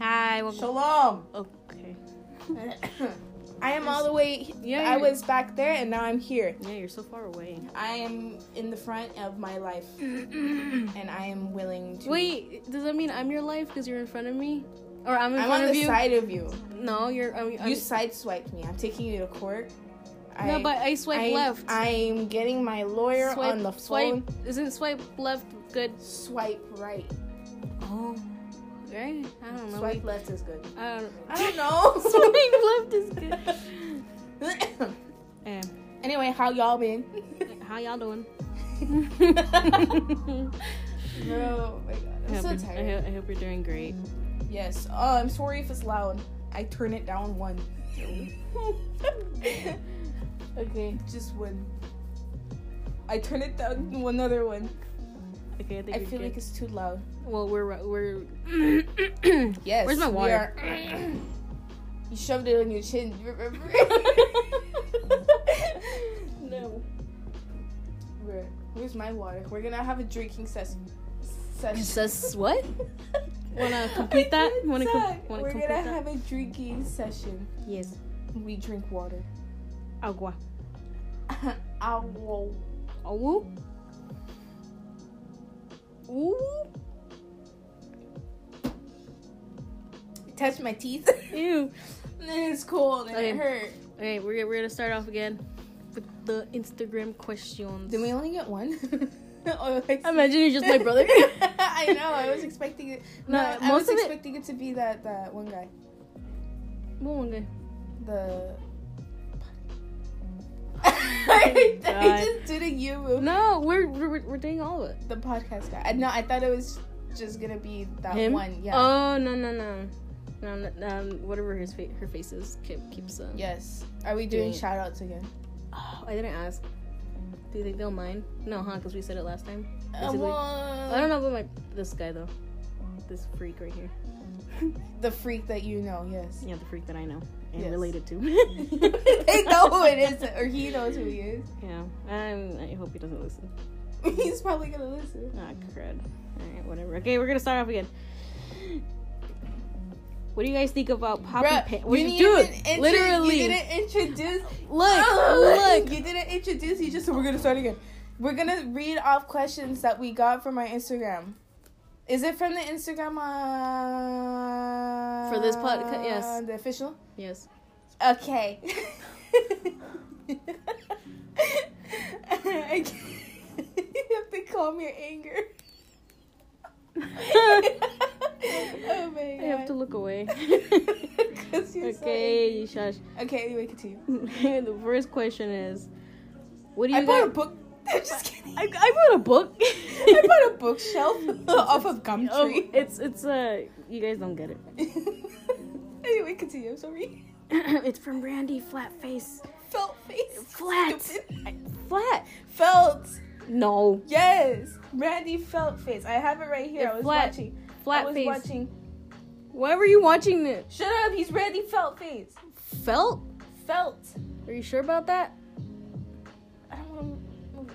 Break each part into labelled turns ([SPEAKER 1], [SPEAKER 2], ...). [SPEAKER 1] I will.
[SPEAKER 2] Shalom.
[SPEAKER 1] Okay.
[SPEAKER 2] I am all the way.
[SPEAKER 1] Yeah,
[SPEAKER 2] I
[SPEAKER 1] you're-
[SPEAKER 2] was back there, and now I'm here.
[SPEAKER 1] Yeah, you're so far away.
[SPEAKER 2] I am in the front of my life, and I am willing to.
[SPEAKER 1] Wait, does that mean I'm your life because you're in front of me, or I'm in
[SPEAKER 2] I'm
[SPEAKER 1] front
[SPEAKER 2] on
[SPEAKER 1] of
[SPEAKER 2] the
[SPEAKER 1] you?
[SPEAKER 2] side of you.
[SPEAKER 1] No, you're. I'm, I'm,
[SPEAKER 2] You sideswiped me. I'm taking you to court.
[SPEAKER 1] no, but I swipe
[SPEAKER 2] I'm,
[SPEAKER 1] left.
[SPEAKER 2] I'm getting my lawyer
[SPEAKER 1] swipe,
[SPEAKER 2] on the
[SPEAKER 1] swipe.
[SPEAKER 2] phone.
[SPEAKER 1] Isn't swipe left good?
[SPEAKER 2] Swipe, right.
[SPEAKER 1] Oh, right. I don't know.
[SPEAKER 2] Swipe left is good.
[SPEAKER 1] I don't.
[SPEAKER 2] I don't know.
[SPEAKER 1] Swipe left is good. Eh,
[SPEAKER 2] anyway, how y'all been?
[SPEAKER 1] how y'all doing?
[SPEAKER 2] Bro, oh my god,
[SPEAKER 1] I
[SPEAKER 2] I'm
[SPEAKER 1] hope you're-
[SPEAKER 2] so
[SPEAKER 1] I
[SPEAKER 2] tired.
[SPEAKER 1] hope, I hope you're doing great.
[SPEAKER 2] Yes. Oh, I'm sorry if it's loud. I turn it down one.
[SPEAKER 1] Okay.
[SPEAKER 2] Just one. I turn it down one other one.
[SPEAKER 1] Okay, I think
[SPEAKER 2] I
[SPEAKER 1] we're
[SPEAKER 2] feel
[SPEAKER 1] good.
[SPEAKER 2] like it's too loud.
[SPEAKER 1] well, we're we're.
[SPEAKER 2] Yes.
[SPEAKER 1] Where's my
[SPEAKER 2] we
[SPEAKER 1] water?
[SPEAKER 2] are- you shoved it on your chin. no. Where? Where's my water? We're gonna have a drinking ses- session.
[SPEAKER 1] Says what? Wanna complete that? Wanna com-
[SPEAKER 2] Talk.
[SPEAKER 1] wanna
[SPEAKER 2] We're
[SPEAKER 1] complete
[SPEAKER 2] gonna
[SPEAKER 1] that?
[SPEAKER 2] have a drinking session.
[SPEAKER 1] Yes.
[SPEAKER 2] We drink water.
[SPEAKER 1] Agua.
[SPEAKER 2] Ow.
[SPEAKER 1] Owu. Ooh.
[SPEAKER 2] Touch my teeth.
[SPEAKER 1] Ew.
[SPEAKER 2] it's cold and
[SPEAKER 1] Okay.
[SPEAKER 2] it hurt.
[SPEAKER 1] Okay, we're we're gonna start off again with the Instagram questions.
[SPEAKER 2] Did we only get one? Oh, like-
[SPEAKER 1] Imagine you're just my brother.
[SPEAKER 2] I know. I was expecting it. No,
[SPEAKER 1] No,
[SPEAKER 2] I
[SPEAKER 1] most
[SPEAKER 2] was
[SPEAKER 1] of it-
[SPEAKER 2] expecting it... to be that that one guy.
[SPEAKER 1] Well, okay.
[SPEAKER 2] The. I,
[SPEAKER 1] Oh God.
[SPEAKER 2] just did a you move.
[SPEAKER 1] No, we're we're we're doing all of it.
[SPEAKER 2] The podcast guy. I, no, I thought it was just gonna be that
[SPEAKER 1] Him?
[SPEAKER 2] one. Yeah.
[SPEAKER 1] Oh no no no. No, no, um, whatever his fa- her face is keep, keeps um.
[SPEAKER 2] yes. Are we doing
[SPEAKER 1] Yeah.
[SPEAKER 2] shout outs again?
[SPEAKER 1] Oh, I didn't ask. Do you think they'll mind? No, huh? Because we said it last time.
[SPEAKER 2] Uh,
[SPEAKER 1] Basically. I
[SPEAKER 2] well,
[SPEAKER 1] don't know about my this guy though. This freak right here.
[SPEAKER 2] the freak that you know, yes.
[SPEAKER 1] Yeah, the freak that I know and
[SPEAKER 2] Yes.
[SPEAKER 1] related to.
[SPEAKER 2] they know who it is, or he knows who he is.
[SPEAKER 1] Yeah. Um, I hope he doesn't listen.
[SPEAKER 2] He's probably gonna listen.
[SPEAKER 1] Ah, crud. Alright, whatever. Okay, we're gonna start off again. What do you guys think about Poppy
[SPEAKER 2] Bruh,
[SPEAKER 1] Pan?
[SPEAKER 2] you
[SPEAKER 1] Wait,
[SPEAKER 2] didn't
[SPEAKER 1] dude,
[SPEAKER 2] even intro-
[SPEAKER 1] literally.
[SPEAKER 2] You didn't introduce.
[SPEAKER 1] Look, look.
[SPEAKER 2] You didn't introduce. You just. So we're gonna start again. We're gonna read off questions that we got from our Instagram. Is it from the Instagram? Uh,
[SPEAKER 1] For this podca- yes.
[SPEAKER 2] The official.
[SPEAKER 1] Yes.
[SPEAKER 2] Okay. I can't- you have to calm your anger. oh my god.
[SPEAKER 1] I have to look away.
[SPEAKER 2] 'Cause you're so
[SPEAKER 1] okay, you shush.
[SPEAKER 2] Okay, anyway, continue.
[SPEAKER 1] the first question is, what do you
[SPEAKER 2] I bought
[SPEAKER 1] guys-
[SPEAKER 2] a book. I'm just kidding.
[SPEAKER 1] I, I bought a book.
[SPEAKER 2] I bought a bookshelf off of
[SPEAKER 1] Oh,
[SPEAKER 2] Gumtree.
[SPEAKER 1] it's it's uh you guys don't get it. Oh.
[SPEAKER 2] anyway, continue. I'm sorry.
[SPEAKER 1] it's from Randy Flatface.
[SPEAKER 2] Felt face.
[SPEAKER 1] Flat.
[SPEAKER 2] Stupid.
[SPEAKER 1] Flat.
[SPEAKER 2] Felt.
[SPEAKER 1] No.
[SPEAKER 2] Yes. Randy Felt face. I have it right here. I was
[SPEAKER 1] Flat-
[SPEAKER 2] watching. I was
[SPEAKER 1] Flatface.
[SPEAKER 2] watching.
[SPEAKER 1] Why were you watching it?
[SPEAKER 2] Shut up. He's Randy Felt face.
[SPEAKER 1] Felt?
[SPEAKER 2] Felt.
[SPEAKER 1] Are you sure about that?
[SPEAKER 2] I don't want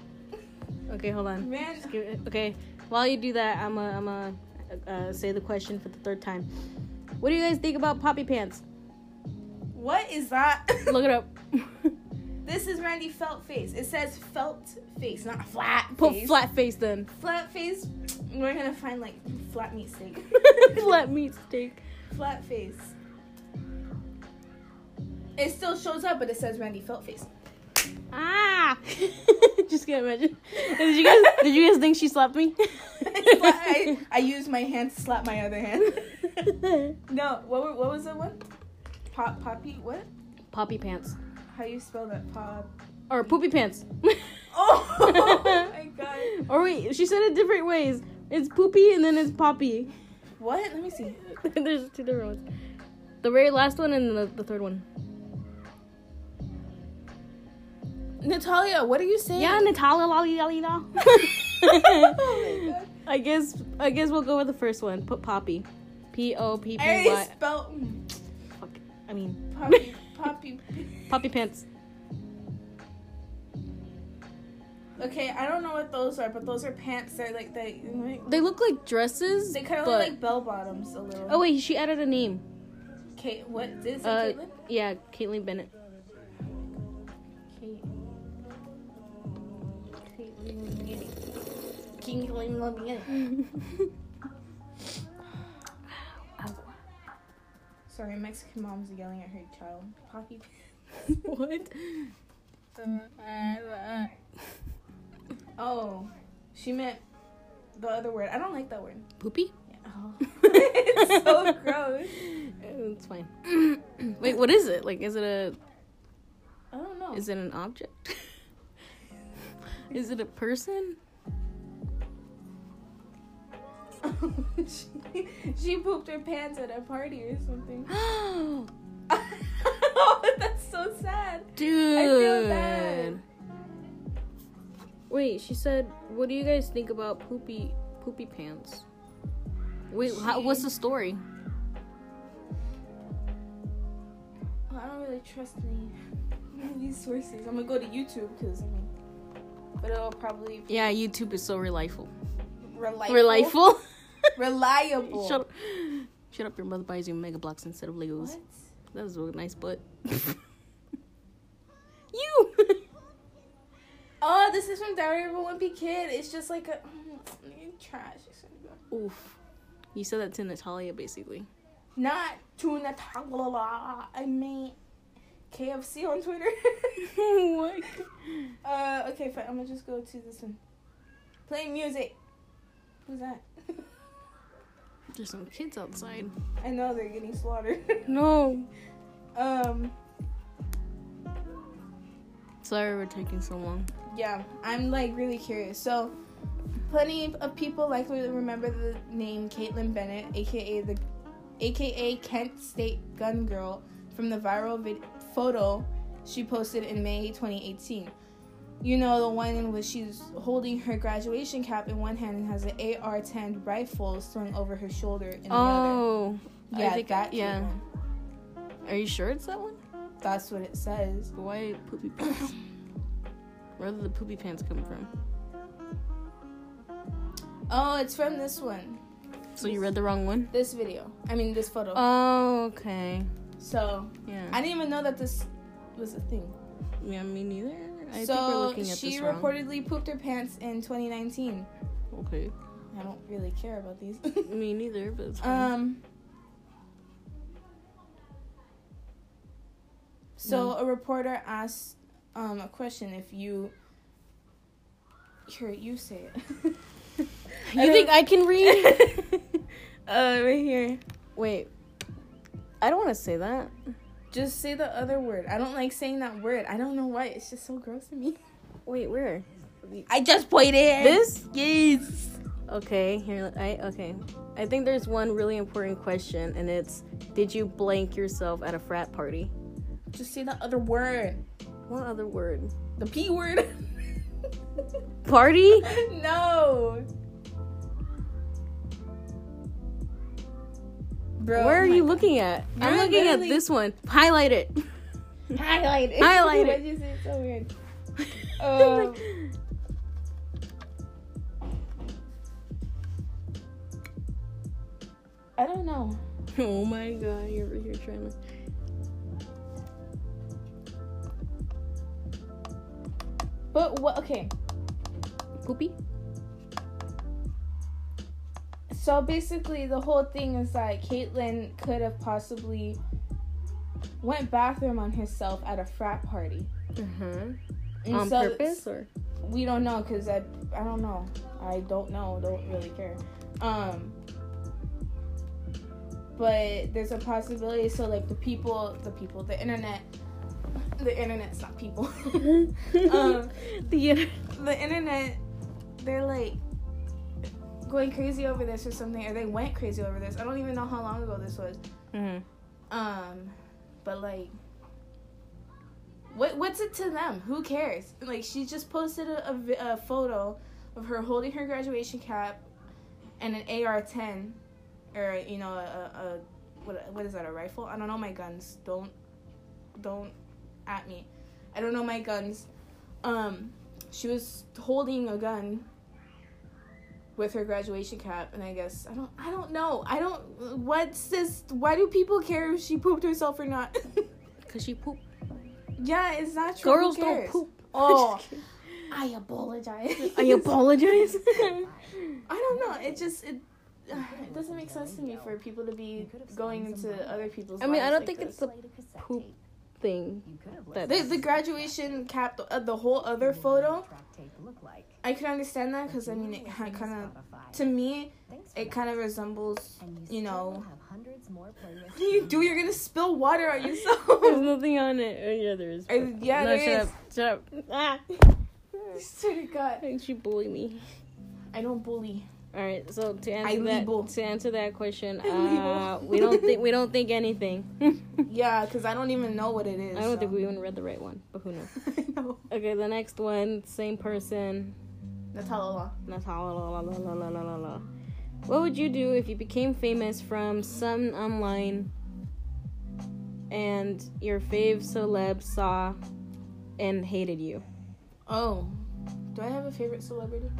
[SPEAKER 1] Okay, hold
[SPEAKER 2] to.
[SPEAKER 1] on.
[SPEAKER 2] Man.
[SPEAKER 1] Just give it- Okay, while you do that, I'm gonna I'm uh, uh, say the question for the third time. What do you guys think about poppy pants?
[SPEAKER 2] What is that?
[SPEAKER 1] Look it up.
[SPEAKER 2] This is Randy Felt face. It says Felt face, not flat.
[SPEAKER 1] Put
[SPEAKER 2] face.
[SPEAKER 1] flat face then.
[SPEAKER 2] Flat face. We're gonna find like flat meat steak.
[SPEAKER 1] flat meat steak.
[SPEAKER 2] Flat face. It still shows up, but it says Randy Felt face.
[SPEAKER 1] Ah! Just can't imagine. Did you guys Did you guys think she slapped me?
[SPEAKER 2] I, I use my hand to slap my other hand. No, what were- what was the one? Pop poppy. What?
[SPEAKER 1] poppy pants
[SPEAKER 2] How you spell that? Pop.
[SPEAKER 1] or poopy pants?
[SPEAKER 2] Oh, my god.
[SPEAKER 1] Or wait, she said it different ways. It's poopy and then it's poppy.
[SPEAKER 2] What? Let me see.
[SPEAKER 1] There's two different ones. The very last one and the, the third one.
[SPEAKER 2] Natalia, what are you saying?
[SPEAKER 1] Yeah, Natala lolly lolly la.
[SPEAKER 2] Oh my God.
[SPEAKER 1] I guess I guess we'll go with the first one. Put Poppy. P O P P
[SPEAKER 2] I already
[SPEAKER 1] Y.
[SPEAKER 2] spelled mm,
[SPEAKER 1] Fuck. I mean
[SPEAKER 2] poppy. Poppy.
[SPEAKER 1] Poppy pants.
[SPEAKER 2] Okay, I don't know what those are, but those are pants. They're like they.
[SPEAKER 1] They look like dresses.
[SPEAKER 2] They kind of
[SPEAKER 1] but-
[SPEAKER 2] look like bell bottoms a little.
[SPEAKER 1] Oh wait, she added a name.
[SPEAKER 2] Kate, what did it say?
[SPEAKER 1] Uh,
[SPEAKER 2] Caitlin?
[SPEAKER 1] yeah, Caitlyn Bennett.
[SPEAKER 2] Kate. Sorry, Mexican mom's yelling at her child. Poppy.
[SPEAKER 1] what?
[SPEAKER 2] Oh, she meant the other word. I don't like that word.
[SPEAKER 1] Poopy?
[SPEAKER 2] Oh. it's so gross.
[SPEAKER 1] It's fine. wait, what is it? Like, is it a
[SPEAKER 2] I don't know.
[SPEAKER 1] is it an object? is it a person?
[SPEAKER 2] she, she pooped her pants at a party or something. That's so sad.
[SPEAKER 1] Dude.
[SPEAKER 2] bad.
[SPEAKER 1] Wait, she said, "What do you guys think about poopy poopy pants?" Wait, how, what's the story?
[SPEAKER 2] Well, I don't really trust any of these sources. I'm gonna go to YouTube because I mean, but it'll probably be
[SPEAKER 1] Yeah, YouTube is so reliable.
[SPEAKER 2] reliable.
[SPEAKER 1] Reliable.
[SPEAKER 2] Reliable.
[SPEAKER 1] Shut up. Shut up, your mother buys you Mega Blocks instead of Legos.
[SPEAKER 2] What?
[SPEAKER 1] That was a nice butt. you!
[SPEAKER 2] Oh, this is from Diary of a Wimpy Kid. It's just like a mm, trash. It's gonna go.
[SPEAKER 1] Oof. You said that to Natalia, basically.
[SPEAKER 2] Not tuna tangla. I mean, KFC on Twitter.
[SPEAKER 1] what?
[SPEAKER 2] uh, okay, fine. I'm gonna just go to this one. Play music. Who's that?
[SPEAKER 1] There's some kids outside.
[SPEAKER 2] I know they're getting slaughtered.
[SPEAKER 1] No.
[SPEAKER 2] um,
[SPEAKER 1] Sorry we're taking so long.
[SPEAKER 2] yeah, I'm like really curious. So, plenty of people likely remember the name Caitlyn Bennett, aka the, aka Kent State Gun Girl, from the viral vid- photo she posted in May 2018. You know the one in which she's holding her graduation cap in one hand and has an AR-10 rifle slung over her shoulder in the
[SPEAKER 1] Oh.
[SPEAKER 2] other. Yeah,
[SPEAKER 1] I think,
[SPEAKER 2] that
[SPEAKER 1] yeah.
[SPEAKER 2] Caitlyn.
[SPEAKER 1] Are you sure it's that one?
[SPEAKER 2] That's what it says.
[SPEAKER 1] Why poopy pants? Where did the poopy pants come from?
[SPEAKER 2] Oh, it's from this one.
[SPEAKER 1] So you read the wrong one?
[SPEAKER 2] This video. I mean, this photo.
[SPEAKER 1] Oh, okay.
[SPEAKER 2] so
[SPEAKER 1] Yeah.
[SPEAKER 2] I didn't even know that this was a thing.
[SPEAKER 1] yeah, me neither. I think we're
[SPEAKER 2] so
[SPEAKER 1] looking at
[SPEAKER 2] she
[SPEAKER 1] this wrong.
[SPEAKER 2] reportedly pooped her pants in 2019.
[SPEAKER 1] okay.
[SPEAKER 2] I don't really care about these.
[SPEAKER 1] Me neither, but it's fine.
[SPEAKER 2] um. So a reporter asked um, a question if you. Here, you say it.
[SPEAKER 1] you think I can read?
[SPEAKER 2] uh, right here.
[SPEAKER 1] Wait. I don't want to say that.
[SPEAKER 2] Just say the other word. I don't like saying that word. I don't know why. It's just so gross to me.
[SPEAKER 1] Wait, where?
[SPEAKER 2] I just played it.
[SPEAKER 1] This?
[SPEAKER 2] Yes.
[SPEAKER 1] Okay, here I okay. I think there's one really important question and it's did you blank yourself at a frat party?
[SPEAKER 2] Just say the other word.
[SPEAKER 1] What other word?
[SPEAKER 2] The P word.
[SPEAKER 1] Party?
[SPEAKER 2] no. Bro,
[SPEAKER 1] Where are
[SPEAKER 2] oh my
[SPEAKER 1] you
[SPEAKER 2] God.
[SPEAKER 1] looking at? I'm
[SPEAKER 2] You're
[SPEAKER 1] looking at
[SPEAKER 2] literally-
[SPEAKER 1] this one. Highlight it.
[SPEAKER 2] Highlight it.
[SPEAKER 1] Highlight
[SPEAKER 2] Why
[SPEAKER 1] it.
[SPEAKER 2] is it so weird?
[SPEAKER 1] I'm
[SPEAKER 2] Um,
[SPEAKER 1] like,
[SPEAKER 2] I don't know.
[SPEAKER 1] oh my god, you're over here trying to
[SPEAKER 2] But what? Okay.
[SPEAKER 1] poopy?
[SPEAKER 2] So basically, the whole thing is like Caitlyn could have possibly went bathroom on herself at a frat party.
[SPEAKER 1] Uh-huh.
[SPEAKER 2] And
[SPEAKER 1] On
[SPEAKER 2] so-
[SPEAKER 1] purpose or
[SPEAKER 2] we don't know because I I don't know. I don't know. Don't really care. Um. But there's a possibility. So like the people, the people, the internet, the internet's not people. um,
[SPEAKER 1] the
[SPEAKER 2] the internet, they're like going crazy over this or something, or they went crazy over this. I don't even know how long ago this was.
[SPEAKER 1] Mhm.
[SPEAKER 2] Um, but like, what what's it to them? Who cares? Like, she just posted a, a vi- a photo of her holding her graduation cap and an AR-10, or you know, a, a, a what what is that? A rifle? I don't know my guns. Don't don't at me. I don't know my guns. Um, she was holding a gun with her graduation cap and i guess i don't i don't know i don't what's this why do people care if she pooped herself or not
[SPEAKER 1] Cause she poop.
[SPEAKER 2] yeah it's not true Who
[SPEAKER 1] Girls don't
[SPEAKER 2] cares?
[SPEAKER 1] poop.
[SPEAKER 2] oh i apologize
[SPEAKER 1] I apologize.
[SPEAKER 2] I don't know. It just it, it doesn't make sense to me for people to be going into other people's.
[SPEAKER 1] I mean, I
[SPEAKER 2] lives
[SPEAKER 1] don't
[SPEAKER 2] like
[SPEAKER 1] think
[SPEAKER 2] this.
[SPEAKER 1] it's the poop thing. That
[SPEAKER 2] the, the graduation cap, the, uh, the whole other photo. I can understand that because I mean, it kind of Um, to me, it kind of resembles. you know- What do you do? You're gonna spill water on
[SPEAKER 1] There's
[SPEAKER 2] yourself.
[SPEAKER 1] nothing on it. Oh, yeah, there is.
[SPEAKER 2] Uh, yeah,
[SPEAKER 1] no,
[SPEAKER 2] there
[SPEAKER 1] shut
[SPEAKER 2] is.
[SPEAKER 1] up. Shut up. Ah.
[SPEAKER 2] I swear to God,
[SPEAKER 1] She bullied me.
[SPEAKER 2] I don't bully.
[SPEAKER 1] All right, so to answer
[SPEAKER 2] I
[SPEAKER 1] that
[SPEAKER 2] label.
[SPEAKER 1] to answer that question,
[SPEAKER 2] I label.
[SPEAKER 1] uh, we don't think we don't think anything.
[SPEAKER 2] Yeah, because I don't even know what it is.
[SPEAKER 1] I don't
[SPEAKER 2] so.
[SPEAKER 1] think we even read the right one, but who knows?
[SPEAKER 2] I know.
[SPEAKER 1] Okay, the next one, same person.
[SPEAKER 2] Natalia. Law.
[SPEAKER 1] Natalia. La, la, la, la, la, la, la. What would you do if you became famous from some online and your fave celeb saw and hated you?
[SPEAKER 2] Oh, do I have a favorite celebrity?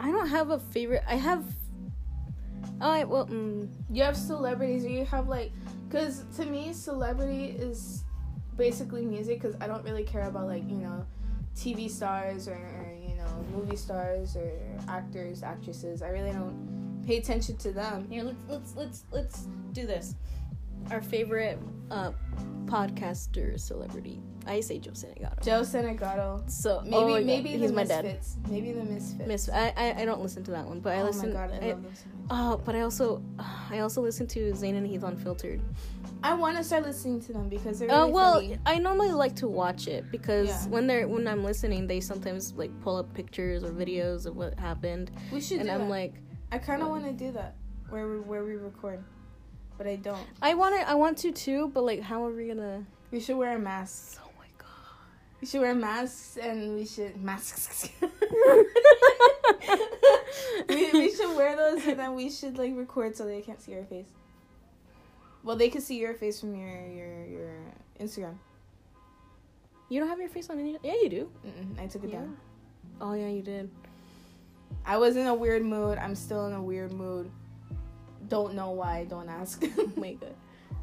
[SPEAKER 1] I don't have a favorite. I have. Oh, I, well, mm,
[SPEAKER 2] you have celebrities or you have like because to me celebrity is basically music because i don't really care about like you know tv stars or, or you know movie stars or actors actresses i really don't pay attention to them
[SPEAKER 1] here. Let's let's let's let's do this. Our favorite uh, podcaster celebrity. I say Joe Sanegato.
[SPEAKER 2] joe Senegato.
[SPEAKER 1] So
[SPEAKER 2] maybe
[SPEAKER 1] oh, yeah,
[SPEAKER 2] maybe the
[SPEAKER 1] he's my dad.
[SPEAKER 2] misfits maybe the misfits
[SPEAKER 1] Miss, I, I I don't listen to that one, but I
[SPEAKER 2] oh
[SPEAKER 1] listen.
[SPEAKER 2] my god i
[SPEAKER 1] I-
[SPEAKER 2] love them so much
[SPEAKER 1] Oh, but I also I also listen to Zayn and Heath Unfiltered.
[SPEAKER 2] i want to start listening to them because they're
[SPEAKER 1] Oh
[SPEAKER 2] really
[SPEAKER 1] well,
[SPEAKER 2] funny.
[SPEAKER 1] I normally like to watch it because
[SPEAKER 2] Yeah.
[SPEAKER 1] when they're when I'm listening, they sometimes like pull up pictures or videos of what happened,
[SPEAKER 2] we should
[SPEAKER 1] and
[SPEAKER 2] do
[SPEAKER 1] I'm
[SPEAKER 2] that.
[SPEAKER 1] like, um,
[SPEAKER 2] i kind of want to do that where we, where we record but i don't
[SPEAKER 1] I want to, I want to too, but like, how are we gonna?
[SPEAKER 2] we should wear a mask
[SPEAKER 1] Oh my
[SPEAKER 2] We should wear masks and we should masks.
[SPEAKER 1] god.
[SPEAKER 2] we, we should wear those and then we should like record so they can't see your face. Well, they can see your face from your your your Instagram.
[SPEAKER 1] You don't have your face on any? Yeah, you do.
[SPEAKER 2] Mm-mm, I took it
[SPEAKER 1] Yeah.
[SPEAKER 2] down.
[SPEAKER 1] Oh yeah, you did.
[SPEAKER 2] I was in a weird mood. I'm still in a weird mood. Don't know why. Don't ask.
[SPEAKER 1] Oh my god.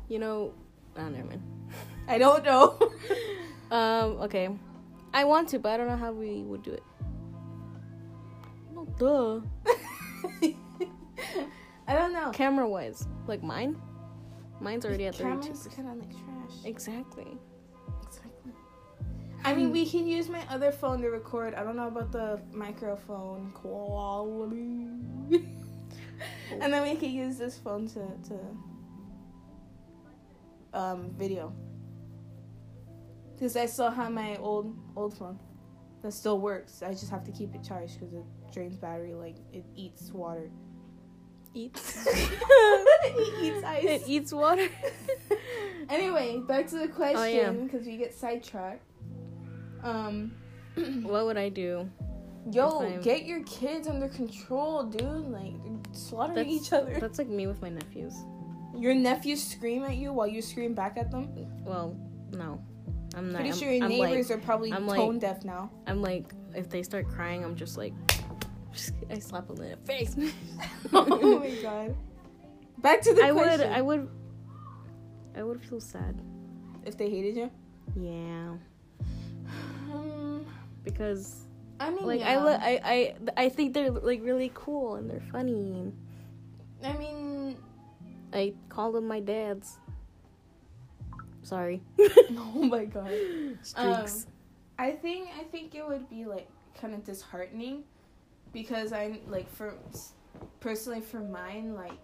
[SPEAKER 1] You know, oh never mind.
[SPEAKER 2] I don't know.
[SPEAKER 1] Um, okay. I want to, but I don't know how we would do it. Well, duh.
[SPEAKER 2] I don't know.
[SPEAKER 1] Camera wise, like mine, mine's already at thirty-two.
[SPEAKER 2] Cameras kind of like trash.
[SPEAKER 1] Exactly.
[SPEAKER 2] Exactly. I mean, we can use my other phone to record. I don't know about the microphone quality. and then we can use this phone to, to um, video. Because I still have my old old phone that still works. I just have to keep it charged because it drains battery like it eats water.
[SPEAKER 1] Eats.
[SPEAKER 2] it eats ice.
[SPEAKER 1] It eats water.
[SPEAKER 2] Anyway, back to the question
[SPEAKER 1] Oh, yeah.
[SPEAKER 2] because we get sidetracked. Um,
[SPEAKER 1] what would I do?
[SPEAKER 2] yo,
[SPEAKER 1] I'm-
[SPEAKER 2] get your kids under control, dude. Like, slaughtering
[SPEAKER 1] That's-
[SPEAKER 2] each other.
[SPEAKER 1] That's like me with my nephews.
[SPEAKER 2] Your nephews scream at you while you scream back at them.
[SPEAKER 1] Well, no, I'm not.
[SPEAKER 2] Pretty
[SPEAKER 1] I'm,
[SPEAKER 2] sure your
[SPEAKER 1] I'm
[SPEAKER 2] neighbors
[SPEAKER 1] Like,
[SPEAKER 2] are probably
[SPEAKER 1] I'm like-
[SPEAKER 2] tone deaf now.
[SPEAKER 1] I'm like, if they start crying, I'm just like, I slap them in the face.
[SPEAKER 2] oh my god. Back to the
[SPEAKER 1] I would.
[SPEAKER 2] question.
[SPEAKER 1] I would. I would feel sad.
[SPEAKER 2] if they hated you.
[SPEAKER 1] Yeah,
[SPEAKER 2] Um,
[SPEAKER 1] because
[SPEAKER 2] I mean,
[SPEAKER 1] like I,
[SPEAKER 2] yeah.
[SPEAKER 1] li- I I I think they're like really cool and they're funny. And
[SPEAKER 2] I mean,
[SPEAKER 1] I call them my dads. Sorry.
[SPEAKER 2] oh my god.
[SPEAKER 1] Streaks.
[SPEAKER 2] I think I think it would be like kind of disheartening because I like for personally for mine like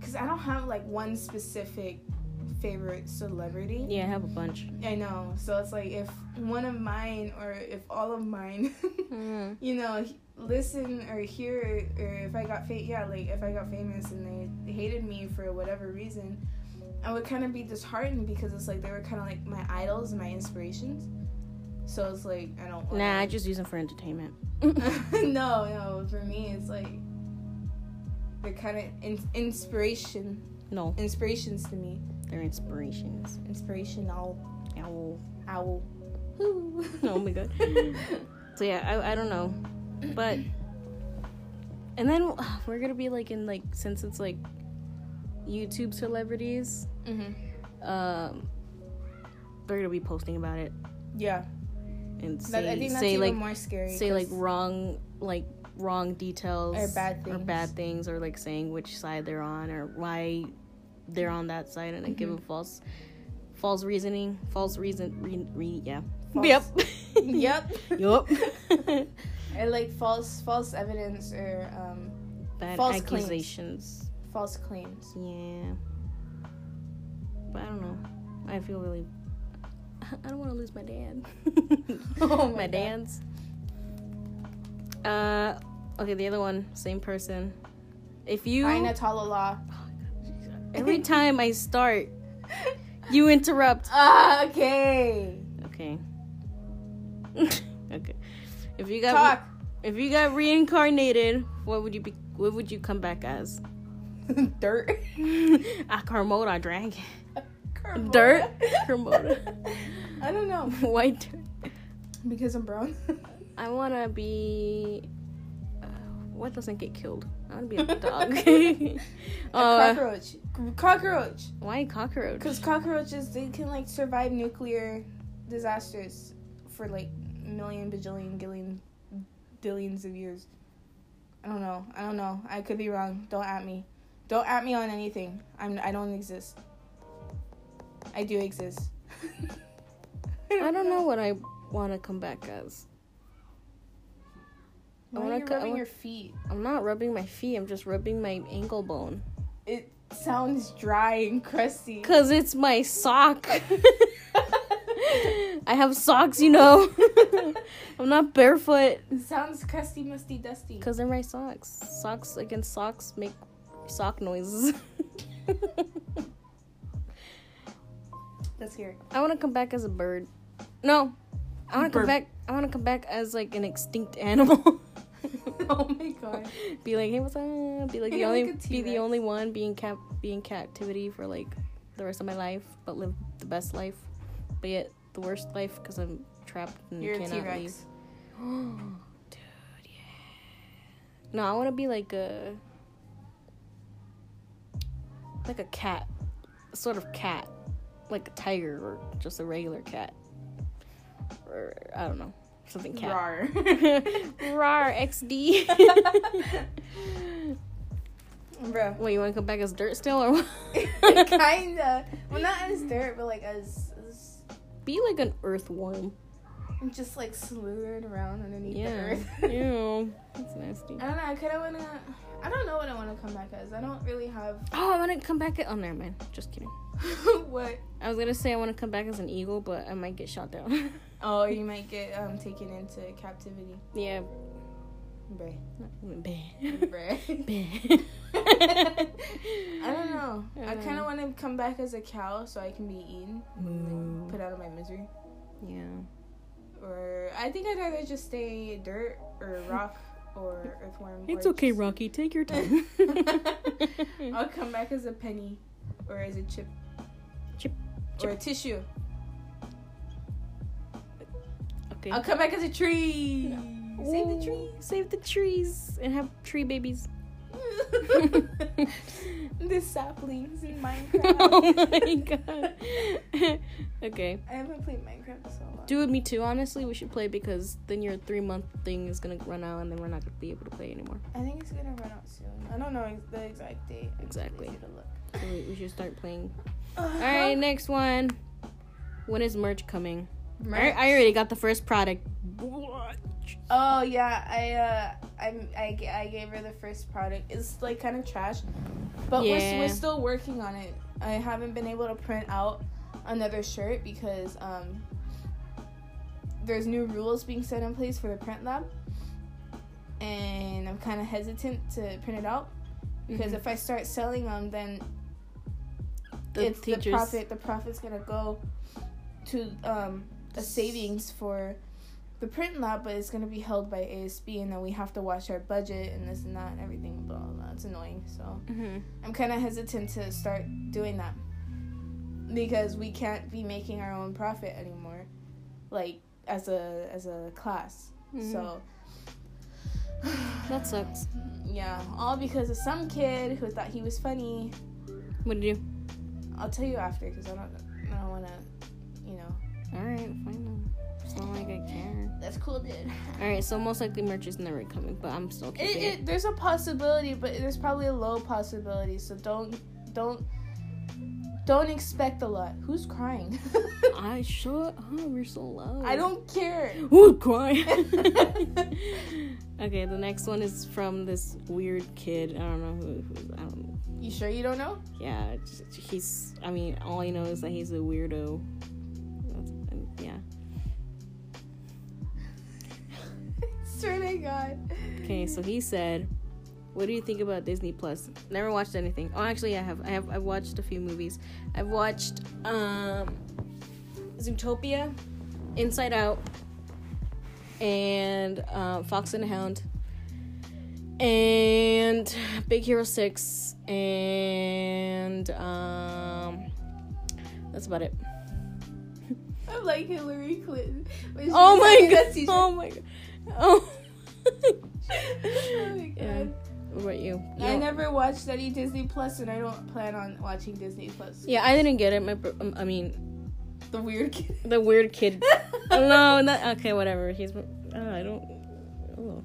[SPEAKER 2] cuz I don't have like one specific favorite celebrity.
[SPEAKER 1] yeah, I have a bunch.
[SPEAKER 2] I know. So it's like if one of mine or if all of mine
[SPEAKER 1] Mm.
[SPEAKER 2] you know h- listen or hear or if I got fa- yeah like if I got famous and they hated me for whatever reason I would kind of be disheartened because it's like they were kind of like my idols and my inspirations so it's like I don't wanna-
[SPEAKER 1] Nah, I just use them for entertainment.
[SPEAKER 2] no no for me it's like they're kind of in- inspiration
[SPEAKER 1] no,
[SPEAKER 2] inspirations to me
[SPEAKER 1] they're inspirations.
[SPEAKER 2] inspirational
[SPEAKER 1] Ow.
[SPEAKER 2] owl Woo.
[SPEAKER 1] oh my god. So yeah, I, I don't know, but and then we're gonna be like in like since it's like YouTube celebrities,
[SPEAKER 2] hmm
[SPEAKER 1] um, they're gonna be posting about it
[SPEAKER 2] Yeah,
[SPEAKER 1] and say,
[SPEAKER 2] that, I think that's
[SPEAKER 1] say
[SPEAKER 2] even
[SPEAKER 1] like
[SPEAKER 2] more scary.
[SPEAKER 1] say like
[SPEAKER 2] 'cause-
[SPEAKER 1] wrong like wrong details
[SPEAKER 2] Or bad
[SPEAKER 1] or
[SPEAKER 2] things.
[SPEAKER 1] bad things or like saying which side they're on or why they're on that side and like
[SPEAKER 2] Mm-hmm.
[SPEAKER 1] giving false false reasoning false reason re, re yeah
[SPEAKER 2] False.
[SPEAKER 1] yep
[SPEAKER 2] Yep.
[SPEAKER 1] yep
[SPEAKER 2] or like false false evidence or um
[SPEAKER 1] bad
[SPEAKER 2] False claims.
[SPEAKER 1] accusations
[SPEAKER 2] false claims.
[SPEAKER 1] yeah but I don't know I feel really I don't want to lose my dad
[SPEAKER 2] Oh
[SPEAKER 1] my
[SPEAKER 2] my God.
[SPEAKER 1] dad's uh okay the other one same person if you
[SPEAKER 2] Aina Talala.
[SPEAKER 1] Every time I start, you interrupt.
[SPEAKER 2] Ah, okay.
[SPEAKER 1] Okay. okay. If you got
[SPEAKER 2] Talk.
[SPEAKER 1] if you got reincarnated, what would you be? What would you come back as?
[SPEAKER 2] Dirt.
[SPEAKER 1] A Carmona dragon.
[SPEAKER 2] Carmona.
[SPEAKER 1] Dirt? Carmona.
[SPEAKER 2] I don't know
[SPEAKER 1] White. dirt.
[SPEAKER 2] because I'm brown.
[SPEAKER 1] I wanna be. Uh, what doesn't get killed? I wanna be a dog.
[SPEAKER 2] A
[SPEAKER 1] uh,
[SPEAKER 2] cockroach. Cockroach.
[SPEAKER 1] why a cockroach?
[SPEAKER 2] Because cockroaches they can like survive nuclear disasters for like million bajillion gillion billions of years. I don't know. I don't know. I could be wrong. Don't at me. Don't at me on anything. I'm. I don't exist. I do exist.
[SPEAKER 1] I don't know what I wanna come back as. I
[SPEAKER 2] Why are
[SPEAKER 1] wanna
[SPEAKER 2] you
[SPEAKER 1] co- I
[SPEAKER 2] rubbing
[SPEAKER 1] wa-
[SPEAKER 2] your feet?
[SPEAKER 1] I'm not rubbing my feet. I'm just rubbing my ankle bone.
[SPEAKER 2] It sounds dry and crusty.
[SPEAKER 1] Cause it's my sock. I have socks, you know. I'm not barefoot.
[SPEAKER 2] It sounds crusty, musty, dusty.
[SPEAKER 1] Cause they're my socks. Socks against socks make sock noises.
[SPEAKER 2] That's here.
[SPEAKER 1] I want to come back as a bird. No, I want to come
[SPEAKER 2] Bird.
[SPEAKER 1] back. I want to come back as like an extinct animal.
[SPEAKER 2] oh my god.
[SPEAKER 1] be like, hey, what's up? Be like the
[SPEAKER 2] Yeah,
[SPEAKER 1] only,
[SPEAKER 2] like a
[SPEAKER 1] be the
[SPEAKER 2] T-Rex.
[SPEAKER 1] only one being cap, being captivity for like the rest of my life, but live the best life, but yet the worst life because I'm trapped and
[SPEAKER 2] You're a
[SPEAKER 1] cannot
[SPEAKER 2] T
[SPEAKER 1] leave.
[SPEAKER 2] Rex.
[SPEAKER 1] Dude, yeah. No, I want to be like a like a cat, a sort of cat, like a tiger or just a regular cat, or I don't know, something cat.
[SPEAKER 2] Rar.
[SPEAKER 1] Rar XD.
[SPEAKER 2] Bro.
[SPEAKER 1] Wait, you want to come back as dirt still, or what?
[SPEAKER 2] Kinda. Well, not as dirt, but like as, as
[SPEAKER 1] be like an earthworm?
[SPEAKER 2] just like slithered around underneath the
[SPEAKER 1] Yeah.
[SPEAKER 2] earth.
[SPEAKER 1] Ew, that's nasty.
[SPEAKER 2] I don't know. I kind of wanna. I don't know what I want to come back as. I don't really have
[SPEAKER 1] Oh, I want to come back. At- oh, never mind. Just kidding.
[SPEAKER 2] what.
[SPEAKER 1] I was gonna say I want to come back as an eagle, but I might get shot down.
[SPEAKER 2] Oh, you might get um taken into captivity.
[SPEAKER 1] yeah,
[SPEAKER 2] Bruh.
[SPEAKER 1] bad.
[SPEAKER 2] Bruh.
[SPEAKER 1] Bad.
[SPEAKER 2] I don't know. I kind
[SPEAKER 1] Uh.
[SPEAKER 2] of want to come back as a cow so I can be eaten, put out of my misery.
[SPEAKER 1] Yeah.
[SPEAKER 2] Or I think I'd rather just stay dirt or rock or earthworm.
[SPEAKER 1] It's
[SPEAKER 2] or
[SPEAKER 1] okay,
[SPEAKER 2] just-
[SPEAKER 1] Rocky. Take your time.
[SPEAKER 2] I'll come back as a penny or as a chip.
[SPEAKER 1] Chip.
[SPEAKER 2] Or a tissue.
[SPEAKER 1] okay.
[SPEAKER 2] I'll come back as a tree. Save the
[SPEAKER 1] Ooh, Save the trees and have tree babies.
[SPEAKER 2] tree. the saplings in Minecraft.
[SPEAKER 1] oh my god. okay.
[SPEAKER 2] I haven't played Minecraft in so long.
[SPEAKER 1] Dude, me too. Honestly, we should play because then your three month thing is gonna run out and then we're not gonna be able to play anymore.
[SPEAKER 2] I think it's gonna run out soon. I don't know ex- the exact date. I'm too
[SPEAKER 1] Exactly.
[SPEAKER 2] lazy to look.
[SPEAKER 1] So we, we should start playing.
[SPEAKER 2] Uh-huh.
[SPEAKER 1] All right, next one. When is merch coming? I,
[SPEAKER 2] Merch.
[SPEAKER 1] I already got the first product. What?
[SPEAKER 2] Oh yeah, I uh, I'm, I ga- I gave her the first product. It's like kind of trash, but we're s-
[SPEAKER 1] Yeah.
[SPEAKER 2] we're still working on it. I haven't been able to print out another shirt because um, there's new rules being set in place for the print lab, and I'm kind of hesitant to print it out because
[SPEAKER 1] Mhm.
[SPEAKER 2] if I start selling them, then
[SPEAKER 1] The
[SPEAKER 2] it's the profit. The profit's gonna go to um, a savings for the print lab, but it's gonna be held by ASB, and then we have to watch our budget and this and that and everything. Blah blah. blah. It's annoying. So
[SPEAKER 1] Mhm.
[SPEAKER 2] I'm kind of hesitant to start doing that because we can't be making our own profit anymore. Like as a as a class.
[SPEAKER 1] Mhm.
[SPEAKER 2] So
[SPEAKER 1] Mm-hmm. that sucks.
[SPEAKER 2] yeah, all because of some kid who thought he was funny.
[SPEAKER 1] What do you? do?
[SPEAKER 2] I'll tell you after because I don't I don't want to, you know.
[SPEAKER 1] All right, fine. Then. It's not like I care.
[SPEAKER 2] That's cool, dude.
[SPEAKER 1] All right, so most likely merch is never coming, but I'm still keeping
[SPEAKER 2] It,
[SPEAKER 1] it.
[SPEAKER 2] it, there's a possibility, but there's probably a low possibility. So don't don't don't expect a lot. Who's crying?
[SPEAKER 1] I shut up. You're so loud.
[SPEAKER 2] I don't care.
[SPEAKER 1] Ooh, cry. okay, the next one is from this weird kid. I don't know who. who I don't. know.
[SPEAKER 2] You sure you don't know?
[SPEAKER 1] Yeah, it's- he's. I mean, all I know is that he's a weirdo. That's, and yeah.
[SPEAKER 2] Swear to God.
[SPEAKER 1] Okay, so he said, "What do you think about Disney Plus? Never watched anything. Oh, actually, I have. I have. I've watched a few movies. I've watched um, Zootopia, Inside Out, and uh, Fox and the Hound, and Big Hero Six, and um, that's about it.
[SPEAKER 2] I'm like Hillary Clinton. when she
[SPEAKER 1] Oh
[SPEAKER 2] was
[SPEAKER 1] my
[SPEAKER 2] having that
[SPEAKER 1] god!
[SPEAKER 2] teacher-
[SPEAKER 1] Oh my god! Oh.
[SPEAKER 2] Oh my god.
[SPEAKER 1] Yeah. What about you? You
[SPEAKER 2] I
[SPEAKER 1] don't-
[SPEAKER 2] never watched any Disney Plus, and I don't plan on watching Disney Plus.
[SPEAKER 1] Yeah, I didn't get it. My, bro- um, I mean,
[SPEAKER 2] The weird kid.
[SPEAKER 1] the weird kid. oh, no, not okay. Whatever. He's. Oh, I don't. Oh.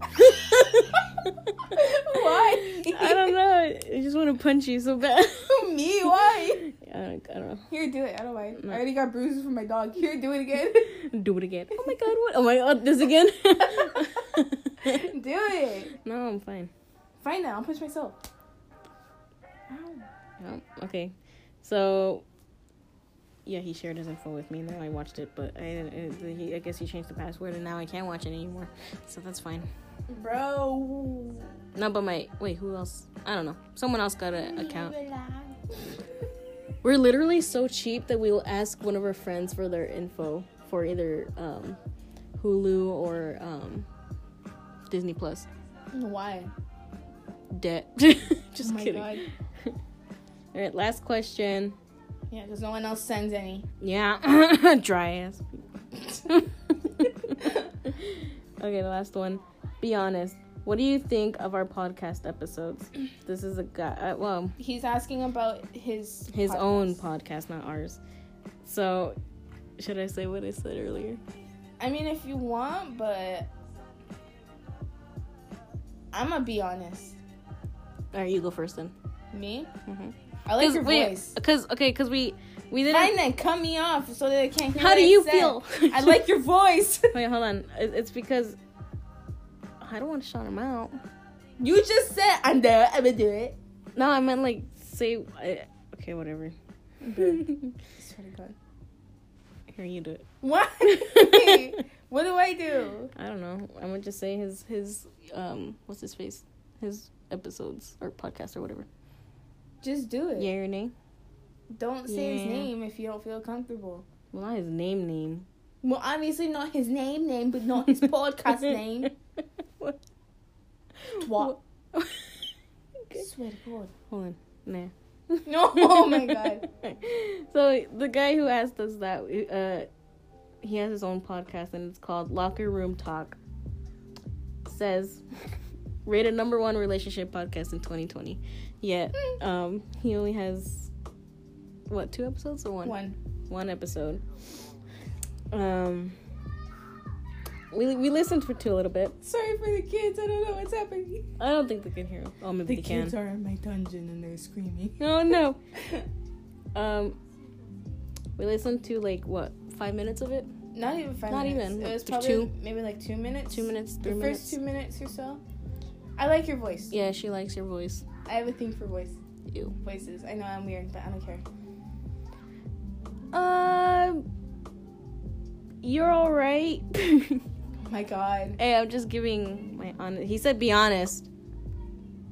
[SPEAKER 2] Why?
[SPEAKER 1] I don't know. I just want to punch you so bad.
[SPEAKER 2] Me? Why?
[SPEAKER 1] I don't. I don't
[SPEAKER 2] Here, do it. I don't mind.
[SPEAKER 1] No.
[SPEAKER 2] I already got bruises from my dog. Here, do it again.
[SPEAKER 1] know. Do it again. Oh my god! What? Oh my god! This again?
[SPEAKER 2] do it.
[SPEAKER 1] no, I'm fine.
[SPEAKER 2] Fine now. I'll push myself. Ow.
[SPEAKER 1] No, Um, okay, so. Yeah, he shared his info with me. Now I watched it, but I, I, he, I guess he changed the password, and now I can't watch it anymore. So that's fine.
[SPEAKER 2] Bro.
[SPEAKER 1] No, but my wait, who else? I don't know. Someone else got an account.
[SPEAKER 2] Relax.
[SPEAKER 1] We're literally so cheap that we'll ask one of our friends for their info for either um, Hulu or um, Disney Plus.
[SPEAKER 2] Why?
[SPEAKER 1] Debt. Just
[SPEAKER 2] Oh my
[SPEAKER 1] kidding.
[SPEAKER 2] God.
[SPEAKER 1] All right, last question.
[SPEAKER 2] Yeah, because no one else sends any.
[SPEAKER 1] Yeah, dry ass. okay, the last one. Be honest. What do you think of our podcast episodes? This is a guy. Uh, well,
[SPEAKER 2] He's asking about his
[SPEAKER 1] his
[SPEAKER 2] podcast.
[SPEAKER 1] own podcast, not ours. So, should I say what I said earlier?
[SPEAKER 2] I mean, if you want, but I'm gonna be honest.
[SPEAKER 1] All right, you go first then.
[SPEAKER 2] Me,
[SPEAKER 1] Mhm.
[SPEAKER 2] I like your voice.
[SPEAKER 1] Because okay, because we we didn't.
[SPEAKER 2] Fine then, cut me off so that I can't hear.
[SPEAKER 1] How
[SPEAKER 2] what
[SPEAKER 1] do
[SPEAKER 2] I
[SPEAKER 1] you
[SPEAKER 2] said.
[SPEAKER 1] feel?
[SPEAKER 2] I like your voice.
[SPEAKER 1] Wait, hold on. It- It's because I don't want to shout him out.
[SPEAKER 2] you just said I'm there. I'm gonna do it.
[SPEAKER 1] No, I meant like say. I, okay, whatever. Here,
[SPEAKER 2] I swear to God.
[SPEAKER 1] you do it.
[SPEAKER 2] What? what do I do?
[SPEAKER 1] I don't know. I'm gonna just say his his um what's his face his episodes or podcast or whatever.
[SPEAKER 2] Just do it.
[SPEAKER 1] Yeah, your name.
[SPEAKER 2] Don't say his
[SPEAKER 1] Yeah.
[SPEAKER 2] name if you don't feel comfortable.
[SPEAKER 1] Well, not his name name.
[SPEAKER 2] Well, obviously not his name name, but not his podcast name.
[SPEAKER 1] What?
[SPEAKER 2] Twat.
[SPEAKER 1] Okay.
[SPEAKER 2] Swear to God.
[SPEAKER 1] Hold on. Nah.
[SPEAKER 2] No, oh my God.
[SPEAKER 1] So the guy who asked us that, uh, he has his own podcast and it's called Locker Room Talk. Says rated number one relationship podcast in 2020. Yet,
[SPEAKER 2] Hmm.
[SPEAKER 1] um, he only has what two episodes or one?
[SPEAKER 2] One.
[SPEAKER 1] One episode. Um, we we listened for two a little bit.
[SPEAKER 2] Sorry for the kids. I don't know what's happening.
[SPEAKER 1] I don't think they can hear. Oh, maybe they can.
[SPEAKER 2] are in my dungeon and they're screaming.
[SPEAKER 1] No, no. Um, we listened to like what five minutes of it?
[SPEAKER 2] Not even five.
[SPEAKER 1] Not
[SPEAKER 2] minutes.
[SPEAKER 1] even.
[SPEAKER 2] It was
[SPEAKER 1] Like,
[SPEAKER 2] probably
[SPEAKER 1] two-
[SPEAKER 2] maybe like two minutes.
[SPEAKER 1] Two minutes,
[SPEAKER 2] The
[SPEAKER 1] three minutes.
[SPEAKER 2] first two minutes or so. I like your voice.
[SPEAKER 1] Yeah, she likes your voice.
[SPEAKER 2] I have a thing for voice
[SPEAKER 1] You.
[SPEAKER 2] voices. I know I'm weird, but I don't care.
[SPEAKER 1] Um, you're all right. hey,
[SPEAKER 2] Oh my God.
[SPEAKER 1] I'm just giving my honest. He said, "Be honest."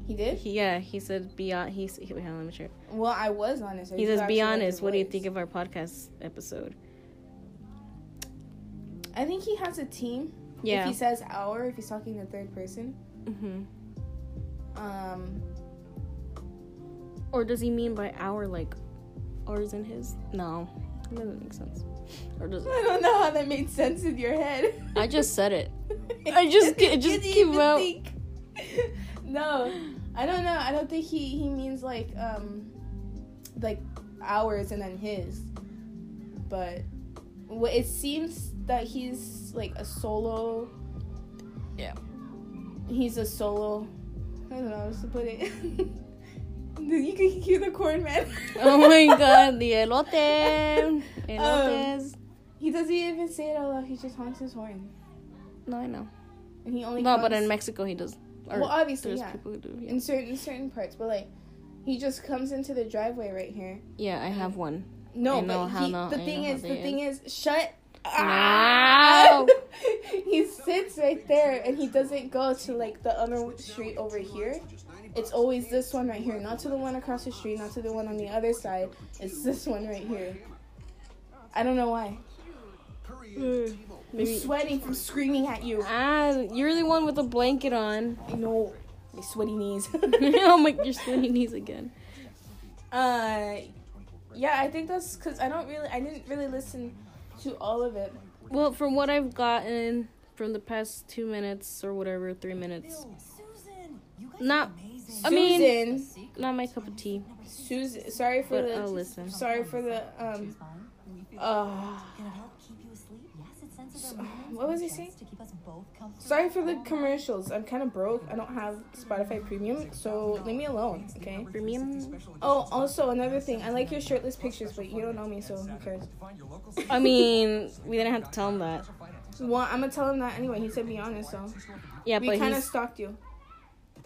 [SPEAKER 2] He did.
[SPEAKER 1] He, yeah, he said, "Be on." He s- he- wait, hold on, let me check.
[SPEAKER 2] Well, I was honest. I
[SPEAKER 1] He
[SPEAKER 2] do
[SPEAKER 1] says,
[SPEAKER 2] actually
[SPEAKER 1] "Be
[SPEAKER 2] like your
[SPEAKER 1] honest. What do you
[SPEAKER 2] voice.
[SPEAKER 1] think of our podcast episode?"
[SPEAKER 2] I think he has a team.
[SPEAKER 1] Yeah.
[SPEAKER 2] If he says our, if he's talking to third person,
[SPEAKER 1] mm-hmm.
[SPEAKER 2] um,
[SPEAKER 1] Or does he mean by our like, ours and his? No, That doesn't make sense. Or does
[SPEAKER 2] I don't know how that made sense in your head.
[SPEAKER 1] I just said it. I just- it just
[SPEAKER 2] Did you
[SPEAKER 1] came
[SPEAKER 2] even
[SPEAKER 1] out.
[SPEAKER 2] think? no, I don't know. I don't think he he means like um like ours and then his, but wh- it seems that he's like a solo.
[SPEAKER 1] Yeah.
[SPEAKER 2] He's a solo. I don't know how else to put it. you can hear the corn man.
[SPEAKER 1] Oh my god, the elote. Um, Elotes.
[SPEAKER 2] He doesn't even say it out loud. He just honks his horn,
[SPEAKER 1] no, I know.
[SPEAKER 2] and he only.
[SPEAKER 1] No, but in
[SPEAKER 2] comes-
[SPEAKER 1] Mexico he does. or
[SPEAKER 2] well, obviously,
[SPEAKER 1] there's
[SPEAKER 2] yeah.
[SPEAKER 1] people who do. Yeah.
[SPEAKER 2] in certain certain parts, but like he just comes into the driveway right here.
[SPEAKER 1] Yeah, I have one.
[SPEAKER 2] No,
[SPEAKER 1] I know
[SPEAKER 2] but
[SPEAKER 1] how
[SPEAKER 2] he,
[SPEAKER 1] not-
[SPEAKER 2] the
[SPEAKER 1] I
[SPEAKER 2] thing
[SPEAKER 1] know how
[SPEAKER 2] is, the
[SPEAKER 1] they
[SPEAKER 2] thing is, shut.
[SPEAKER 1] No.
[SPEAKER 2] he sits right there and he doesn't go to like the other street over here. It's always this one right here, not to the one across the street, not to the one on the other side. It's this one right here. I don't know why. I'm
[SPEAKER 1] Hmm. Maybe.
[SPEAKER 2] sweating from screaming at you.
[SPEAKER 1] Ah, you're the one with the blanket on.
[SPEAKER 2] I know. My sweaty knees.
[SPEAKER 1] oh my, you're splitting knees again.
[SPEAKER 2] Uh, yeah, I think that's because I don't really, I didn't really listen to all of it.
[SPEAKER 1] Well, from what I've gotten from the past two minutes or whatever, three minutes,
[SPEAKER 3] Susan, you guys
[SPEAKER 1] Not-
[SPEAKER 3] are amazing.
[SPEAKER 1] I mean-
[SPEAKER 2] Susan,
[SPEAKER 1] not my cup of tea.
[SPEAKER 2] Susan, sorry for
[SPEAKER 1] But
[SPEAKER 2] the,
[SPEAKER 1] I'll listen.
[SPEAKER 2] sorry for the um, uh,
[SPEAKER 3] Can it help keep you asleep? Yes, it senses
[SPEAKER 2] So-
[SPEAKER 3] our movements
[SPEAKER 2] what was
[SPEAKER 3] and
[SPEAKER 2] he saying?
[SPEAKER 3] checks To keep us both comfortable.
[SPEAKER 2] sorry for the commercials. I'm kind of broke. I don't have Spotify Premium, so leave me alone, okay?
[SPEAKER 1] Premium.
[SPEAKER 2] Oh, also another thing, I like your shirtless pictures, but you don't know me, so who cares?
[SPEAKER 1] I mean, we didn't have to tell him that.
[SPEAKER 2] Well, I'm gonna tell him that anyway. He said be honest, so
[SPEAKER 1] Yeah,
[SPEAKER 2] we
[SPEAKER 1] but
[SPEAKER 2] kind of
[SPEAKER 1] he's,
[SPEAKER 2] stalked you.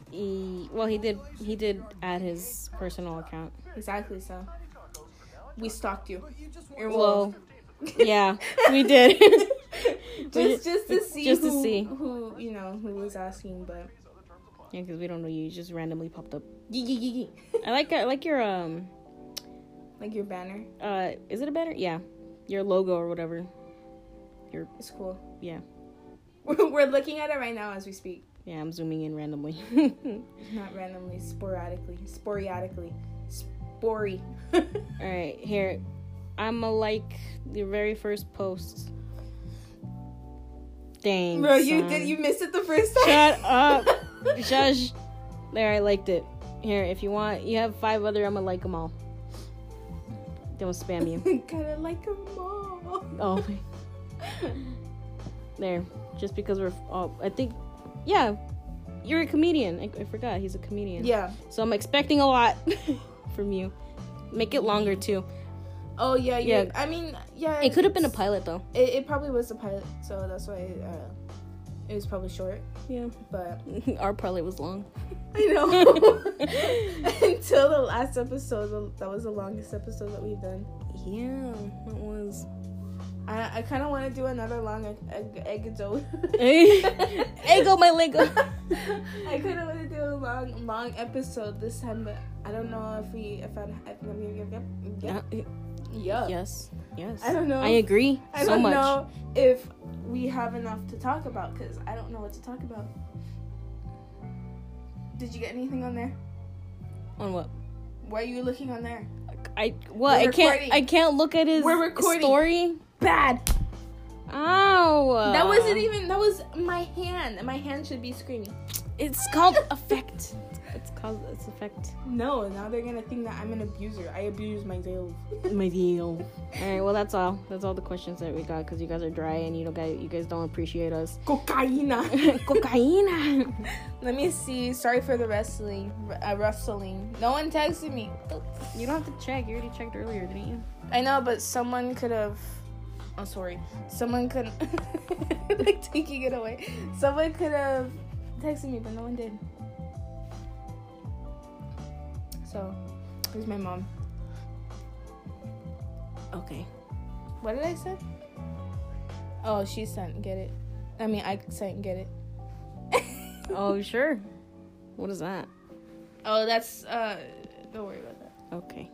[SPEAKER 1] he, well, he did. He did add his personal account.
[SPEAKER 2] Exactly, so we stalked you. You're
[SPEAKER 1] Well, yeah, we did.
[SPEAKER 2] just just to see
[SPEAKER 1] just to
[SPEAKER 2] who,
[SPEAKER 1] see.
[SPEAKER 2] who you know who was asking but
[SPEAKER 1] yeah, because we don't know you. You just randomly popped up.
[SPEAKER 2] Yee, yee, yee, yee.
[SPEAKER 1] I like I like your um
[SPEAKER 2] like your banner
[SPEAKER 1] uh is it a banner? Yeah, your logo or whatever.
[SPEAKER 2] it's cool
[SPEAKER 1] Yeah.
[SPEAKER 2] we're, we're looking at it right now as we speak
[SPEAKER 1] Yeah, I'm zooming in randomly.
[SPEAKER 2] not randomly sporadically sporadically spory
[SPEAKER 1] All right, here. I'm a like the very first post. Dang.
[SPEAKER 2] bro you
[SPEAKER 1] son.
[SPEAKER 2] did you missed it the first time
[SPEAKER 1] Shut up. Shush. There, I liked it. Here, if you want, you have five other. I'm gonna like them all. Don't spam you.
[SPEAKER 2] kind of like a mom
[SPEAKER 1] Oh. my- There. Just because we're. Oh, I think. Yeah. You're a comedian. I, I forgot. He's a comedian.
[SPEAKER 2] yeah
[SPEAKER 1] So I'm expecting a lot from you. Make it longer too.
[SPEAKER 2] oh yeah yeah
[SPEAKER 1] Yeah.
[SPEAKER 2] i mean yeah
[SPEAKER 1] It could have been a
[SPEAKER 2] it's-
[SPEAKER 1] pilot though.
[SPEAKER 2] it, it probably was a pilot so that's why uh, it was probably short
[SPEAKER 1] Yeah.
[SPEAKER 2] but
[SPEAKER 1] Our pilot was long.
[SPEAKER 2] I know. Until the last episode, that was the longest episode that we've done.
[SPEAKER 1] Yeah, it was.
[SPEAKER 2] I, I kind of want to do another long egg, egg, egg dough.
[SPEAKER 1] Ego, my Lego.
[SPEAKER 2] I kind of want to do a long long episode this time, but I don't know if we if I if I'm
[SPEAKER 1] Uh,
[SPEAKER 2] yeah yeah.
[SPEAKER 1] yes, yes.
[SPEAKER 2] I don't know.
[SPEAKER 1] I agree
[SPEAKER 2] I
[SPEAKER 1] so
[SPEAKER 2] don't
[SPEAKER 1] much.
[SPEAKER 2] know if we have enough to talk about because I don't know what to talk about. Did you get anything on there?
[SPEAKER 1] On what?
[SPEAKER 2] Why are you looking on there?
[SPEAKER 1] I what? I
[SPEAKER 2] We're
[SPEAKER 1] can't.
[SPEAKER 2] recording.
[SPEAKER 1] I can't look at his
[SPEAKER 2] We're recording.
[SPEAKER 1] story.
[SPEAKER 2] Bad.
[SPEAKER 1] Ow!
[SPEAKER 2] That wasn't even. That was my hand. and My hand should be screaming.
[SPEAKER 1] It's called effect. It's called it's effect.
[SPEAKER 2] No, now they're gonna think that I'm an abuser. I abuse myself.
[SPEAKER 1] My deal. All right. Well, that's all. That's all the questions that we got because you guys are dry and you don't guys you guys don't appreciate us.
[SPEAKER 2] Cocaina.
[SPEAKER 1] Cocaine.
[SPEAKER 2] Let me see. Sorry for the wrestling. Uh, wrestling. No one texted me.
[SPEAKER 1] You don't have to check. You already checked earlier, didn't you?
[SPEAKER 2] I know, but someone could have. I'm sorry. Someone could. like taking it away. Someone could have texted me, but no one did. So, here's my mom.
[SPEAKER 1] Okay.
[SPEAKER 2] What did I say? Oh, she sent get it. I mean, I sent get it.
[SPEAKER 1] Oh sure. What is that?
[SPEAKER 2] Oh, that's uh. Don't worry about that.
[SPEAKER 1] Okay.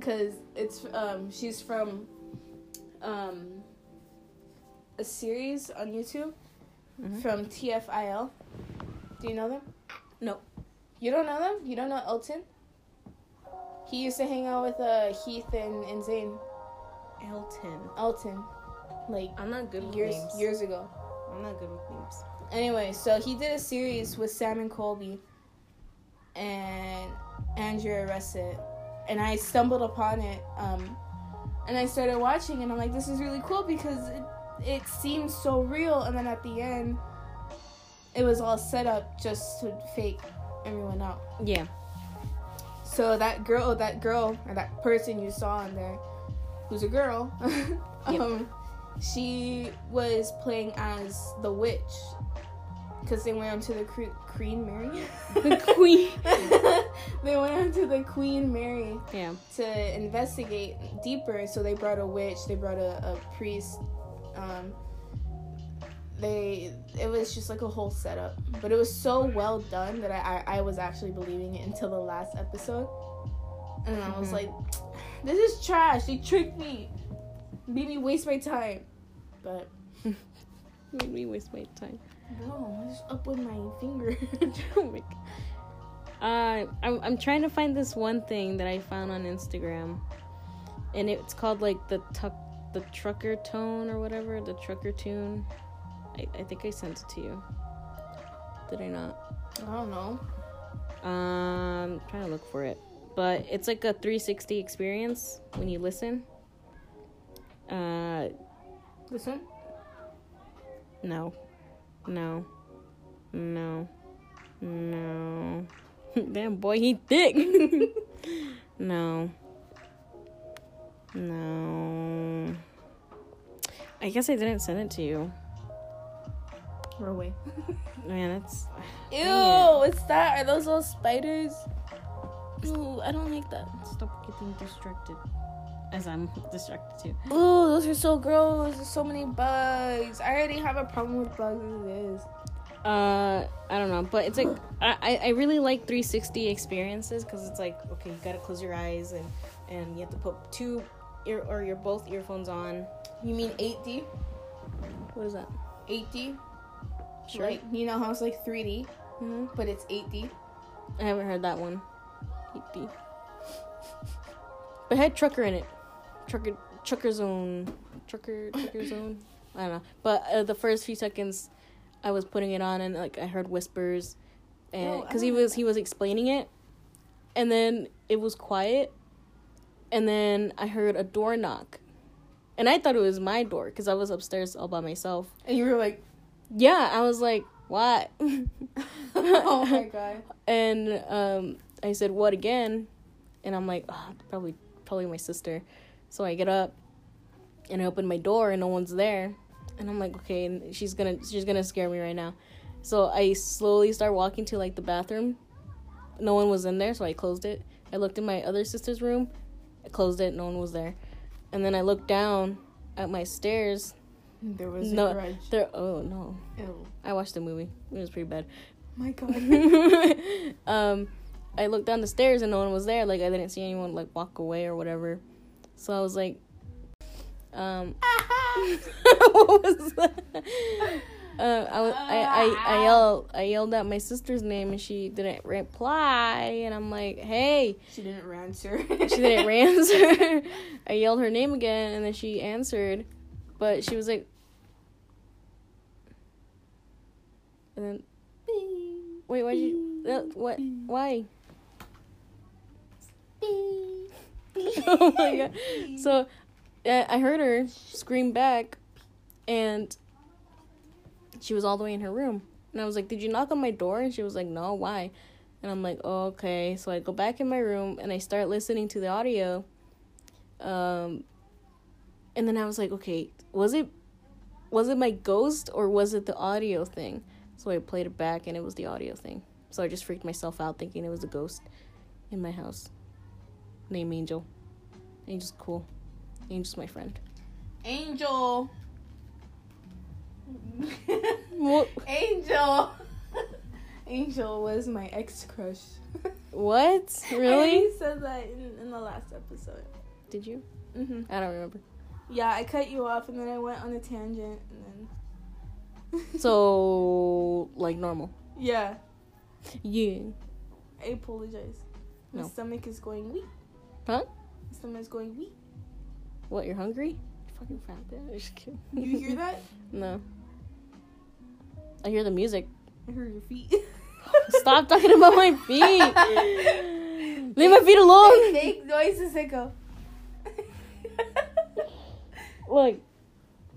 [SPEAKER 2] Cause it's um. She's from um. A series on YouTube
[SPEAKER 1] Mhm.
[SPEAKER 2] from TFIL. Do you know them?
[SPEAKER 1] No.
[SPEAKER 2] You don't know them? You don't know Elton? He used to hang out with uh Heath and, and Zane.
[SPEAKER 1] Elton.
[SPEAKER 2] Elton, like
[SPEAKER 1] I'm not good with
[SPEAKER 2] years
[SPEAKER 1] names.
[SPEAKER 2] years ago.
[SPEAKER 1] I'm not good with names.
[SPEAKER 2] Anyway, so he did a series with Sam and Colby and Andrea Russet. And I stumbled upon it. Um, and I started watching, and I'm like, this is really cool because it, it seems so real. And then at the end, it was all set up just to fake everyone out.
[SPEAKER 1] Yeah.
[SPEAKER 2] So that girl, that girl, or that person you saw in there, who's a girl, um, she was playing as the witch because they went onto the cre- Queen Mary.
[SPEAKER 1] The Queen.
[SPEAKER 2] they went onto the Queen Mary
[SPEAKER 1] Yeah.
[SPEAKER 2] to investigate deeper. So they brought a witch, they brought a, a priest. Um, they it was just like a whole setup, but it was so well done that I I, I was actually believing it until the last episode, and I was
[SPEAKER 1] Mhm.
[SPEAKER 2] like, this is trash. They tricked me, made me waste my time. But
[SPEAKER 1] Made me waste my time.
[SPEAKER 2] no, what's up with my finger?
[SPEAKER 1] Oh my God. Uh, I'm, I'm trying to find this one thing that I found on Instagram, and it's called like the tuck, the trucker tone or whatever, the trucker tune. I, I think I sent it to you. Did I not?
[SPEAKER 2] I don't know.
[SPEAKER 1] Um, trying to look for it, but it's like a 360 experience when you listen. Uh,
[SPEAKER 2] This one?
[SPEAKER 1] no, no, no, no. Damn boy, he thick. no, no. I guess I didn't send it to you.
[SPEAKER 2] Or away.
[SPEAKER 1] Man, that's
[SPEAKER 2] Ew,
[SPEAKER 1] Dang
[SPEAKER 2] what's that? Are those little spiders? Ooh, I don't like that.
[SPEAKER 1] stop getting distracted. As I'm distracted too.
[SPEAKER 2] Ooh, those are so gross. There's so many bugs. I already have a problem with bugs as it is.
[SPEAKER 1] uh i don't know but it's like i I- i really like 360 experiences because it's like okay you gotta close your eyes and and you have to put two ear or your both earphones on
[SPEAKER 2] You mean 8D?
[SPEAKER 1] what is that
[SPEAKER 2] 8D?
[SPEAKER 1] sure
[SPEAKER 2] Right? You know how it's like 3D,
[SPEAKER 1] hmm
[SPEAKER 2] but it's 8D?
[SPEAKER 1] i haven't heard that one Yippee. but it had trucker in it trucker trucker zone trucker trucker zone i don't know but uh, the first few seconds i was putting it on and like i heard whispers and
[SPEAKER 2] No, Oh, I
[SPEAKER 1] because he
[SPEAKER 2] don't like
[SPEAKER 1] was he was explaining it and then it was quiet and then i heard a door knock and i thought it was my door because i was upstairs all by myself
[SPEAKER 2] And you were like,
[SPEAKER 1] yeah i was like what
[SPEAKER 2] oh my god.
[SPEAKER 1] and um, I said, "What again?" And I'm like, oh, "Probably, probably my sister." So I get up, and I open my door, and no one's there. And I'm like, "Okay," and she's gonna, she's gonna scare me right now. So I slowly start walking to like the bathroom. No one was in there, so I closed it. I looked in my other sister's room. I closed it. No one was there. And then I looked down at my stairs.
[SPEAKER 2] There was a
[SPEAKER 1] No,
[SPEAKER 2] grudge.
[SPEAKER 1] there. Oh no!
[SPEAKER 2] Ew.
[SPEAKER 1] I watched the movie. It was pretty bad.
[SPEAKER 2] My god.
[SPEAKER 1] um, I looked down the stairs and no one was there. Like I didn't see anyone like walk away or whatever. So I was like, um, what was that? Uh, I, was, I, I, I yelled I yelled out my sister's name and she didn't reply and I'm like, hey,
[SPEAKER 2] she didn't answer.
[SPEAKER 1] she didn't answer. I yelled her name again and then she answered, but she was like, and then Wait, why'd you? that- what? Why? oh my god! So, uh, I heard her scream back, and she was all the way in her room. And I was like, "Did you knock on my door?" And she was like, "No, why?" And I'm like, oh, "Okay." So I go back in my room and I start listening to the audio. Um, and then I was like, "Okay, was it, was it my ghost or was it the audio thing?" So I played it back and it was the audio thing. So I just freaked myself out thinking it was a ghost in my house. Name Angel. Angel's cool. Angel's my friend.
[SPEAKER 2] Angel.
[SPEAKER 1] What?
[SPEAKER 2] Angel. Angel was my ex crush.
[SPEAKER 1] What? Really?
[SPEAKER 2] I said that in, in the last episode.
[SPEAKER 1] Did you?
[SPEAKER 2] hmm
[SPEAKER 1] I don't remember.
[SPEAKER 2] Yeah, I cut you off and then I went on a tangent and then.
[SPEAKER 1] So, like normal.
[SPEAKER 2] yeah,
[SPEAKER 1] Yeah.
[SPEAKER 2] I apologize. My
[SPEAKER 1] No.
[SPEAKER 2] stomach is going weak.
[SPEAKER 1] Huh?
[SPEAKER 2] My stomach is going weak.
[SPEAKER 1] What, you're hungry? You're fucking fat bitch. I'm just kidding.
[SPEAKER 2] You hear that?
[SPEAKER 1] No. I hear the music.
[SPEAKER 2] I heard your feet.
[SPEAKER 1] Stop talking about my Oh. feet. Leave my feet alone.
[SPEAKER 2] Make noises and go.
[SPEAKER 1] Look,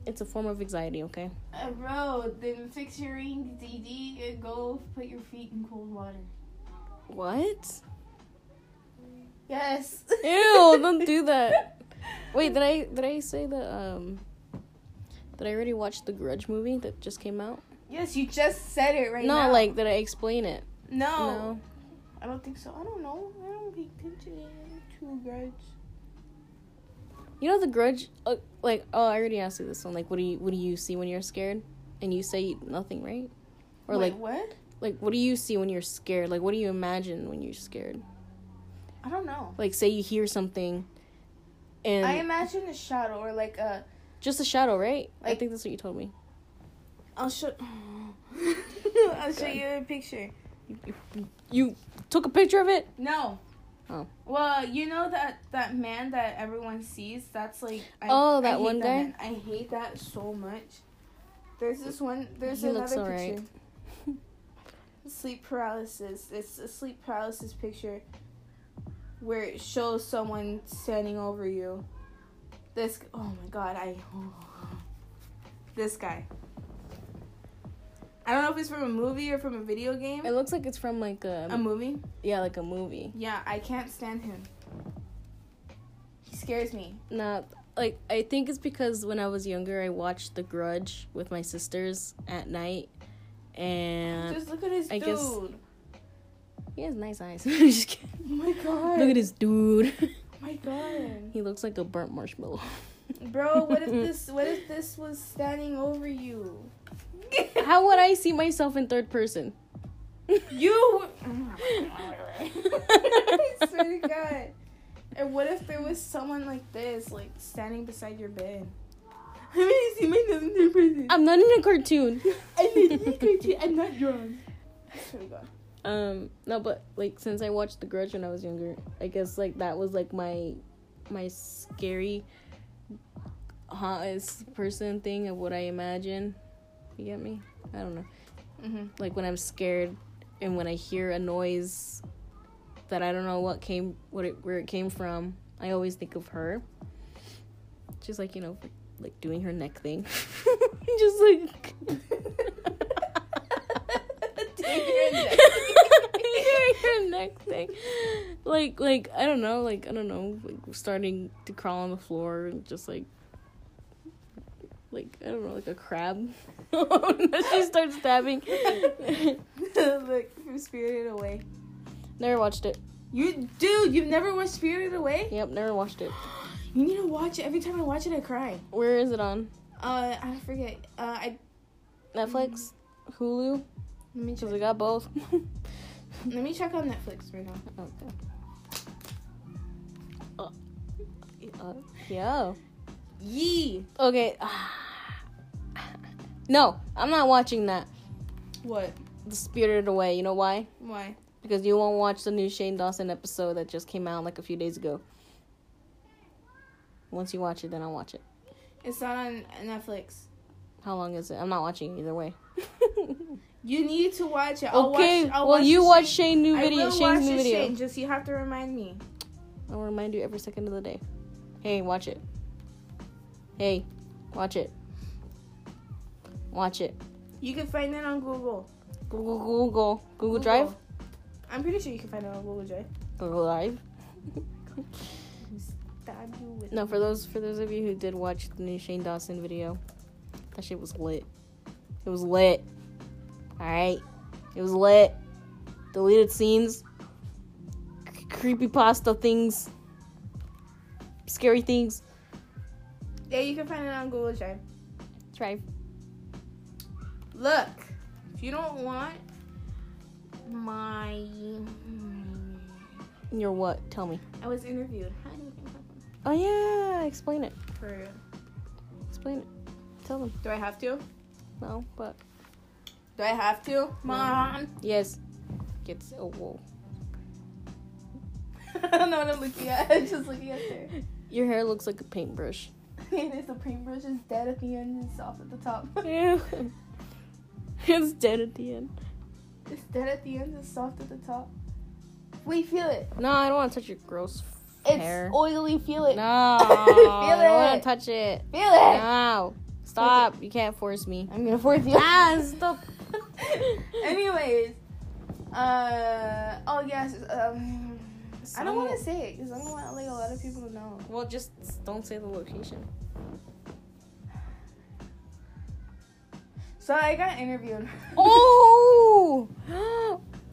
[SPEAKER 1] it's a form of anxiety, okay?
[SPEAKER 2] Uh, bro, then fix your ring, DD, and go put your feet in cold water.
[SPEAKER 1] What?
[SPEAKER 2] Yes.
[SPEAKER 1] Ew, don't do that. Wait, did I did I say that um did I already watch the Grudge movie that just came out?
[SPEAKER 2] Yes, you just said it right
[SPEAKER 1] no,
[SPEAKER 2] now.
[SPEAKER 1] like did I explain it?
[SPEAKER 2] No.
[SPEAKER 1] No.
[SPEAKER 2] I don't think so. I don't know. I don't pay attention to grudge.
[SPEAKER 1] You know the Grudge uh, like oh, I already asked you this one. Like what do you what do you see when you're scared? And you say nothing, right? Or
[SPEAKER 2] Wait,
[SPEAKER 1] like
[SPEAKER 2] what?
[SPEAKER 1] like what do you see when you're scared? Like what do you imagine when you're scared?
[SPEAKER 2] I don't know.
[SPEAKER 1] Like say you hear something and
[SPEAKER 2] I imagine a shadow or like a.
[SPEAKER 1] just a shadow, right? I
[SPEAKER 2] Like-
[SPEAKER 1] think that's what you told me.
[SPEAKER 2] I'll show. I'll show
[SPEAKER 1] God.
[SPEAKER 2] you a picture.
[SPEAKER 1] You took a picture of it?
[SPEAKER 2] No.
[SPEAKER 1] Oh.
[SPEAKER 2] Well, you know that that man that everyone sees. That's like. I,
[SPEAKER 1] Oh,
[SPEAKER 2] I
[SPEAKER 1] that
[SPEAKER 2] hate
[SPEAKER 1] one guy?
[SPEAKER 2] man. I hate that so much. There's this one. There's
[SPEAKER 1] He
[SPEAKER 2] another
[SPEAKER 1] looks alright.
[SPEAKER 2] picture. Sleep paralysis. It's a sleep paralysis picture where it shows someone standing over you. This. Oh my god. I. This guy. I don't know if it's from a movie or from a video game.
[SPEAKER 1] It looks like it's from like a,
[SPEAKER 2] A movie.
[SPEAKER 1] Um, yeah, like a movie.
[SPEAKER 2] Yeah, I can't stand him. He scares me.
[SPEAKER 1] Nah, like I think it's because when I was younger, I watched The Grudge with my sisters at night, and
[SPEAKER 2] Just look at his
[SPEAKER 1] Uh, I
[SPEAKER 2] dude.
[SPEAKER 1] guess- he has nice eyes. Just kidding.
[SPEAKER 2] Oh my god.
[SPEAKER 1] Look at this dude.
[SPEAKER 2] Oh my god.
[SPEAKER 1] he looks like a burnt marshmallow.
[SPEAKER 2] Bro, what if this what if this was standing over you?
[SPEAKER 1] How would I see myself in third person?
[SPEAKER 2] You I swear to god. And what if there was someone like this, like standing beside your bed? I mean, see my another person.
[SPEAKER 1] I'm not in a cartoon.
[SPEAKER 2] I mean, you could cheat. I'm not drawn. I swear to god.
[SPEAKER 1] um no but like since i watched the grudge when i was younger i guess like that was like my my scary hottest person thing of what i imagine you get me i don't know
[SPEAKER 2] Mhm.
[SPEAKER 1] like when i'm scared and when i hear a noise that i don't know what came what it where it came from i always think of her she's like you know like doing her neck thing just like
[SPEAKER 2] Doing her neck
[SPEAKER 1] Doing her neck thing. Like, like I don't know, like I don't know, like starting to crawl on the floor, just like, like I don't know, like a crab. she starts stabbing.
[SPEAKER 2] Look from Spirited Away.
[SPEAKER 1] never watched it.
[SPEAKER 2] You, dude, you've never watched Spirited Away?
[SPEAKER 1] Yep, never watched it.
[SPEAKER 2] You need to watch it. Every time I watch it, I cry.
[SPEAKER 1] Where is it on?
[SPEAKER 2] Uh, I forget. Uh, I
[SPEAKER 1] Netflix, Hulu,
[SPEAKER 2] let me
[SPEAKER 1] because
[SPEAKER 2] check.
[SPEAKER 1] we got both.
[SPEAKER 2] Let me check on Netflix right now.
[SPEAKER 1] okay. Uh, uh, yeah.
[SPEAKER 2] Yee.
[SPEAKER 1] Okay. No, I'm not watching that.
[SPEAKER 2] What?
[SPEAKER 1] The Spirited Away. You know why?
[SPEAKER 2] Why?
[SPEAKER 1] Because you won't watch the new Shane Dawson episode that just came out like a few days ago. Once you watch it, then I'll watch it.
[SPEAKER 2] It's not on Netflix.
[SPEAKER 1] How long is it? I'm not watching it either way.
[SPEAKER 2] You need to watch it. I'll
[SPEAKER 1] okay.
[SPEAKER 2] Watch, I'll
[SPEAKER 1] well,
[SPEAKER 2] watch
[SPEAKER 1] you
[SPEAKER 2] the
[SPEAKER 1] watch
[SPEAKER 2] Shane.
[SPEAKER 1] Shane new
[SPEAKER 2] I
[SPEAKER 1] video.
[SPEAKER 2] will
[SPEAKER 1] Shane's
[SPEAKER 2] watch
[SPEAKER 1] new
[SPEAKER 2] the
[SPEAKER 1] video.
[SPEAKER 2] Shane. Just you have to remind me.
[SPEAKER 1] I'll remind you every second of the day. Hey, watch it. Hey, watch it. Watch it.
[SPEAKER 2] You can find it on Google.
[SPEAKER 1] Google, Google, Google, Google Drive.
[SPEAKER 2] I'm pretty sure you can find it on Google Drive.
[SPEAKER 1] Google Drive.
[SPEAKER 2] Stab you with.
[SPEAKER 1] No, for those for those of you who did watch the new Shane Dawson video, that shit was lit. It was lit. All right, it was lit. Deleted scenes, creepy pasta things, scary things.
[SPEAKER 2] Yeah, you can find it on Google Drive.
[SPEAKER 1] Try.
[SPEAKER 2] Look, if you don't want my, hmm,
[SPEAKER 1] You're what? Tell me.
[SPEAKER 2] I was interviewed.
[SPEAKER 1] Oh yeah, explain it.
[SPEAKER 2] For real.
[SPEAKER 1] Explain it. Tell them.
[SPEAKER 2] Do I have to?
[SPEAKER 1] No, but
[SPEAKER 2] Do I have to, mom?
[SPEAKER 1] yes. Gets oh whoa.
[SPEAKER 2] I don't know what I'm looking at. I'm just looking at there.
[SPEAKER 1] Your hair looks like a paintbrush.
[SPEAKER 2] And it's the paintbrush is dead at the end and it's off at the top.
[SPEAKER 1] Ew. it's dead at the end.
[SPEAKER 2] It's dead at the end and soft at the top. Wait, feel it.
[SPEAKER 1] No, I don't want to touch your gross f-
[SPEAKER 2] It's
[SPEAKER 1] hair.
[SPEAKER 2] oily. Feel it.
[SPEAKER 1] No,
[SPEAKER 2] Feel
[SPEAKER 1] I don't want
[SPEAKER 2] it.
[SPEAKER 1] to touch it.
[SPEAKER 2] Feel it.
[SPEAKER 1] No, stop. You can't force me.
[SPEAKER 2] I'm gonna force you.
[SPEAKER 1] Ah, stop.
[SPEAKER 2] Anyways, uh, oh yes, um, I don't want to say it because I don't want like a lot of people to know.
[SPEAKER 1] Well, just don't say the location.
[SPEAKER 2] So I got interviewed
[SPEAKER 1] Oh!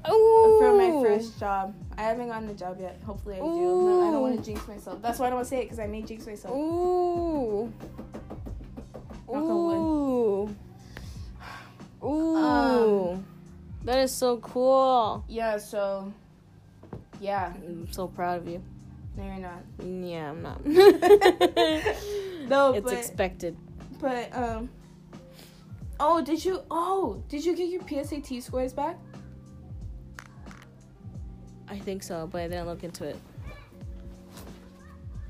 [SPEAKER 1] oh!
[SPEAKER 2] for my first job. I haven't gotten a job yet. Hopefully I do. No, I don't want to jinx myself. That's why I don't want to say it because I may jinx myself.
[SPEAKER 1] Ooh.
[SPEAKER 2] Knock
[SPEAKER 1] Ooh. Ooh.
[SPEAKER 2] Um,
[SPEAKER 1] that is so cool.
[SPEAKER 2] Yeah. So, yeah.
[SPEAKER 1] I'm so proud of you.
[SPEAKER 2] No, you're not.
[SPEAKER 1] Yeah, I'm not.
[SPEAKER 2] No,
[SPEAKER 1] it's
[SPEAKER 2] but
[SPEAKER 1] expected.
[SPEAKER 2] but um. Oh, did you? Oh, did you get your PSAT scores back?
[SPEAKER 1] I think so, but I didn't look into it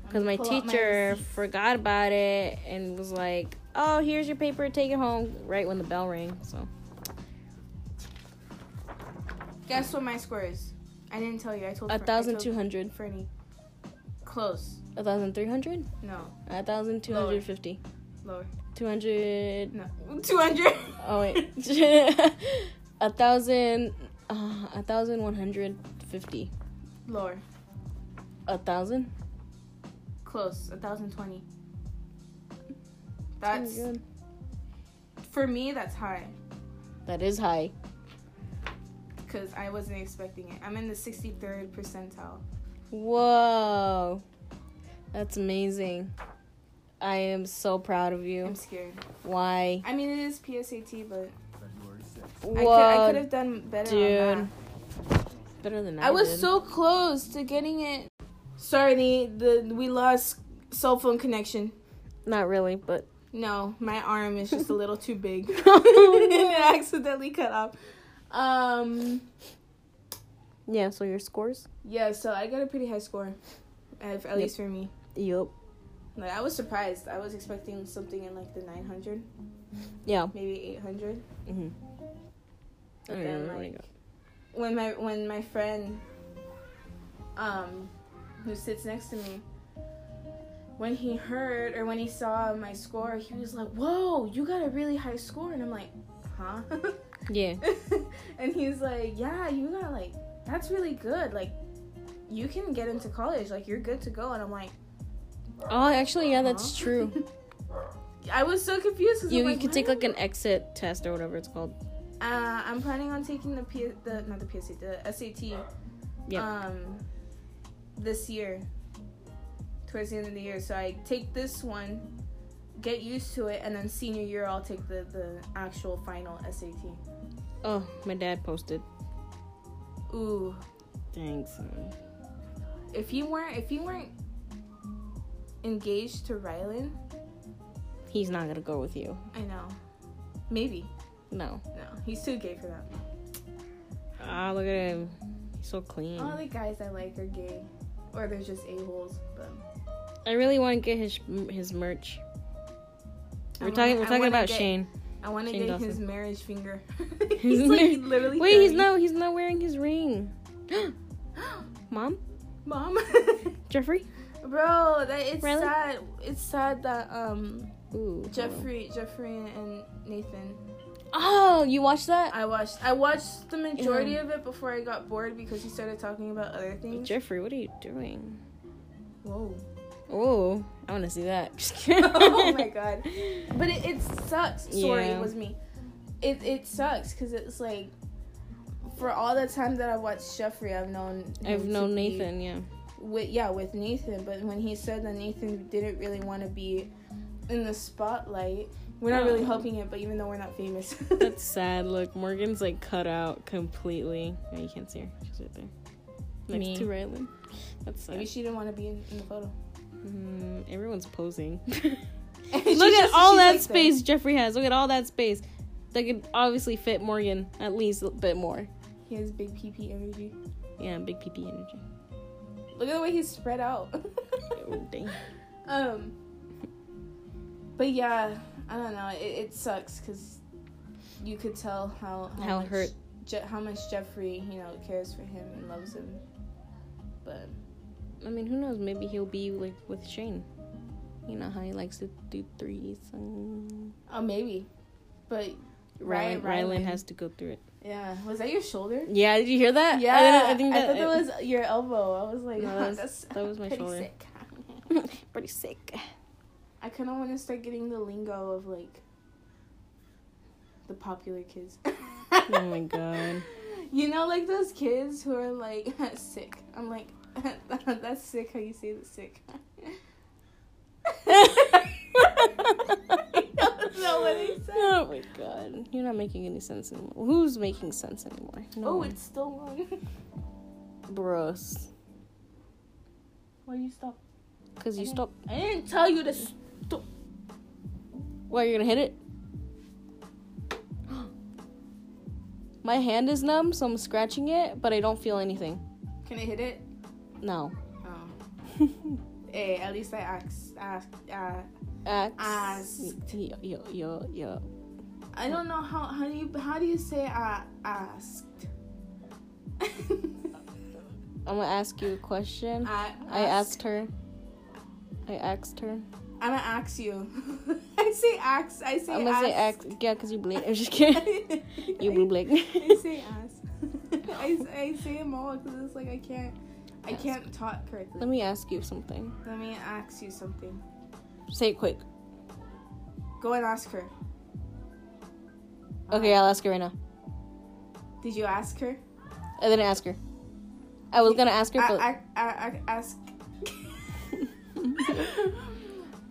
[SPEAKER 1] because my
[SPEAKER 2] Pull out
[SPEAKER 1] teacher
[SPEAKER 2] receipts.
[SPEAKER 1] forgot about it and was like, "Oh, here's your paper. Take it home." Right when the bell rang. So
[SPEAKER 2] Guess what my score is? I didn't tell you. I told
[SPEAKER 1] a
[SPEAKER 2] Fer- I
[SPEAKER 1] thousand
[SPEAKER 2] told
[SPEAKER 1] two hundred,
[SPEAKER 2] Fernie. Close.
[SPEAKER 1] a thousand three hundred,
[SPEAKER 2] No.
[SPEAKER 1] a thousand two hundred fifty,
[SPEAKER 2] Lower.
[SPEAKER 1] two hundred.
[SPEAKER 2] No. 200.
[SPEAKER 1] Oh wait, a thousand, uh, a thousand one hundred fifty,
[SPEAKER 2] Lower.
[SPEAKER 1] a thousand.
[SPEAKER 2] Close. 1,020.
[SPEAKER 1] Pretty
[SPEAKER 2] That's,
[SPEAKER 1] good.
[SPEAKER 2] for me, that's high.
[SPEAKER 1] that is high.
[SPEAKER 2] Because I wasn't expecting it. I'm in the 63rd percentile.
[SPEAKER 1] Whoa, that's amazing. I am so proud of you.
[SPEAKER 2] I'm scared.
[SPEAKER 1] Why?
[SPEAKER 2] I mean, it is PSAT, but I could, I
[SPEAKER 1] Whoa,
[SPEAKER 2] could have done better on
[SPEAKER 1] dude.
[SPEAKER 2] that.
[SPEAKER 1] Better than I,
[SPEAKER 2] I was
[SPEAKER 1] did.
[SPEAKER 2] so close to getting it. Sorry, Nee, the, we lost cell phone connection.
[SPEAKER 1] not really, but
[SPEAKER 2] No, my arm is just a little too big. it accidentally cut off. Um,
[SPEAKER 1] yeah. So your scores?
[SPEAKER 2] yeah, so I got a pretty high score, at, at least for me.
[SPEAKER 1] Yup.
[SPEAKER 2] Like I was surprised. I was expecting something in like the 900,
[SPEAKER 1] Yeah.
[SPEAKER 2] maybe 800.
[SPEAKER 1] Mm-hmm.
[SPEAKER 2] But
[SPEAKER 1] oh
[SPEAKER 2] then, like, when my when my friend, um, who sits next to me, when he heard or when he saw my score, he was like, "Whoa, you got a really high score!" And I'm like, "Huh?"
[SPEAKER 1] yeah.
[SPEAKER 2] and he's like, "Yeah, you got like that's really good. Like you can get into college. Like you're good to go." And I'm like,
[SPEAKER 1] Oh, actually, yeah, that's
[SPEAKER 2] Huh?
[SPEAKER 1] true.
[SPEAKER 2] "I was so confused." 'cause
[SPEAKER 1] You,
[SPEAKER 2] I'm
[SPEAKER 1] you could take
[SPEAKER 2] "Why
[SPEAKER 1] like an exit test or whatever it's called.
[SPEAKER 2] Uh, I'm planning on taking the P- the not the PSA, the SAT.
[SPEAKER 1] Yeah.
[SPEAKER 2] Um, this year, towards the end of the year. So I take this one, get used to it, and then senior year I'll take the the actual final SAT.
[SPEAKER 1] Oh, my dad posted.
[SPEAKER 2] Ooh,
[SPEAKER 1] Thanks.
[SPEAKER 2] if you weren't if you weren't engaged to Rylan,
[SPEAKER 1] He's not gonna go with you.
[SPEAKER 2] I know. Maybe
[SPEAKER 1] No.
[SPEAKER 2] no, he's too gay for that.
[SPEAKER 1] Ah, look at him. He's so clean.
[SPEAKER 2] All the guys I like are gay, or they're just a holes. But
[SPEAKER 1] I really want to get his his merch.
[SPEAKER 2] I
[SPEAKER 1] We're
[SPEAKER 2] wanna-
[SPEAKER 1] talking. We're
[SPEAKER 2] I
[SPEAKER 1] talking
[SPEAKER 2] wanna
[SPEAKER 1] about
[SPEAKER 2] get-
[SPEAKER 1] Shane.
[SPEAKER 2] I want to
[SPEAKER 1] Shane
[SPEAKER 2] get
[SPEAKER 1] Dawson.
[SPEAKER 2] his marriage finger.
[SPEAKER 1] His
[SPEAKER 2] he's like
[SPEAKER 1] marriage-
[SPEAKER 2] literally.
[SPEAKER 1] Wait, he's
[SPEAKER 2] 30.
[SPEAKER 1] no. He's not wearing his ring. Mom,
[SPEAKER 2] Mom,
[SPEAKER 1] Jeffrey.
[SPEAKER 2] bro, that it's
[SPEAKER 1] Really?
[SPEAKER 2] sad. It's sad that um
[SPEAKER 1] Ooh. hold on.
[SPEAKER 2] Jeffrey, Jeffrey and Nathan.
[SPEAKER 1] Oh, you watched that?
[SPEAKER 2] I watched. I watched the majority
[SPEAKER 1] Yeah.
[SPEAKER 2] of it before I got bored because he started talking about other things.
[SPEAKER 1] Jeffrey, what are you doing?
[SPEAKER 2] Whoa.
[SPEAKER 1] Oh, I want to see that. Just kidding.
[SPEAKER 2] oh my god. But it, it sucks. Sorry,
[SPEAKER 1] Yeah.
[SPEAKER 2] it was me. It it sucks because it's like. For all the time that I've watched Jeffrey, I've known him
[SPEAKER 1] I've
[SPEAKER 2] to
[SPEAKER 1] known
[SPEAKER 2] be-
[SPEAKER 1] Nathan. Yeah.
[SPEAKER 2] with yeah with Nathan, but when he said that Nathan didn't really want to be in the spotlight, we're not really
[SPEAKER 1] Oh.
[SPEAKER 2] helping it. But even though we're not famous,
[SPEAKER 1] That's sad. Look, Morgan's like cut out completely. No, you can't see her. She's right there. Next
[SPEAKER 2] Me.
[SPEAKER 1] to Rylan. That's sad.
[SPEAKER 2] maybe she didn't want to be in, in the photo.
[SPEAKER 1] Mm, everyone's posing.
[SPEAKER 2] Look
[SPEAKER 1] Look at all that space Jeffrey has. Look at all that space. That could obviously fit Morgan at least a bit more.
[SPEAKER 2] He has big PP energy.
[SPEAKER 1] Yeah, big PP energy.
[SPEAKER 2] Look at the way he's spread out.
[SPEAKER 1] Oh, dang.
[SPEAKER 2] um, but yeah, I don't know. It, it sucks because you could tell how
[SPEAKER 1] How
[SPEAKER 2] much
[SPEAKER 1] hurt.
[SPEAKER 2] Je- how much Jeffrey you know cares for him and loves him. But
[SPEAKER 1] I mean, who knows? Maybe he'll be like with Shane. You know how he likes to do threes. And...
[SPEAKER 2] oh, maybe. But
[SPEAKER 1] Rylan,
[SPEAKER 2] Ryan-
[SPEAKER 1] Rylan
[SPEAKER 2] Rylan.
[SPEAKER 1] has to go through it.
[SPEAKER 2] yeah, was that your shoulder?
[SPEAKER 1] Yeah, did you hear that?
[SPEAKER 2] Yeah,
[SPEAKER 1] I,
[SPEAKER 2] I,
[SPEAKER 1] didn't- I
[SPEAKER 2] thought
[SPEAKER 1] think that,
[SPEAKER 2] that was your elbow. I was like,
[SPEAKER 1] No,
[SPEAKER 2] huh,
[SPEAKER 1] that was-
[SPEAKER 2] that's
[SPEAKER 1] that was my
[SPEAKER 2] pretty
[SPEAKER 1] shoulder.
[SPEAKER 2] sick.
[SPEAKER 1] pretty sick.
[SPEAKER 2] I kind of want to start getting the lingo of like the popular kids.
[SPEAKER 1] Oh my god.
[SPEAKER 2] You know, like those kids who are like sick. I'm like, that's sick. How you say the sick? I don't know what he said.
[SPEAKER 1] Oh my god. You're not making any sense anymore. Who's making sense anymore? No.
[SPEAKER 2] Oh,
[SPEAKER 1] one.
[SPEAKER 2] it's still long.
[SPEAKER 1] bros.
[SPEAKER 2] Why you stop?
[SPEAKER 1] Cause you stop.
[SPEAKER 2] I didn't tell you to. St-
[SPEAKER 1] Why you're gonna hit it? My hand is numb, so I'm scratching it, but I don't feel anything.
[SPEAKER 2] Can I hit it?
[SPEAKER 1] No.
[SPEAKER 2] Oh. Hey, at least I asked. asked uh,
[SPEAKER 1] Axe.
[SPEAKER 2] Ask.
[SPEAKER 1] Yo, yo, yo, yo.
[SPEAKER 2] I don't know how how do you how do you say uh, asked?
[SPEAKER 1] I'm gonna ask you a question.
[SPEAKER 2] I
[SPEAKER 1] I asked her. I asked her.
[SPEAKER 2] I'm gonna ask you. I say axe. I say.
[SPEAKER 1] I'm gonna say
[SPEAKER 2] ask.
[SPEAKER 1] ax. Yeah, cause you blink. I'm just kidding. You blue blink.
[SPEAKER 2] I say ass. I, I say them all because it's like I can't, I can't talk correctly.
[SPEAKER 1] Let me ask you something.
[SPEAKER 2] Let me ask you something.
[SPEAKER 1] Say it quick.
[SPEAKER 2] Go and ask her.
[SPEAKER 1] Okay, I'll ask her right now.
[SPEAKER 2] Did you ask her?
[SPEAKER 1] I didn't ask her. I was gonna ask her, but
[SPEAKER 2] I, I, I, I ask.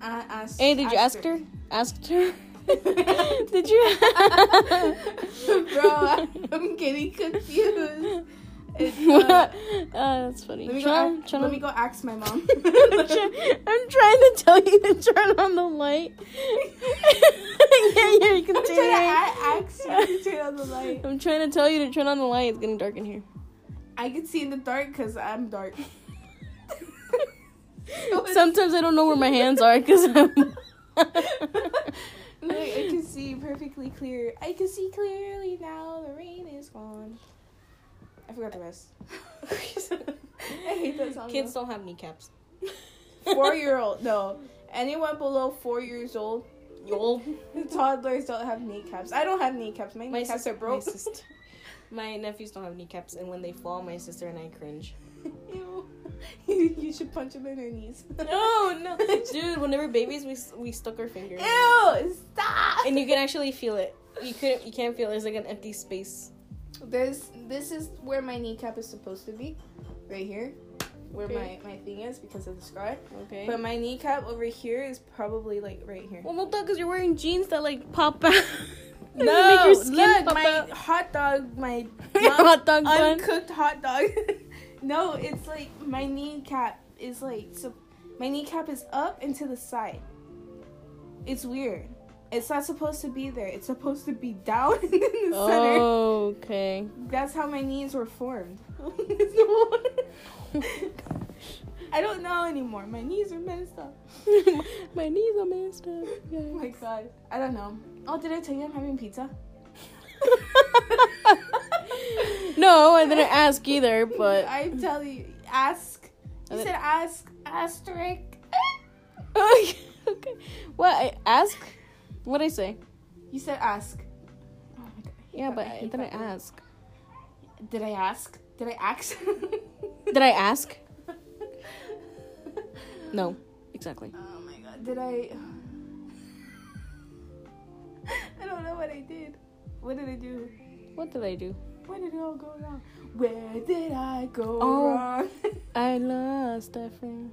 [SPEAKER 2] I ask.
[SPEAKER 1] hey, did you ask her? Asked her. did you?
[SPEAKER 2] Bro, I'm getting confused. It's,
[SPEAKER 1] uh,
[SPEAKER 2] uh,
[SPEAKER 1] that's funny.
[SPEAKER 2] let me, go,
[SPEAKER 1] Try-
[SPEAKER 2] ask-
[SPEAKER 1] try
[SPEAKER 2] let
[SPEAKER 1] to-
[SPEAKER 2] me go ask my mom.
[SPEAKER 1] I'm try- I'm trying to tell you to turn on the light. yeah, yeah, you can
[SPEAKER 2] I'm
[SPEAKER 1] see
[SPEAKER 2] trying
[SPEAKER 1] it.
[SPEAKER 2] to a- ask you to turn on the light.
[SPEAKER 1] I'm trying to tell you to turn on the light. It's getting dark in here.
[SPEAKER 2] I can see in the dark because I'm dark.
[SPEAKER 1] Sometimes I don't know where my hands are because I'm.
[SPEAKER 2] Look, I can see perfectly clear. I can see clearly now. The rain is gone. I forgot the rest. I hate that song.
[SPEAKER 1] Kids don't have kneecaps.
[SPEAKER 2] Four year old, no. Anyone below four years old,
[SPEAKER 1] old.
[SPEAKER 2] toddlers don't have kneecaps. I don't have kneecaps. My,
[SPEAKER 1] My
[SPEAKER 2] kneecaps
[SPEAKER 1] sister
[SPEAKER 2] are broke.
[SPEAKER 1] My, sister, my nephews don't have kneecaps, and when they fall, my sister and I cringe.
[SPEAKER 2] Ew. you, you should punch them in their knees.
[SPEAKER 1] No, no, dude. When they were babies, we s- we stuck our fingers,
[SPEAKER 2] Ew! Stop.
[SPEAKER 1] and you can actually feel it. You couldn't. You can't feel. it. There's like an empty space.
[SPEAKER 2] This this is where my kneecap is supposed to be, right here, where
[SPEAKER 1] Okay.
[SPEAKER 2] my my thing is because of the scar.
[SPEAKER 1] Okay.
[SPEAKER 2] But my kneecap over here is probably like right here.
[SPEAKER 1] well, no, because you're wearing jeans that like pop out. They
[SPEAKER 2] No,
[SPEAKER 1] make your skin
[SPEAKER 2] look,
[SPEAKER 1] pop
[SPEAKER 2] my
[SPEAKER 1] out.
[SPEAKER 2] hot dog, my
[SPEAKER 1] Your hot dog bun.
[SPEAKER 2] uncooked hot dog. no, it's like my kneecap is like so. My kneecap is up and to the side. It's weird. It's not supposed to be there. It's supposed to be down in the center.
[SPEAKER 1] Oh. Okay.
[SPEAKER 2] That's how my knees were formed. I don't know anymore. My knees are messed up.
[SPEAKER 1] my knees are messed up.
[SPEAKER 2] Oh
[SPEAKER 1] guys.
[SPEAKER 2] my god. I don't know. Oh, did I tell you I'm having pizza?
[SPEAKER 1] no, I didn't ask either, but
[SPEAKER 2] I tell you, ask. You
[SPEAKER 1] I
[SPEAKER 2] said
[SPEAKER 1] didn't-
[SPEAKER 2] ask asterisk.
[SPEAKER 1] okay. okay. What I ask? What I say?
[SPEAKER 2] You said ask. Oh my god. hate
[SPEAKER 1] Yeah,
[SPEAKER 2] that-
[SPEAKER 1] but I
[SPEAKER 2] hate
[SPEAKER 1] didn't
[SPEAKER 2] that word.
[SPEAKER 1] ask.
[SPEAKER 2] Did I ask? Did I ask?
[SPEAKER 1] Did I ask? No. Exactly.
[SPEAKER 2] Oh my god. Did I? I don't know what I did. What did I do?
[SPEAKER 1] What did I do?
[SPEAKER 2] Where did it all go wrong? Where did I go
[SPEAKER 1] Oh.
[SPEAKER 2] wrong?
[SPEAKER 1] I lost a friend.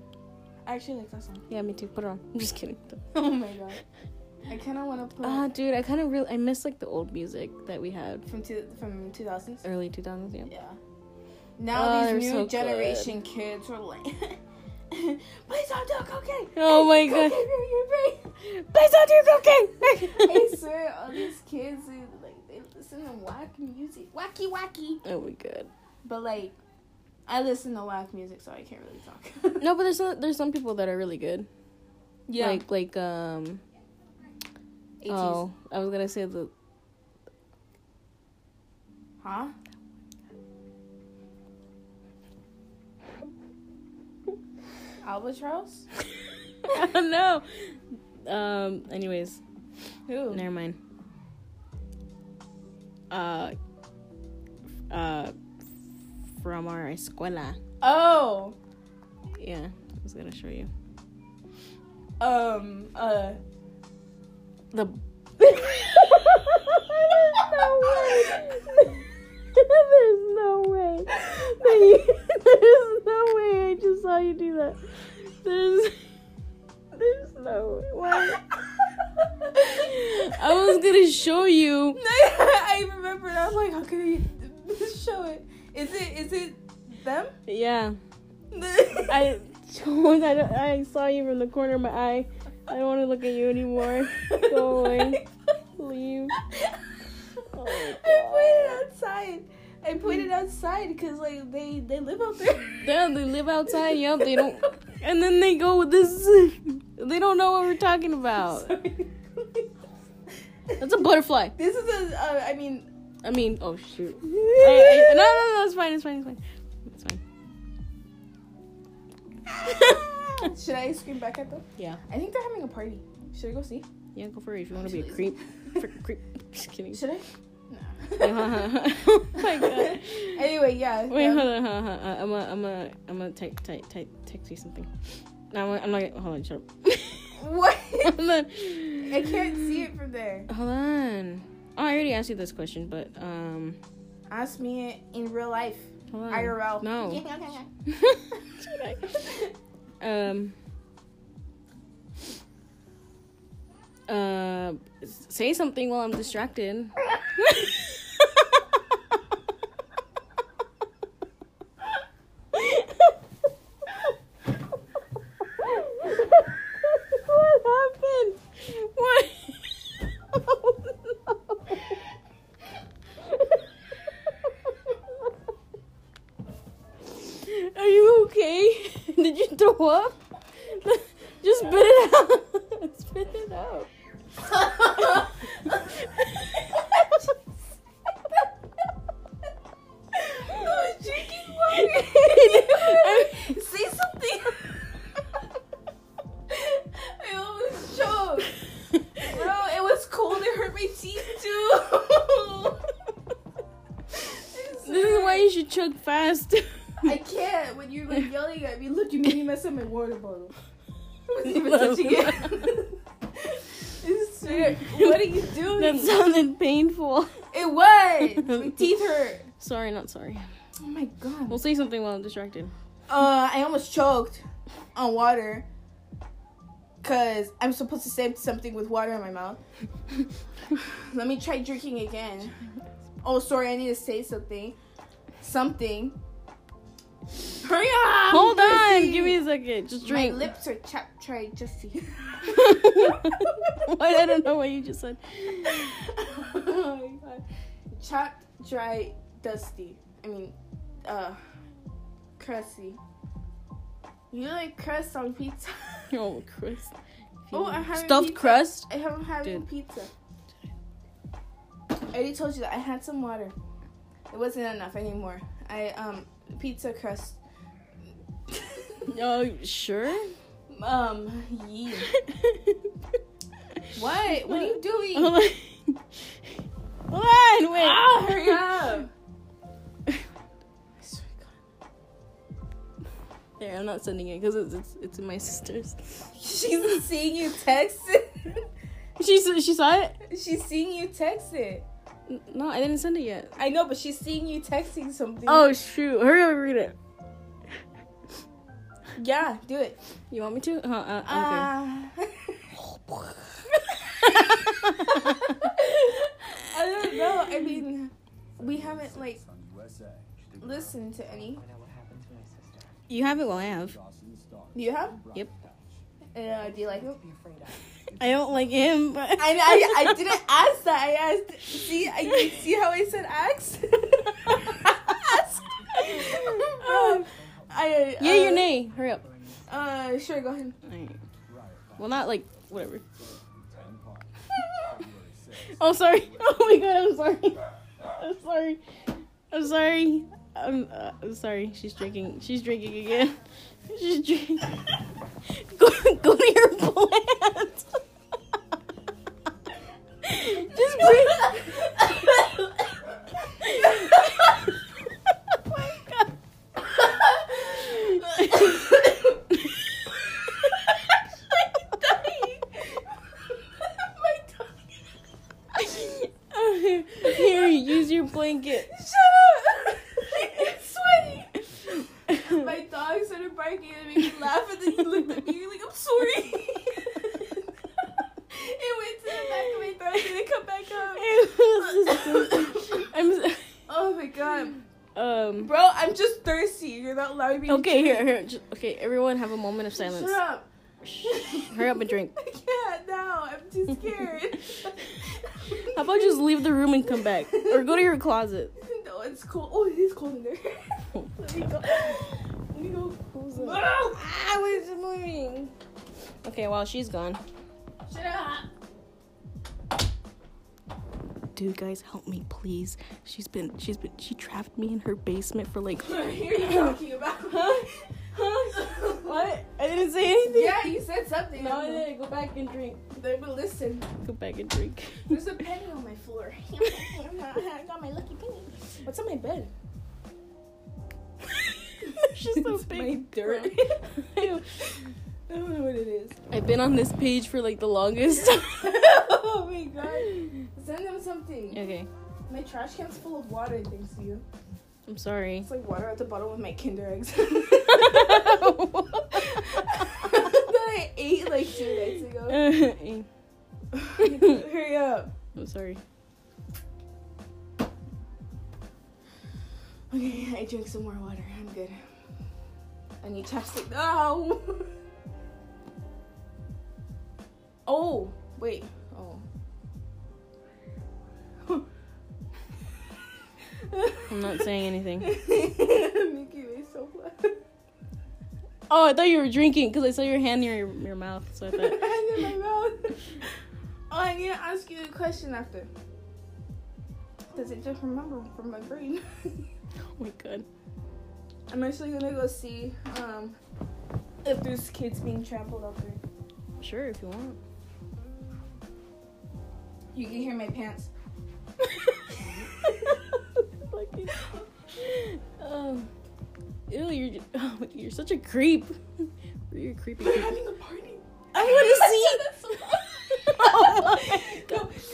[SPEAKER 2] I actually like that song.
[SPEAKER 1] Yeah, me too. Put it on. I'm just kidding.
[SPEAKER 2] Oh my god. I kind of want to put
[SPEAKER 1] Ah, dude, I kind of real. I miss like the old music that we had,
[SPEAKER 2] from two from two thousands.
[SPEAKER 1] early 2000s. Yeah.
[SPEAKER 2] Yeah. Now
[SPEAKER 1] Oh,
[SPEAKER 2] these
[SPEAKER 1] they're
[SPEAKER 2] new
[SPEAKER 1] so
[SPEAKER 2] generation kids are like, please don't do cocaine.
[SPEAKER 1] Oh my
[SPEAKER 2] Cocaine
[SPEAKER 1] God.
[SPEAKER 2] ruin your brain."
[SPEAKER 1] Please don't do
[SPEAKER 2] I
[SPEAKER 1] cocaine.
[SPEAKER 2] swear, all these kids they, like they listen to whack music, wacky wacky.
[SPEAKER 1] oh my god.
[SPEAKER 2] But like, I listen to whack music, so I can't really talk.
[SPEAKER 1] No, but there's some, there's some people that are really good.
[SPEAKER 2] yeah.
[SPEAKER 1] Like like um
[SPEAKER 2] 80s.
[SPEAKER 1] oh I was gonna say the
[SPEAKER 2] Huh? Albatross?
[SPEAKER 1] I don't know. Um. Anyways,
[SPEAKER 2] Who?
[SPEAKER 1] never mind. Uh. Uh. From our escuela.
[SPEAKER 2] Oh,
[SPEAKER 1] Yeah, I was gonna show you
[SPEAKER 2] um, uh.
[SPEAKER 1] the. There's no way. There's no way. I just saw you do that. There's. There's no way. I was gonna show you.
[SPEAKER 2] I remember. I was like, how could he show it? Is it is it them?
[SPEAKER 1] Yeah. I told I, don't- I saw you from the corner of my eye. I don't want to look at you anymore. Go away. Leave. Oh my
[SPEAKER 2] I pointed outside. I pointed outside because like they they live out there.
[SPEAKER 1] Yeah, they live outside. Yup, they don't. And then they go with this. They don't know what we're talking about.
[SPEAKER 2] Sorry.
[SPEAKER 1] Oh. That's a butterfly.
[SPEAKER 2] This is a. Uh, I mean.
[SPEAKER 1] I mean, oh shoot. I- I- no, no, no, it's fine. It's fine. It's fine. It's fine.
[SPEAKER 2] Should I scream back at them?
[SPEAKER 1] Yeah.
[SPEAKER 2] I think they're having a party. Should I go see?
[SPEAKER 1] Yeah, go for it. If you want to be a creep, freaking creep. Just kidding.
[SPEAKER 2] Should I? No.
[SPEAKER 1] oh my god.
[SPEAKER 2] Anyway, yeah.
[SPEAKER 1] Wait,
[SPEAKER 2] um,
[SPEAKER 1] hold on, hold on, hold on. I'm a, I'm a, I'm a type, type, type, text you something. No, I'm, I'm not. Gonna, hold on, shut up.
[SPEAKER 2] What?
[SPEAKER 1] hold on.
[SPEAKER 2] I can't see it from there.
[SPEAKER 1] Hold on. Oh, I already asked you this question, but um,
[SPEAKER 2] Ask me it in real life,
[SPEAKER 1] hold on.
[SPEAKER 2] IRL.
[SPEAKER 1] Oh. No. um. Uh, s- say something while I'm distracted. what happened? What? Oh, no. Are you okay? Did you throw up? Just spit it out. spit it out.
[SPEAKER 2] I was drinking water. Say something. I almost choked. Bro, it was cold. It hurt my teeth too.
[SPEAKER 1] this is why you should chug fast.
[SPEAKER 2] I can't. When you're like yelling at me, look, you made me mess up my water bottle. I wasn't even touching it. It's weird. What are you doing?
[SPEAKER 1] that sounded painful.
[SPEAKER 2] It was. My teeth hurt.
[SPEAKER 1] Sorry, not sorry.
[SPEAKER 2] Oh my god.
[SPEAKER 1] We'll say something while I'm distracted.
[SPEAKER 2] Uh, I almost choked on water. Cause I'm supposed to say something with water in my mouth. Let me try drinking again. Oh, sorry. I need to say something. Something. Hurry up!
[SPEAKER 1] Hold on,
[SPEAKER 2] Chrissy.
[SPEAKER 1] give me a second. Just drink.
[SPEAKER 2] My lips are chapped. Try just see.
[SPEAKER 1] Why- I don't know what you just said.
[SPEAKER 2] oh my god. Chopped, dry, dusty. I mean, uh, crusty. You like crust on pizza?
[SPEAKER 1] Oh, crust.
[SPEAKER 2] Oh, I haven't
[SPEAKER 1] Stuffed
[SPEAKER 2] pizza.
[SPEAKER 1] crust.
[SPEAKER 2] I haven't had any
[SPEAKER 1] Dude.
[SPEAKER 2] pizza. I already told you that I had some water. It wasn't enough anymore. I um pizza crust.
[SPEAKER 1] Oh, sure.
[SPEAKER 2] um yeah. What? What are you doing?
[SPEAKER 1] Hold on. Hold on, wait.
[SPEAKER 2] Ah, hurry up!
[SPEAKER 1] There, I'm not sending it because it's, it's it's in my sister's.
[SPEAKER 2] She's seeing you text it.
[SPEAKER 1] She s- she saw it.
[SPEAKER 2] She's seeing you text it.
[SPEAKER 1] N- No, I didn't send it yet.
[SPEAKER 2] I know, but she's seeing you texting something.
[SPEAKER 1] Oh shoot! Hurry up, and read it.
[SPEAKER 2] yeah, do it.
[SPEAKER 1] You want me to? Huh, uh, okay.
[SPEAKER 2] Ah.
[SPEAKER 1] Uh.
[SPEAKER 2] I don't know. I mean, we haven't like
[SPEAKER 4] USA.
[SPEAKER 2] listened to any.
[SPEAKER 5] know what happened to my sister.
[SPEAKER 1] you have it. Well, I have.
[SPEAKER 4] Dawson Star.
[SPEAKER 2] Do you have?
[SPEAKER 1] Yep.
[SPEAKER 2] Uh, do you like them?
[SPEAKER 3] Be afraid of.
[SPEAKER 1] I don't like him, but
[SPEAKER 2] I, I I didn't ask that. I asked. See, I see how I said ask. ask. from. Um, I, uh,
[SPEAKER 1] Yay your nay. Hurry up.
[SPEAKER 2] Uh, sure, go ahead.
[SPEAKER 1] Alright. Well, not like whatever. I'm sorry. Oh my god, I'm sorry. I'm sorry. I'm sorry. I'm, uh, I'm sorry. She's drinking. She's drinking again. She's drinking. go, go to your plant. Just bring. oh my
[SPEAKER 2] My tongue.
[SPEAKER 1] god. Here, use your blanket.
[SPEAKER 2] Shut up! it's sweaty. My dog started barking and it made me laugh, and then he looked at me like, I'm sorry. it went to the back of my throat and it come back up.
[SPEAKER 1] I'm s-
[SPEAKER 2] Oh my god.
[SPEAKER 1] um
[SPEAKER 2] Bro, I'm just thirsty. You're not allowing me to
[SPEAKER 1] okay
[SPEAKER 2] drink.
[SPEAKER 1] here, here j- okay everyone have a moment of silence
[SPEAKER 2] Shut up.
[SPEAKER 1] hurry up and drink
[SPEAKER 2] I can't now. I'm too scared.
[SPEAKER 1] how about just leave the room and come back or go to your closet
[SPEAKER 2] No, it's cold. Oh, it is cold in there. Let me go. Let me go. No!
[SPEAKER 1] ah what is moving okay well she's gone
[SPEAKER 2] Shut up.
[SPEAKER 1] dude guys help me please she's been she's been she trapped me in her basement for like
[SPEAKER 2] What are you talking about?
[SPEAKER 1] Huh? Huh? what i didn't say anything
[SPEAKER 2] Yeah, you said something.
[SPEAKER 1] no i didn't go back and drink
[SPEAKER 2] They would listen.
[SPEAKER 1] go back and drink
[SPEAKER 2] There's a penny on my floor. I got my lucky penny. What's on my bed?
[SPEAKER 1] she's so
[SPEAKER 2] It's
[SPEAKER 1] big
[SPEAKER 2] my dirt.
[SPEAKER 1] I don't-
[SPEAKER 2] I don't know what it is.
[SPEAKER 1] I've been on this page for like the longest.
[SPEAKER 2] oh my god. Send them something.
[SPEAKER 1] okay,
[SPEAKER 2] My trash can's full of water, thanks to you.
[SPEAKER 1] I'm sorry.
[SPEAKER 2] It's like water at the bottom with my Kinder eggs. that I ate like two nights ago.
[SPEAKER 1] I'm
[SPEAKER 2] Hurry up.
[SPEAKER 1] sorry.
[SPEAKER 2] Okay, I drank some more water. I'm good. I need chapstick. No. Oh, wait. Oh.
[SPEAKER 1] I'm not saying anything.
[SPEAKER 2] Mickey made so laugh.
[SPEAKER 1] Oh, I thought you were drinking because I saw your hand near your, your mouth, so I thought.
[SPEAKER 2] Hand in my mouth. Oh, I need to ask you a question after. Does it just remember from my brain?
[SPEAKER 1] Oh my god.
[SPEAKER 2] I'm actually gonna go see um if there's kids being trampled out there.
[SPEAKER 1] Sure, if you want.
[SPEAKER 2] You can hear my pants.
[SPEAKER 1] Lucky. Um, ew, you're ju- oh, you're such a creep. You're a creepy.
[SPEAKER 2] They're
[SPEAKER 1] creep.
[SPEAKER 2] having a party.
[SPEAKER 1] I want to see. oh my
[SPEAKER 2] No,
[SPEAKER 1] god.
[SPEAKER 2] 'cause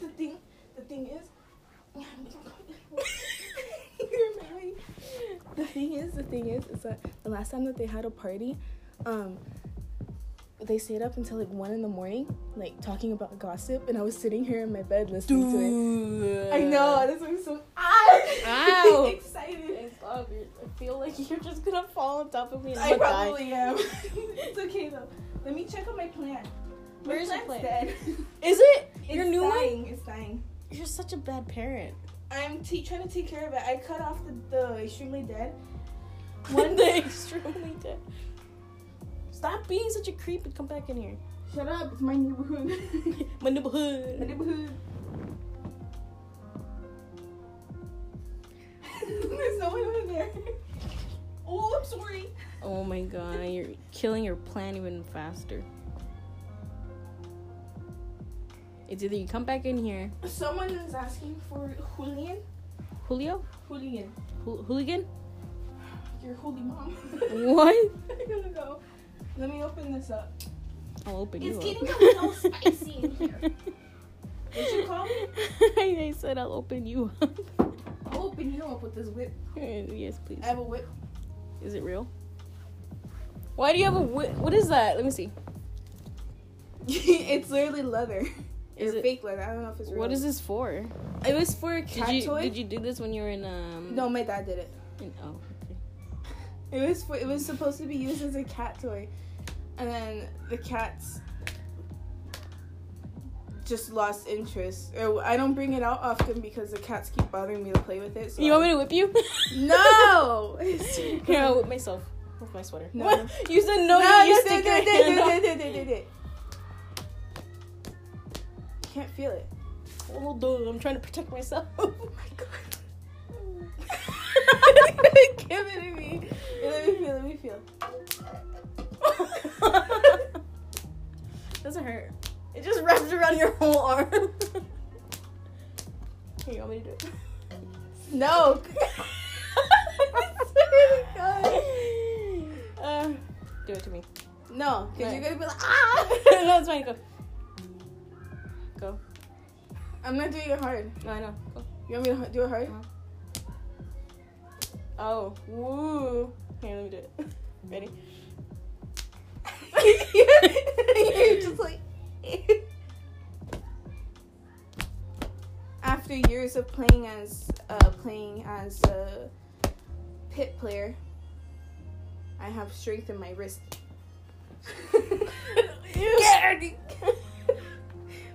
[SPEAKER 2] the thing, the thing is, You're married. the thing is, the thing is, is that the last time that they had a party, um, they stayed up until like one in the morning, like talking about gossip, and I was sitting here in my bed listening to it.
[SPEAKER 1] Dude.
[SPEAKER 2] I know. That's why I'm so ah,
[SPEAKER 1] Ow.
[SPEAKER 2] excited.
[SPEAKER 1] Stop, you're- I feel like you're just gonna fall on top of me and
[SPEAKER 2] I
[SPEAKER 1] I'm gonna die.
[SPEAKER 2] probably am. it's okay though. Let me check on my plant. My
[SPEAKER 1] Where's your
[SPEAKER 2] plant's
[SPEAKER 1] plant?
[SPEAKER 2] Dead.
[SPEAKER 1] Is it
[SPEAKER 2] It's
[SPEAKER 1] your new one?
[SPEAKER 2] dying. It's dying.
[SPEAKER 1] You're such a bad parent.
[SPEAKER 2] I'm t- trying to take care of it. I cut off the, the extremely dead.
[SPEAKER 1] One day, extremely dead. Stop being such a creep and come back in here.
[SPEAKER 2] Shut up! It's my neighborhood.
[SPEAKER 1] My
[SPEAKER 2] my
[SPEAKER 1] neighborhood.
[SPEAKER 2] neighborhood. There's no one in there. Oh, I'm sorry.
[SPEAKER 1] Oh my god, you're killing your plan even faster. It's either you come back in here,
[SPEAKER 2] Someone is asking for Julian.
[SPEAKER 1] Julio,
[SPEAKER 2] Julian,
[SPEAKER 1] Hul- hooligan.
[SPEAKER 2] your holy mom.
[SPEAKER 1] What?
[SPEAKER 2] I'm gonna go. Let me open this up.
[SPEAKER 1] I'll open
[SPEAKER 2] It's
[SPEAKER 1] you
[SPEAKER 2] getting
[SPEAKER 1] up.
[SPEAKER 2] a little spicy in here. What'd you call me?
[SPEAKER 1] I said I'll open you up.
[SPEAKER 2] I'll open you up with this whip.
[SPEAKER 1] yes, please.
[SPEAKER 2] I have a whip.
[SPEAKER 1] Is it real? Why do you have a whi What is that? Let me see.
[SPEAKER 2] it's literally leather.
[SPEAKER 1] Is
[SPEAKER 2] It's
[SPEAKER 1] it-
[SPEAKER 2] fake leather. I don't know if it's real.
[SPEAKER 1] What is this for?
[SPEAKER 2] It was for a cat
[SPEAKER 1] Did you
[SPEAKER 2] toy.
[SPEAKER 1] did you do this when you were in um?
[SPEAKER 2] No, my dad did it.
[SPEAKER 1] in- oh, okay.
[SPEAKER 2] It was for, it was supposed to be used as a cat toy, and then the cats just lost interest. Or I don't bring it out often because the cats keep bothering me to play with it. So
[SPEAKER 1] You want me to whip you?
[SPEAKER 2] No.
[SPEAKER 1] Here, I'll whip myself with my sweater.
[SPEAKER 2] No.
[SPEAKER 1] What? You said no, you used to
[SPEAKER 2] did,
[SPEAKER 1] get
[SPEAKER 2] did, did, did, did, did, did, did. Can't feel it.
[SPEAKER 1] Hold on, I'm trying to protect myself.
[SPEAKER 2] Oh my god. Give it to me. Let me feel. Let me feel.
[SPEAKER 1] Doesn't hurt. It just wraps around your whole arm. Here, you want me to do it?
[SPEAKER 2] No.
[SPEAKER 1] Uh, do it to me.
[SPEAKER 2] No, because you're
[SPEAKER 1] Right.
[SPEAKER 2] gonna be like, ah!
[SPEAKER 1] no, it's fine. Go. Go.
[SPEAKER 2] I'm not doing it hard.
[SPEAKER 1] No, I know. Go.
[SPEAKER 2] You want me to h- do it hard?
[SPEAKER 1] Uh-huh. Oh, woo. Here, let me do it. Ready?
[SPEAKER 2] you're just like. After years of playing as uh, playing as a pit player, I have strength in my wrist.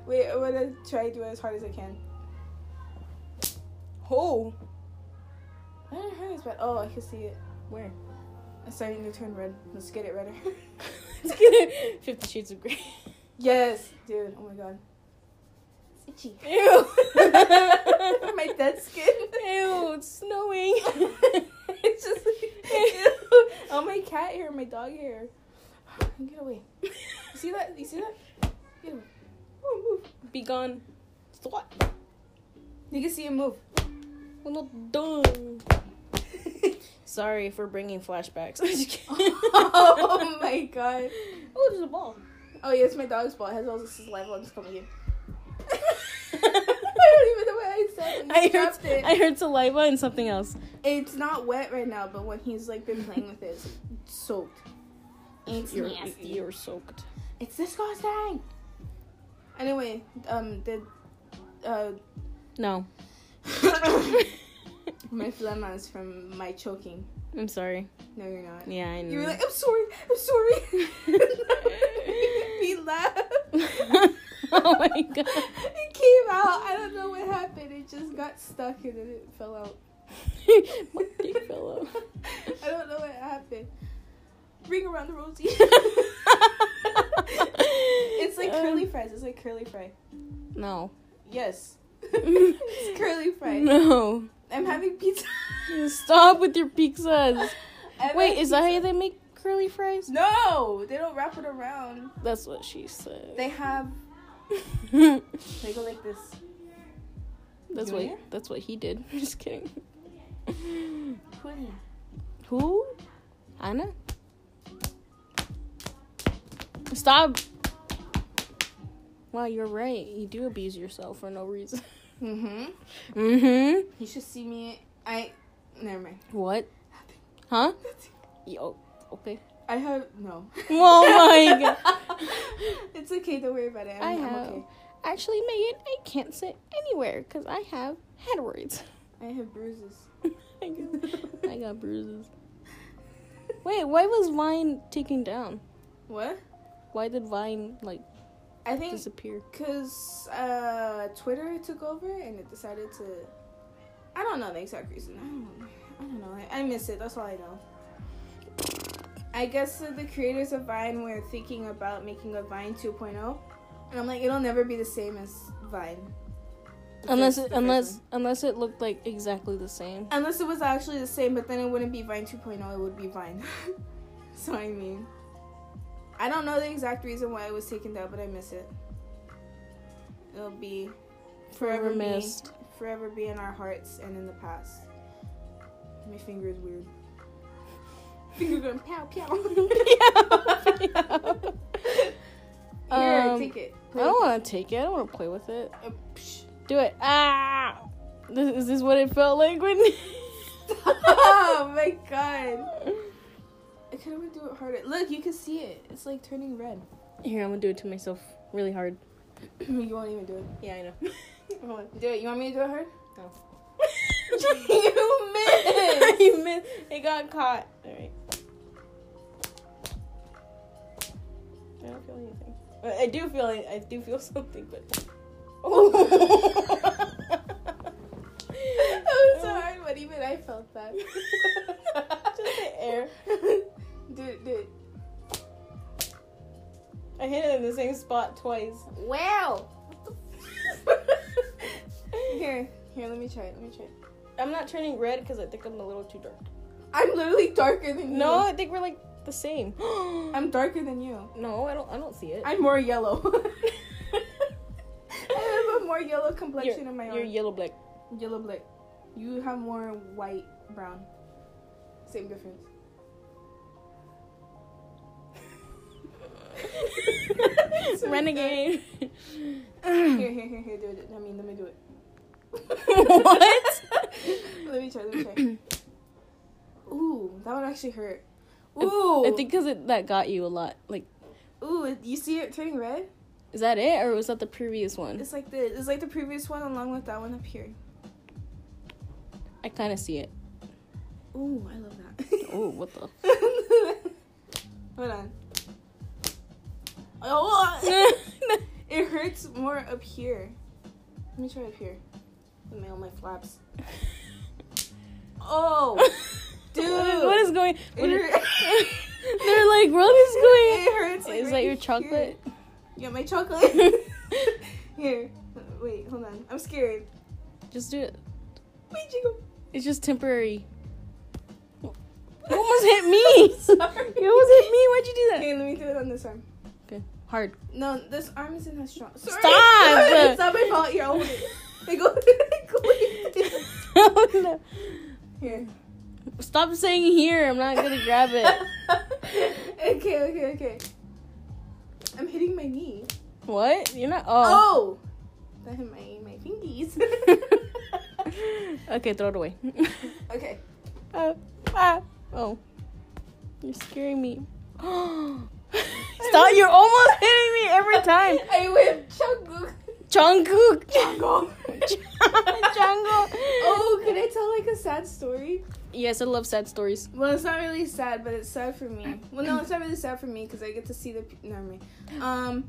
[SPEAKER 2] Wait, I'm gonna try to do it as hard as I can.
[SPEAKER 1] Oh.
[SPEAKER 2] I don't hurt as bad. Oh, I can see it.
[SPEAKER 1] Where?
[SPEAKER 2] It's starting to turn red. Let's get it redder.
[SPEAKER 1] Let's get it. Fifty Shades of Grey.
[SPEAKER 2] yes, dude. Oh my god. It's itchy.
[SPEAKER 1] Ew.
[SPEAKER 2] my dead skin.
[SPEAKER 1] Ew, it's snowing.
[SPEAKER 2] it's just um, ew. all my cat hair, my dog hair. Get away.
[SPEAKER 1] You
[SPEAKER 2] You see that? You see that? Get away. Oh,
[SPEAKER 1] Be gone. What?
[SPEAKER 2] You can see him move.
[SPEAKER 1] We're not done. Sorry for bringing flashbacks. I'm just kidding.
[SPEAKER 2] oh my god.
[SPEAKER 1] Oh, there's a ball.
[SPEAKER 2] Oh yeah, it's my dog's ball. It has all this saliva on its coming in. I don't even know what I
[SPEAKER 1] I
[SPEAKER 2] said. I dropped
[SPEAKER 1] heard,
[SPEAKER 2] it.
[SPEAKER 1] I heard saliva and something else.
[SPEAKER 2] It's not wet right now, but when he's like been playing with it, it's soaked. It's
[SPEAKER 1] you're,
[SPEAKER 2] nasty.
[SPEAKER 1] You're soaked.
[SPEAKER 2] It's disgusting. Anyway, um, the uh,
[SPEAKER 1] No,
[SPEAKER 2] my phlegma is from my choking.
[SPEAKER 1] I'm sorry.
[SPEAKER 2] No, you're not.
[SPEAKER 1] Yeah, I know.
[SPEAKER 2] You were like, I'm sorry, I'm sorry. he laughed.
[SPEAKER 1] oh my god.
[SPEAKER 2] It came out. I don't know what happened. It just got stuck and then it fell out.
[SPEAKER 1] my dick fell out.
[SPEAKER 2] I don't know what happened. Ring around the rosy. it's
[SPEAKER 1] it's
[SPEAKER 2] like curly fries. It's like curly fry.
[SPEAKER 1] Um, No.
[SPEAKER 2] Yes. it's curly fry.
[SPEAKER 1] No.
[SPEAKER 2] I'm having pizza.
[SPEAKER 1] Stop with your pizzas.
[SPEAKER 2] I'm
[SPEAKER 1] Wait,
[SPEAKER 2] having
[SPEAKER 1] is that how
[SPEAKER 2] pizza.
[SPEAKER 1] they make curly fries?
[SPEAKER 2] No, they don't wrap it around.
[SPEAKER 1] That's what she said.
[SPEAKER 2] They have. They go like this.
[SPEAKER 1] that's what
[SPEAKER 2] Junior?
[SPEAKER 1] that's what he did. I'm just kidding.
[SPEAKER 2] Pudding.
[SPEAKER 1] Who? Anna? Stop. Wow, you're right. You do abuse yourself for no reason.
[SPEAKER 2] Mm-hmm.
[SPEAKER 1] mm-hmm.
[SPEAKER 2] You should see me. I. Never mind.
[SPEAKER 1] What? Huh? Yo. Okay.
[SPEAKER 2] I have no.
[SPEAKER 1] Oh my god.
[SPEAKER 2] it's okay. Don't worry about it. I'm,
[SPEAKER 1] I
[SPEAKER 2] I'm
[SPEAKER 1] have.
[SPEAKER 2] okay.
[SPEAKER 1] Actually, Megan, I can't sit anywhere because I have hemorrhoids.
[SPEAKER 2] I have bruises.
[SPEAKER 1] I got- I got bruises. Wait, why was Vine taken down?
[SPEAKER 2] What?
[SPEAKER 1] Why did Vine like
[SPEAKER 2] I think
[SPEAKER 1] disappear?
[SPEAKER 2] because uh, Twitter took over and it decided to. I don't know the exact reason. I don't. I don't know. I, I miss it. That's all I know. I guess that the creators of Vine were thinking about making a Vine 2.0, and I'm like, it'll never be the same as Vine. The
[SPEAKER 1] Unless
[SPEAKER 2] first-
[SPEAKER 1] it,
[SPEAKER 2] the first
[SPEAKER 1] unless
[SPEAKER 2] one.
[SPEAKER 1] unless it looked like exactly the same.
[SPEAKER 2] unless it was actually the same, but then it wouldn't be Vine 2.0. It would be Vine. so I mean, I don't know the exact reason why it was taken down, but I miss it. It'll be
[SPEAKER 1] Forever
[SPEAKER 2] me.
[SPEAKER 1] missed.
[SPEAKER 2] forever be in our hearts and in the past. My finger is weird. Finger going pow pow. Here,
[SPEAKER 1] Um,
[SPEAKER 2] take it.
[SPEAKER 1] I don't want to take it. I don't want to play with it.
[SPEAKER 2] Uh, psh.
[SPEAKER 1] Do it. Ah! This, is this what it felt like when?
[SPEAKER 2] oh my god! I kind of want to do it harder. Look, you can see it. It's like turning red.
[SPEAKER 1] Here, I'm gonna do it to myself really hard.
[SPEAKER 2] you won't even do it.
[SPEAKER 1] Yeah, I know.
[SPEAKER 2] Do it. You want me to do it hard?
[SPEAKER 1] No. I
[SPEAKER 2] you missed.
[SPEAKER 1] missed. It got caught. All right. I don't feel anything. Well, I do feel. I do feel something, but Oh.
[SPEAKER 2] That was so hard, but even I felt that.
[SPEAKER 1] Just the air.
[SPEAKER 2] Do it, do it.
[SPEAKER 1] I hit it in the same spot twice.
[SPEAKER 2] Wow. here, here. Let me try it. Let me try it.
[SPEAKER 1] I'm not turning red because I think I'm a little too dark.
[SPEAKER 2] I'm literally darker than you.
[SPEAKER 1] No, I think we're like the same.
[SPEAKER 2] I'm darker than you.
[SPEAKER 1] no, I don't. I don't see it.
[SPEAKER 2] I'm more yellow. I have a more yellow complexion
[SPEAKER 1] you're,
[SPEAKER 2] in my
[SPEAKER 1] you're
[SPEAKER 2] own.
[SPEAKER 1] yellow black.
[SPEAKER 2] yellow black. You have more white brown. Same difference. So
[SPEAKER 1] Renegade.
[SPEAKER 2] Here, here, here, here. Do it. I mean, let me do it.
[SPEAKER 1] What?
[SPEAKER 2] let me try. Let me try. Ooh, that one actually hurt. Ooh.
[SPEAKER 1] I think because that got you a lot. Like,
[SPEAKER 2] Ooh, it- you see it turning red?
[SPEAKER 1] is that it, or was that the previous one?
[SPEAKER 2] It's like the it's like the previous one along with that one up here.
[SPEAKER 1] I kind of see it.
[SPEAKER 2] Ooh, I love that.
[SPEAKER 1] Oh, what the?
[SPEAKER 2] Hold on. Oh, it hurts more up here. Let me try up here. Let me on my flaps. Oh,
[SPEAKER 1] Dude, what is going? What
[SPEAKER 2] it,
[SPEAKER 1] is,
[SPEAKER 2] hurt-
[SPEAKER 1] they're like, what is going?
[SPEAKER 2] it hurts. like,
[SPEAKER 1] Is
[SPEAKER 2] right
[SPEAKER 1] that your
[SPEAKER 2] here.
[SPEAKER 1] chocolate?
[SPEAKER 2] Yeah, my chocolate. here, wait, hold on. I'm scared.
[SPEAKER 1] Just do it.
[SPEAKER 2] Wait, jiggle.
[SPEAKER 1] It's just temporary. You almost hit me. You
[SPEAKER 2] Sorry.
[SPEAKER 1] almost hit me. Why'd you do that?
[SPEAKER 2] Okay, let me do it on this arm.
[SPEAKER 1] Okay, hard.
[SPEAKER 2] No, this arm isn't as strong. Sorry.
[SPEAKER 1] Stop!
[SPEAKER 2] it's not my fault. You're old. Like, go, go
[SPEAKER 1] Oh, no.
[SPEAKER 2] here.
[SPEAKER 1] Stop saying here. I'm not gonna grab it.
[SPEAKER 2] okay, okay, okay. I'm hitting my knee.
[SPEAKER 1] What? You're not. Oh.
[SPEAKER 2] Oh, that hit my my fingies. Oh.
[SPEAKER 1] okay, throw it away.
[SPEAKER 2] okay.
[SPEAKER 1] oh, ah. oh, you're scaring me. Stop! You're almost hitting me every time.
[SPEAKER 2] I went Jungkook.
[SPEAKER 1] Jungkook.
[SPEAKER 2] Jungle.
[SPEAKER 1] Jungle.
[SPEAKER 2] Oh, can I tell like a sad story?
[SPEAKER 1] Yes, I love sad stories.
[SPEAKER 2] Well, it's not really sad, but it's sad for me. Well, no, it's not really sad for me because I get to see the. Pe- Never mind. Um.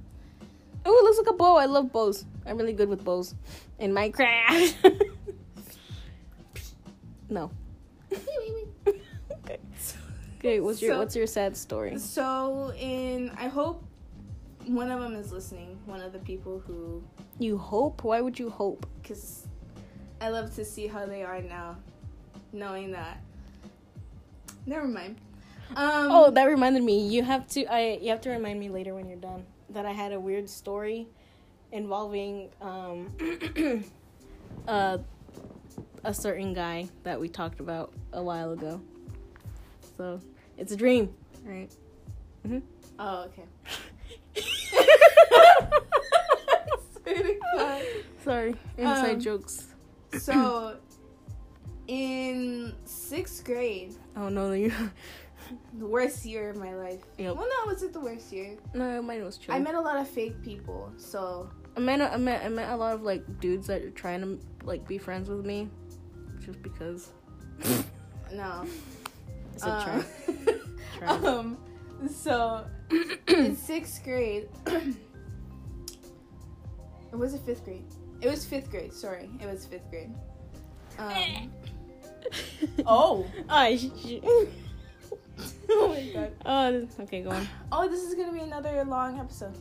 [SPEAKER 1] Oh, it looks like a bow. I love bows. I'm really good with bows in Minecraft. no. okay. Okay. What's your
[SPEAKER 2] So-
[SPEAKER 1] What's your sad story?
[SPEAKER 2] So, in I hope one of them is listening. One of the people who,
[SPEAKER 1] You hope? Why would you hope?
[SPEAKER 2] because I love to see how they are now, knowing that. Never mind. Um,
[SPEAKER 1] Oh, that reminded me. You have to. I. You have to remind me later when you're done that I had a weird story involving um, uh, a certain guy that we talked about a while ago. So it's a dream, right?
[SPEAKER 2] oh, okay. Swear to God.
[SPEAKER 1] Sorry, inside
[SPEAKER 2] Um,
[SPEAKER 1] jokes.
[SPEAKER 2] so, in sixth grade,
[SPEAKER 1] Oh no, you.
[SPEAKER 2] the worst year of my life.
[SPEAKER 1] Yep.
[SPEAKER 2] Well, no, was it the worst year?
[SPEAKER 1] No, mine was chill.
[SPEAKER 2] I met a lot of fake people, so
[SPEAKER 1] I met a, I met I met a lot of like dudes that are trying to like be friends with me, just because.
[SPEAKER 2] no.
[SPEAKER 1] It's a try. Try.
[SPEAKER 2] Um, so in sixth grade, or was it fifth grade? It was fifth grade. Sorry, it was fifth grade. Um, oh,
[SPEAKER 1] Oh, sh- sh-
[SPEAKER 2] oh my god!
[SPEAKER 1] oh, this- okay, go on.
[SPEAKER 2] Oh, this is gonna be another long episode.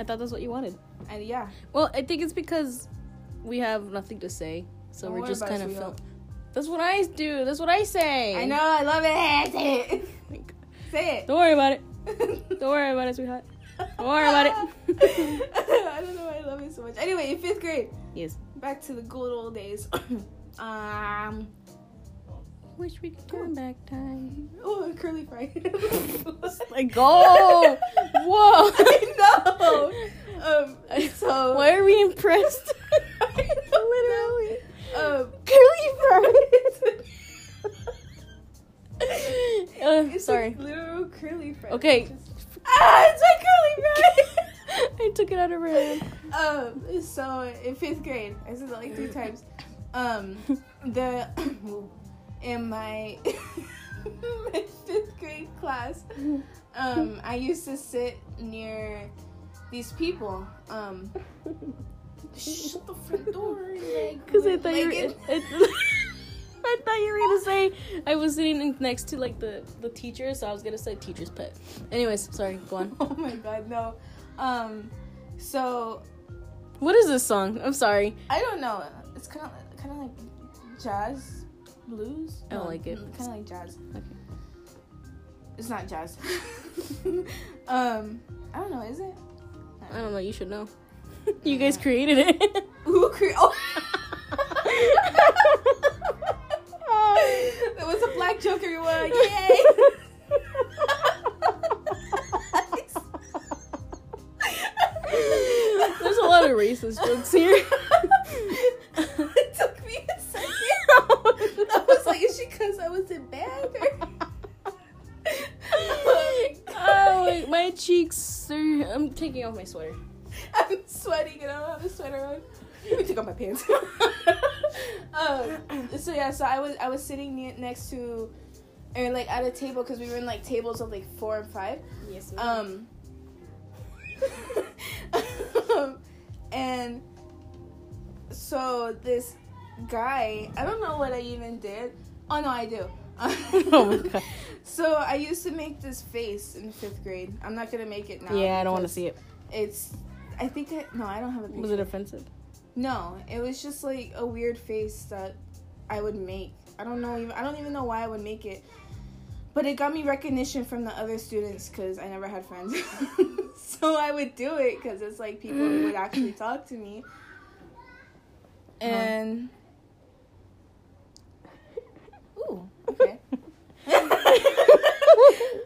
[SPEAKER 1] I thought that's what you wanted.
[SPEAKER 2] And yeah,
[SPEAKER 1] Well, I think it's because we have nothing to say, so
[SPEAKER 2] Well,
[SPEAKER 1] we're
[SPEAKER 2] what
[SPEAKER 1] just
[SPEAKER 2] about
[SPEAKER 1] kind
[SPEAKER 2] us?
[SPEAKER 1] of
[SPEAKER 2] We
[SPEAKER 1] film.
[SPEAKER 2] don't-
[SPEAKER 1] That's what I do. That's what I say.
[SPEAKER 2] I know. I love it. Say it. Say it.
[SPEAKER 1] Don't worry about it.
[SPEAKER 2] Don't
[SPEAKER 1] Don't worry about it, sweetheart. Don't worry about it.
[SPEAKER 2] I don't know why I love it so much. Anyway, in fifth grade,
[SPEAKER 1] yes.
[SPEAKER 2] back to the good old days. um.
[SPEAKER 1] Wish we could turn back time.
[SPEAKER 2] Oh, curly fry.
[SPEAKER 1] Like, go! Whoa!
[SPEAKER 2] I know. Um, so
[SPEAKER 1] Why are we impressed?
[SPEAKER 2] literally um
[SPEAKER 1] Curly fries. uh,
[SPEAKER 2] it's
[SPEAKER 1] sorry.
[SPEAKER 2] like literal curly fry.
[SPEAKER 1] Okay.
[SPEAKER 2] Just- ah, it's my
[SPEAKER 1] I took it out of her
[SPEAKER 2] curly
[SPEAKER 1] hand.
[SPEAKER 2] fry. um, so in fifth grade, I said that like three times. Um, the in my my fifth grade class, um, I used to sit near these people. Um, shut the front door. like,
[SPEAKER 1] Because I
[SPEAKER 2] like-
[SPEAKER 1] thought you were,
[SPEAKER 2] like
[SPEAKER 1] I,
[SPEAKER 2] it-
[SPEAKER 1] I thought you were gonna say I was sitting in- next to like the the teacher, so I was gonna say teacher's pet. Anyways, sorry, go on.
[SPEAKER 2] oh my god, no. Um, so
[SPEAKER 1] What is this song? I'm sorry.
[SPEAKER 2] I don't know. It's kind of kind of like jazz, blues.
[SPEAKER 1] I don't like it.
[SPEAKER 2] Kind of like jazz.
[SPEAKER 1] Okay.
[SPEAKER 2] It's not jazz. um, I don't know. Is it?
[SPEAKER 1] I don't know. You should know. You guys created it.
[SPEAKER 2] Who cre- Oh. That was a black joke, everyone. Yay!
[SPEAKER 1] There's a lot of racist jokes here.
[SPEAKER 2] it took me a second. I was like, is she because I was in bed? Or-
[SPEAKER 1] oh, wait, my cheeks are. I'm taking off my sweater.
[SPEAKER 2] I'm sweating and I don't have a sweater on. Let me take off my pants. um, so yeah, so I was I was sitting ne- next to, or like at a table because we were in like tables of like four and five.
[SPEAKER 1] Yes.
[SPEAKER 2] Um, and so this guy, I don't know what I even did. Oh no, I do.
[SPEAKER 1] Oh my God.
[SPEAKER 2] So I used to make this face in fifth grade. I'm not gonna make it now.
[SPEAKER 1] yeah, I don't want to see it.
[SPEAKER 2] It's. I think I no, I don't have a picture.
[SPEAKER 1] Was it offensive?
[SPEAKER 2] no, it was just like a weird face that I would make. I don't know even. I don't even know why I would make it, but it got me recognition from the other students because I never had friends. so I would do it because it's like people would actually talk to me. And ooh, okay.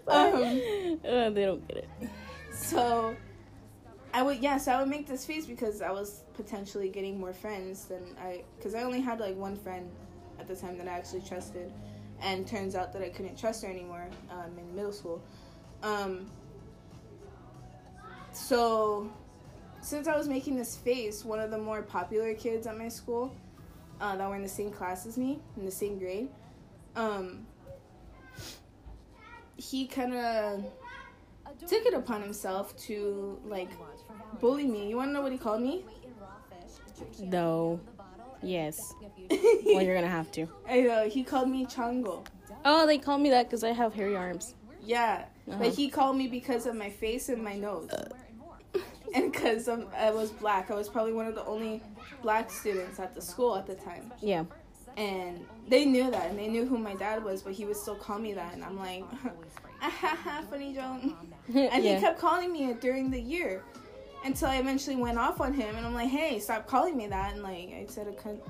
[SPEAKER 2] um,
[SPEAKER 1] Uh, they don't get it.
[SPEAKER 2] so I would yes, I would make this face because I was potentially getting more friends than I because I only had like one friend at the time that I actually trusted, and turns out that I couldn't trust her anymore um, in middle school. Um, so since I was making this face, one of the more popular kids at my school uh, that were in the same class as me in the same grade, um, he kind of took it upon himself to like bully me. You want to know what he called me?
[SPEAKER 1] No. Yes. Well,
[SPEAKER 2] I
[SPEAKER 1] you're gonna have to.
[SPEAKER 2] know he called me Chango.
[SPEAKER 1] Oh, they call me that because I have hairy arms.
[SPEAKER 2] Yeah,
[SPEAKER 1] Uh-huh.
[SPEAKER 2] like he called me because of my face and my nose, and because I was black. I was probably one of the only black students at the school at the time,
[SPEAKER 1] Yeah.
[SPEAKER 2] and they knew that, and they knew who my dad was, but he would still call me that, and I'm like, ah, ha, ha, funny joke. And
[SPEAKER 1] yeah.
[SPEAKER 2] he kept calling me it during the year until I eventually went off on him. And I'm like, hey, stop calling me that. And like, I said a con-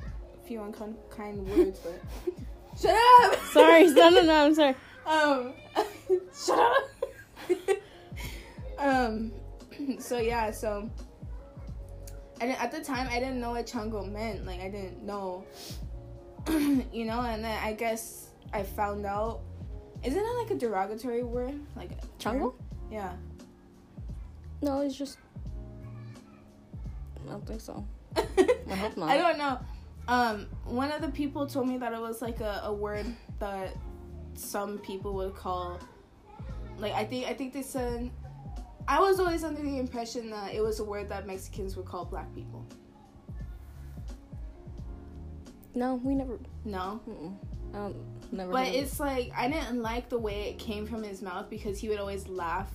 [SPEAKER 2] few unkind words, but shut up.
[SPEAKER 1] Sorry. No, no, no. I'm sorry.
[SPEAKER 2] um, shut up. um, so yeah, so. I didn't, at the time, I didn't know what chango meant. Like, I didn't know, you know. And then I guess I found out. Isn't that like a derogatory word? Like
[SPEAKER 1] Chango?
[SPEAKER 2] Yeah.
[SPEAKER 1] No, it's just. I don't think so.
[SPEAKER 2] I
[SPEAKER 1] hope not.
[SPEAKER 2] I don't know. Um, one of the people told me that it was like a, a word that some people would call like I think I think they said I was always under the impression that it was a word that Mexicans would call black people.
[SPEAKER 1] No, we never.
[SPEAKER 2] No.
[SPEAKER 1] Mm-mm. Um, never.
[SPEAKER 2] But
[SPEAKER 1] heard of it.
[SPEAKER 2] it's like I didn't like the way it came from his mouth because he would always laugh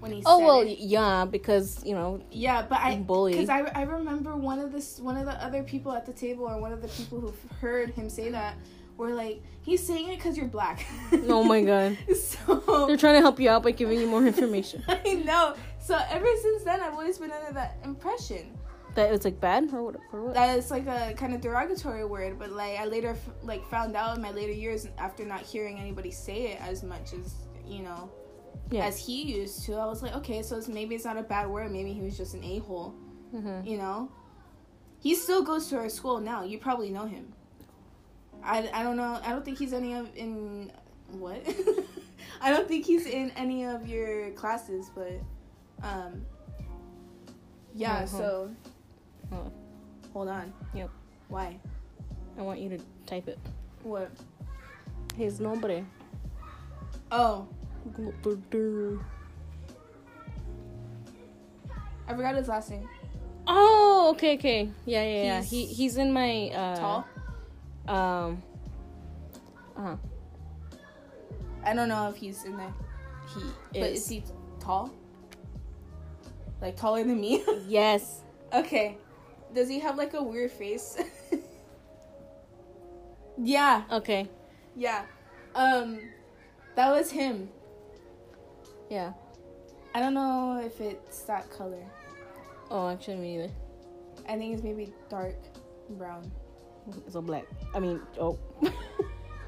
[SPEAKER 2] when he
[SPEAKER 1] Oh
[SPEAKER 2] said
[SPEAKER 1] well,
[SPEAKER 2] it.
[SPEAKER 1] yeah, because you know.
[SPEAKER 2] Yeah, but I
[SPEAKER 1] Bully.
[SPEAKER 2] because I, I remember one of this one of the other people at the table or one of the people who heard him say that were like he's saying it because you're black.
[SPEAKER 1] Oh my God.
[SPEAKER 2] so
[SPEAKER 1] They're trying to help you out by giving you more information.
[SPEAKER 2] I know. So ever since then, I've always been under that impression
[SPEAKER 1] that it's like bad or what? Or what?
[SPEAKER 2] that it's like a kind of derogatory word. But like I later f- like found out in my later years after not hearing anybody say it as much as you know
[SPEAKER 1] Yeah.
[SPEAKER 2] as he used to. I was like, okay, so it's, maybe it's not a bad word. Maybe he was just an a hole.
[SPEAKER 1] hmm
[SPEAKER 2] you know he still goes to our school now you probably know him i, I don't know i don't think he's any of in what i don't think he's in any of your classes but um yeah
[SPEAKER 1] Mhm.
[SPEAKER 2] so
[SPEAKER 1] Hold on.
[SPEAKER 2] hold on
[SPEAKER 1] Yep.
[SPEAKER 2] why
[SPEAKER 1] I want you to type it.
[SPEAKER 2] what
[SPEAKER 1] His nombre.
[SPEAKER 2] oh i forgot his last name
[SPEAKER 1] Oh, okay, okay. Yeah, yeah, yeah.
[SPEAKER 2] He's-
[SPEAKER 1] He he's in my uh
[SPEAKER 2] Tall.
[SPEAKER 1] um uh
[SPEAKER 2] I don't know if he's in there. He but
[SPEAKER 1] Is.
[SPEAKER 2] is he tall? Like taller than me?
[SPEAKER 1] yes.
[SPEAKER 2] okay. Does he have like a weird face? yeah,
[SPEAKER 1] Okay.
[SPEAKER 2] yeah. Um, that was him.
[SPEAKER 1] Yeah.
[SPEAKER 2] I don't know if it's that color.
[SPEAKER 1] Oh, actually me neither.
[SPEAKER 2] I think it's maybe dark brown.
[SPEAKER 1] So black. I mean, oh.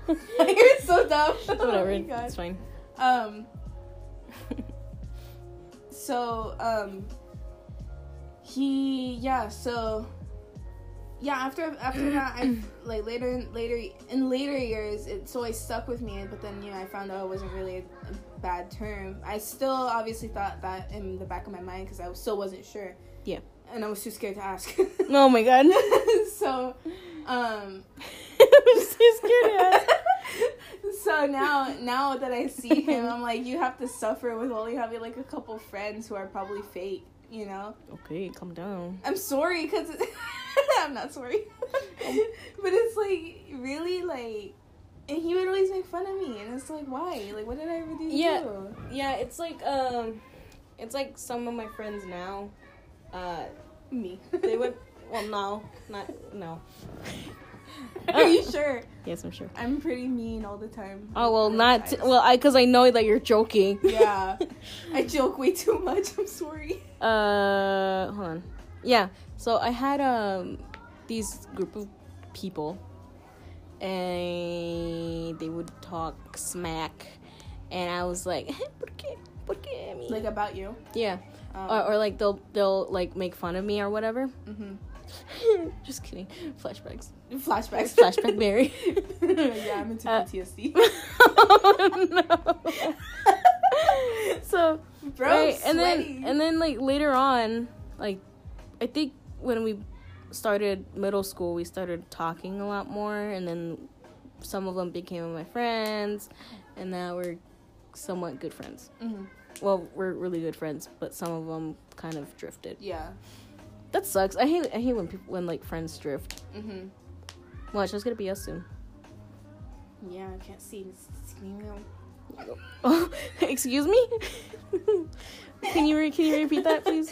[SPEAKER 2] You're so dumb.
[SPEAKER 1] Whatever.
[SPEAKER 2] Oh my God.
[SPEAKER 1] it's fine.
[SPEAKER 2] Um. So um. He yeah so. Yeah, after after that, I like later in later in later years, it's always stuck with me. But then you know, I found out it wasn't really a, a bad term. I still obviously thought that in the back of my mind because I still wasn't sure.
[SPEAKER 1] Yeah.
[SPEAKER 2] and I was too scared to ask.
[SPEAKER 1] oh my god.
[SPEAKER 2] so, um,
[SPEAKER 1] I'm so scared of us.
[SPEAKER 2] so now, now that I see him, I'm like, you have to suffer with only having like a couple friends who are probably fake. You know,
[SPEAKER 1] Okay, calm down.
[SPEAKER 2] I'm sorry because I'm not sorry, but it's like really like, and he would always make fun of me, and it's like, why? Like, what did I ever do? to
[SPEAKER 1] Yeah.
[SPEAKER 2] you?
[SPEAKER 1] Yeah, it's like um it's like some of my friends now uh
[SPEAKER 2] me.
[SPEAKER 1] they went well no, not no.
[SPEAKER 2] Are you sure?
[SPEAKER 1] Yes, I'm sure.
[SPEAKER 2] I'm pretty mean all the time.
[SPEAKER 1] Oh well, not
[SPEAKER 2] I-
[SPEAKER 1] well. I because I know that you're joking.
[SPEAKER 2] Yeah. I joke way too much. I'm sorry.
[SPEAKER 1] uh, hold on. Yeah. So I had um these group of people, and they would talk smack, and I was like, ¿por qué? ¿Por qué a mí?"
[SPEAKER 2] Like about you.
[SPEAKER 1] yeah.
[SPEAKER 2] Um,
[SPEAKER 1] Or, or like they'll they'll like make fun of me or whatever.
[SPEAKER 2] mhm.
[SPEAKER 1] Just kidding. Flashbacks.
[SPEAKER 2] Flashbacks.
[SPEAKER 1] Flashback Mary.
[SPEAKER 2] yeah, I'm into
[SPEAKER 1] Uh,
[SPEAKER 2] PTSD.
[SPEAKER 1] oh, no. so
[SPEAKER 2] Bro,
[SPEAKER 1] right, and then
[SPEAKER 2] sweaty.
[SPEAKER 1] and then like later on, like I think when we started middle school, we started talking a lot more, and then some of them became my friends, and now we're somewhat good friends.
[SPEAKER 2] Mhm.
[SPEAKER 1] Well, we're really good friends, but some of them kind of drifted.
[SPEAKER 2] yeah.
[SPEAKER 1] That sucks. I hate I hate when people when like friends drift.
[SPEAKER 2] Mhm.
[SPEAKER 1] Watch, that's gonna be us soon.
[SPEAKER 2] Yeah, I can't see. It's screaming.
[SPEAKER 1] Oh, excuse me. can you re- can you repeat that, please?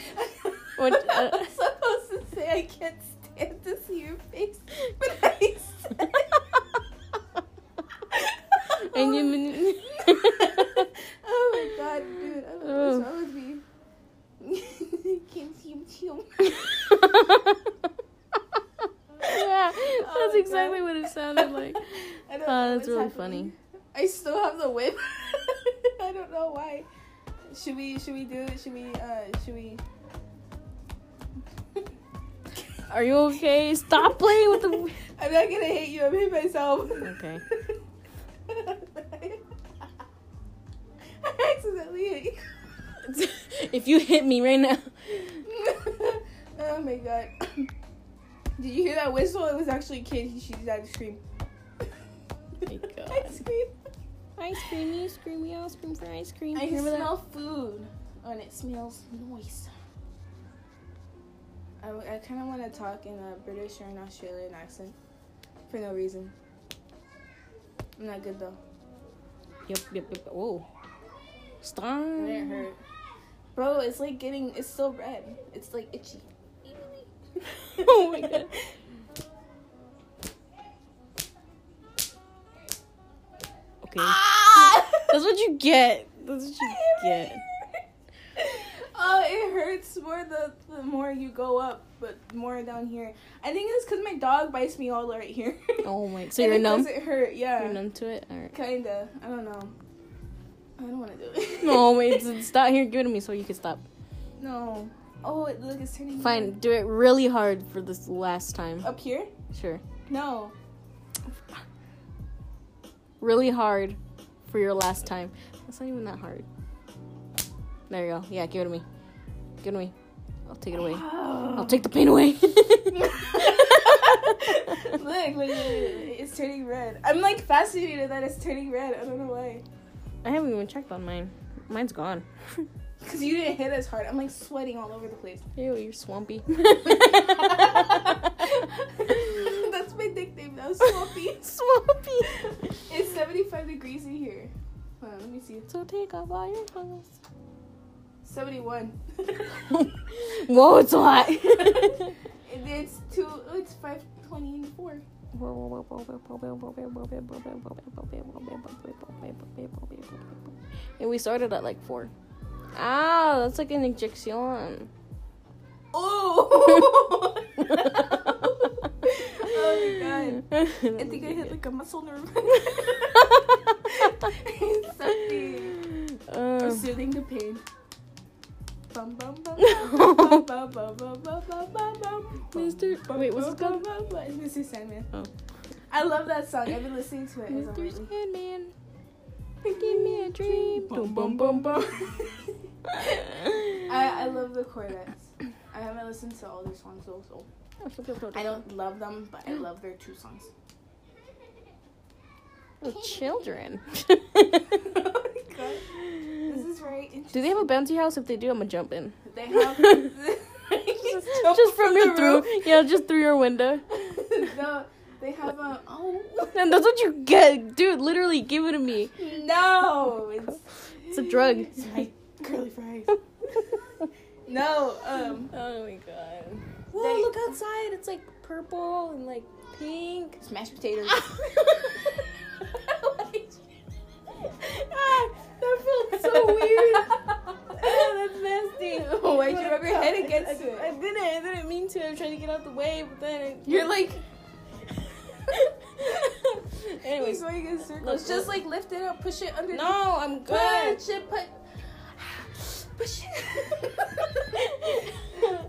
[SPEAKER 1] What-
[SPEAKER 2] I
[SPEAKER 1] uh,
[SPEAKER 2] was supposed to say I can't stand to see your face, but I said.
[SPEAKER 1] And you-
[SPEAKER 2] oh my god, dude! I don't know what's wrong with me.
[SPEAKER 1] Oh.
[SPEAKER 2] can't see him chill.
[SPEAKER 1] yeah,
[SPEAKER 2] Oh
[SPEAKER 1] that's
[SPEAKER 2] my
[SPEAKER 1] exactly
[SPEAKER 2] God.
[SPEAKER 1] what it sounded like.
[SPEAKER 2] I don't
[SPEAKER 1] Oh,
[SPEAKER 2] know
[SPEAKER 1] that's
[SPEAKER 2] what's
[SPEAKER 1] really
[SPEAKER 2] happening. I still have the whip. I don't know why. Should we? Should we do it? Should we? Uh, should we?
[SPEAKER 1] Are you okay? Stop playing with the.
[SPEAKER 2] I'm not gonna hate you. I'm hate myself.
[SPEAKER 1] Okay.
[SPEAKER 2] I accidentally hit you.
[SPEAKER 1] if you hit me right now.
[SPEAKER 2] oh my god. Did you hear that whistle? It was actually a kid. He, she decided to scream.
[SPEAKER 1] my God.
[SPEAKER 2] I scream.
[SPEAKER 1] Ice cream, you scream, we all scream for ice cream.
[SPEAKER 2] I
[SPEAKER 1] Remember that?
[SPEAKER 2] smell food. Oh, and it smells nice. I, kind of want to talk in a British or an Australian accent for no reason. I'm not good though.
[SPEAKER 1] Yep, yep, yep. Whoa. Stop.
[SPEAKER 2] And it hurt. Bro, it's like getting, it's still red. It's like itchy.
[SPEAKER 1] Oh my God. Okay.
[SPEAKER 2] Ah!
[SPEAKER 1] That's what you get. That's what you get.
[SPEAKER 2] Oh, it hurts more the, the more you go up, but more down here. I think it's because my dog bites me all right here.
[SPEAKER 1] Oh my. So
[SPEAKER 2] And
[SPEAKER 1] you're
[SPEAKER 2] it
[SPEAKER 1] numb?
[SPEAKER 2] doesn't hurt, yeah.
[SPEAKER 1] You're numb to it? Alright.
[SPEAKER 2] Kinda. I don't know. I don't want to do it.
[SPEAKER 1] No, wait, it's, it's not here giving me so you can stop.
[SPEAKER 2] No. Oh, it, look, it's turning.
[SPEAKER 1] Fine, do it really hard for this last time.
[SPEAKER 2] Up here?
[SPEAKER 1] Sure.
[SPEAKER 2] No.
[SPEAKER 1] Really hard for your last time. That's not even that hard. There you go. Yeah, give it to me. Give it to me. I'll take it away.
[SPEAKER 2] Oh.
[SPEAKER 1] I'll take the pain away.
[SPEAKER 2] look, look, look, look, it's turning red. I'm like fascinated that it's turning red. I don't know why.
[SPEAKER 1] I haven't even checked on mine. Mine's gone.
[SPEAKER 2] Because you didn't hit as hard. I'm like sweating all over the place.
[SPEAKER 1] Ew, you're swampy.
[SPEAKER 2] That's my nickname now, Swampy.
[SPEAKER 1] swampy.
[SPEAKER 2] It's 75 degrees in here. Hold on, let me see.
[SPEAKER 1] So take off all your clothes.
[SPEAKER 2] 71.
[SPEAKER 1] Whoa, it's hot.
[SPEAKER 2] And it's two. oh, It's 524.
[SPEAKER 1] and we started at like four. Ah, that's like an injection.
[SPEAKER 2] Oh. oh my god. I think I hit like a muscle nerve. Something. I'm
[SPEAKER 1] Um,
[SPEAKER 2] soothing the pain. Bum bum bum bum bum bum bum bum bum bum bum bum.
[SPEAKER 1] Mr. Wait, what's it called?
[SPEAKER 2] Bum, bum, bum. It's Mr. Sandman.
[SPEAKER 1] Oh.
[SPEAKER 2] I love that song. I've been listening to it. as of
[SPEAKER 1] Mr.
[SPEAKER 2] lately.
[SPEAKER 1] Sandman, give me a dream. Boom, boom, boom, boom.
[SPEAKER 2] I, I love the Corvettes. I haven't listened to all their songs though, so I don't love them, but I love their two songs.
[SPEAKER 1] Oh, children.
[SPEAKER 2] God. This is very interesting.
[SPEAKER 1] Do they have a bouncy house? If they do, I'm gonna jump in.
[SPEAKER 2] They have
[SPEAKER 1] Just, just from your through, yeah, just through your window.
[SPEAKER 2] no, they have a oh
[SPEAKER 1] And that's what you get, dude. Literally, give it to me.
[SPEAKER 2] no, it's
[SPEAKER 1] It's a drug.
[SPEAKER 2] It's my curly fries. No, um,
[SPEAKER 1] Oh my god. Whoa,
[SPEAKER 2] They-
[SPEAKER 1] look outside. It's like purple and like pink.
[SPEAKER 2] smashed potatoes.
[SPEAKER 1] ah, that felt so weird. Ah, that's nasty.
[SPEAKER 2] Oh, why'd you rub your head against
[SPEAKER 1] I,
[SPEAKER 2] it?
[SPEAKER 1] I didn't. I didn't mean to. I was trying to get out the way, but then it,
[SPEAKER 2] You're like
[SPEAKER 1] Anyways,
[SPEAKER 2] you're going in circles.
[SPEAKER 1] Look,
[SPEAKER 2] just
[SPEAKER 1] look.
[SPEAKER 2] like lift it up, push it under.
[SPEAKER 1] no, I'm good.
[SPEAKER 2] push it, put, push it.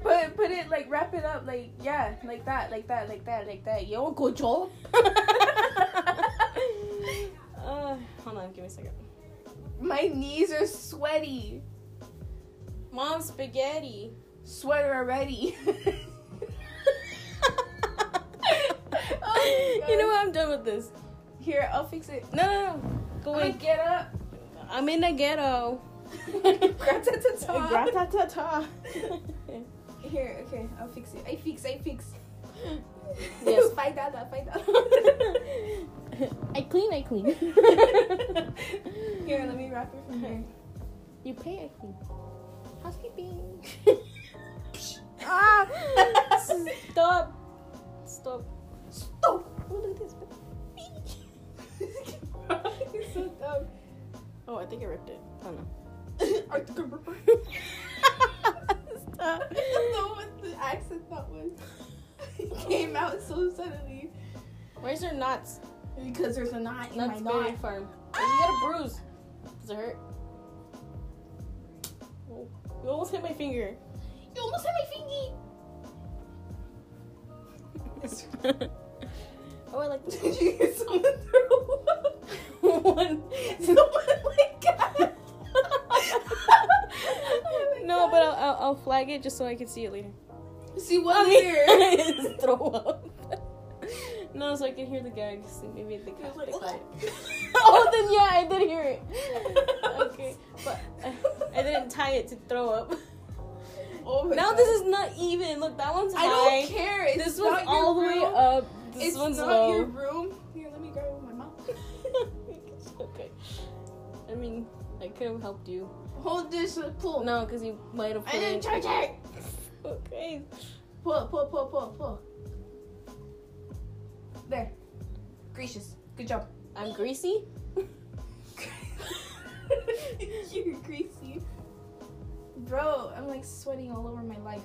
[SPEAKER 2] Put put it like wrap it up like yeah like that like that like that like that yo go Joel.
[SPEAKER 1] uh, hold on, give me a second.
[SPEAKER 2] My knees are sweaty.
[SPEAKER 1] Mom, spaghetti.
[SPEAKER 2] Sweater already.
[SPEAKER 1] Oh you know what? I'm done with this.
[SPEAKER 2] Here, I'll fix it.
[SPEAKER 1] No, no, no. Go
[SPEAKER 2] Wait,
[SPEAKER 1] away.
[SPEAKER 2] get up.
[SPEAKER 1] I'm in the ghetto.
[SPEAKER 2] Gratata.
[SPEAKER 1] Gratatata.
[SPEAKER 2] Here, okay, I'll fix it. I fix, I fix.
[SPEAKER 1] Yes.
[SPEAKER 2] five dollar, five dollar.
[SPEAKER 1] I clean, I clean.
[SPEAKER 2] Here, let me wrap it from here.
[SPEAKER 1] You pay, I clean. Housekeeping.
[SPEAKER 2] Ah!
[SPEAKER 1] Stop. Stop.
[SPEAKER 2] Stop!
[SPEAKER 1] Look at this.
[SPEAKER 2] You're so dumb.
[SPEAKER 1] Oh, I think I ripped it. Oh no.
[SPEAKER 2] I think I remember.
[SPEAKER 1] Stop.
[SPEAKER 2] I don't know what the accent that was. It came out so suddenly.
[SPEAKER 1] Where's your knots?
[SPEAKER 2] Because there's a knot in
[SPEAKER 1] Knots
[SPEAKER 2] my knot.
[SPEAKER 1] berry farm. Oh, you got a bruise. Does it hurt? Oh, You almost hit my finger.
[SPEAKER 2] You almost had my fingy.
[SPEAKER 1] oh, I like
[SPEAKER 2] Did you hear someone throw up?
[SPEAKER 1] one.
[SPEAKER 2] Someone like that.
[SPEAKER 1] No, but I'll, I'll, I'll flag it just so I can see it later.
[SPEAKER 2] see
[SPEAKER 1] I
[SPEAKER 2] what here.
[SPEAKER 1] mean, throw up. No, so I can hear the gags. and Maybe they
[SPEAKER 2] I
[SPEAKER 1] can
[SPEAKER 2] was like,
[SPEAKER 1] they caught it.
[SPEAKER 2] oh,
[SPEAKER 1] Oh, then yeah, I did hear it. Okay, but I,
[SPEAKER 2] uh,
[SPEAKER 1] I didn't tie it to throw up.
[SPEAKER 2] Oh my
[SPEAKER 1] Now
[SPEAKER 2] God.
[SPEAKER 1] this is not even. Look, that one's high.
[SPEAKER 2] I don't care. It's
[SPEAKER 1] This one's
[SPEAKER 2] not your
[SPEAKER 1] all the way
[SPEAKER 2] room.
[SPEAKER 1] up. This
[SPEAKER 2] it's
[SPEAKER 1] one's
[SPEAKER 2] not
[SPEAKER 1] low.
[SPEAKER 2] your room. Here, let me grab it with my mouth.
[SPEAKER 1] It's okay. I mean, I could have helped you.
[SPEAKER 2] Hold this. uh, Pull.
[SPEAKER 1] No, because you might have.
[SPEAKER 2] I
[SPEAKER 1] put
[SPEAKER 2] didn't
[SPEAKER 1] it-
[SPEAKER 2] charge it.
[SPEAKER 1] Okay.
[SPEAKER 2] Pull, pull, pull, pull, pull. There. Gracious. Good job.
[SPEAKER 1] I'm greasy.
[SPEAKER 2] You're greasy. Bro, I'm like sweating all over my life.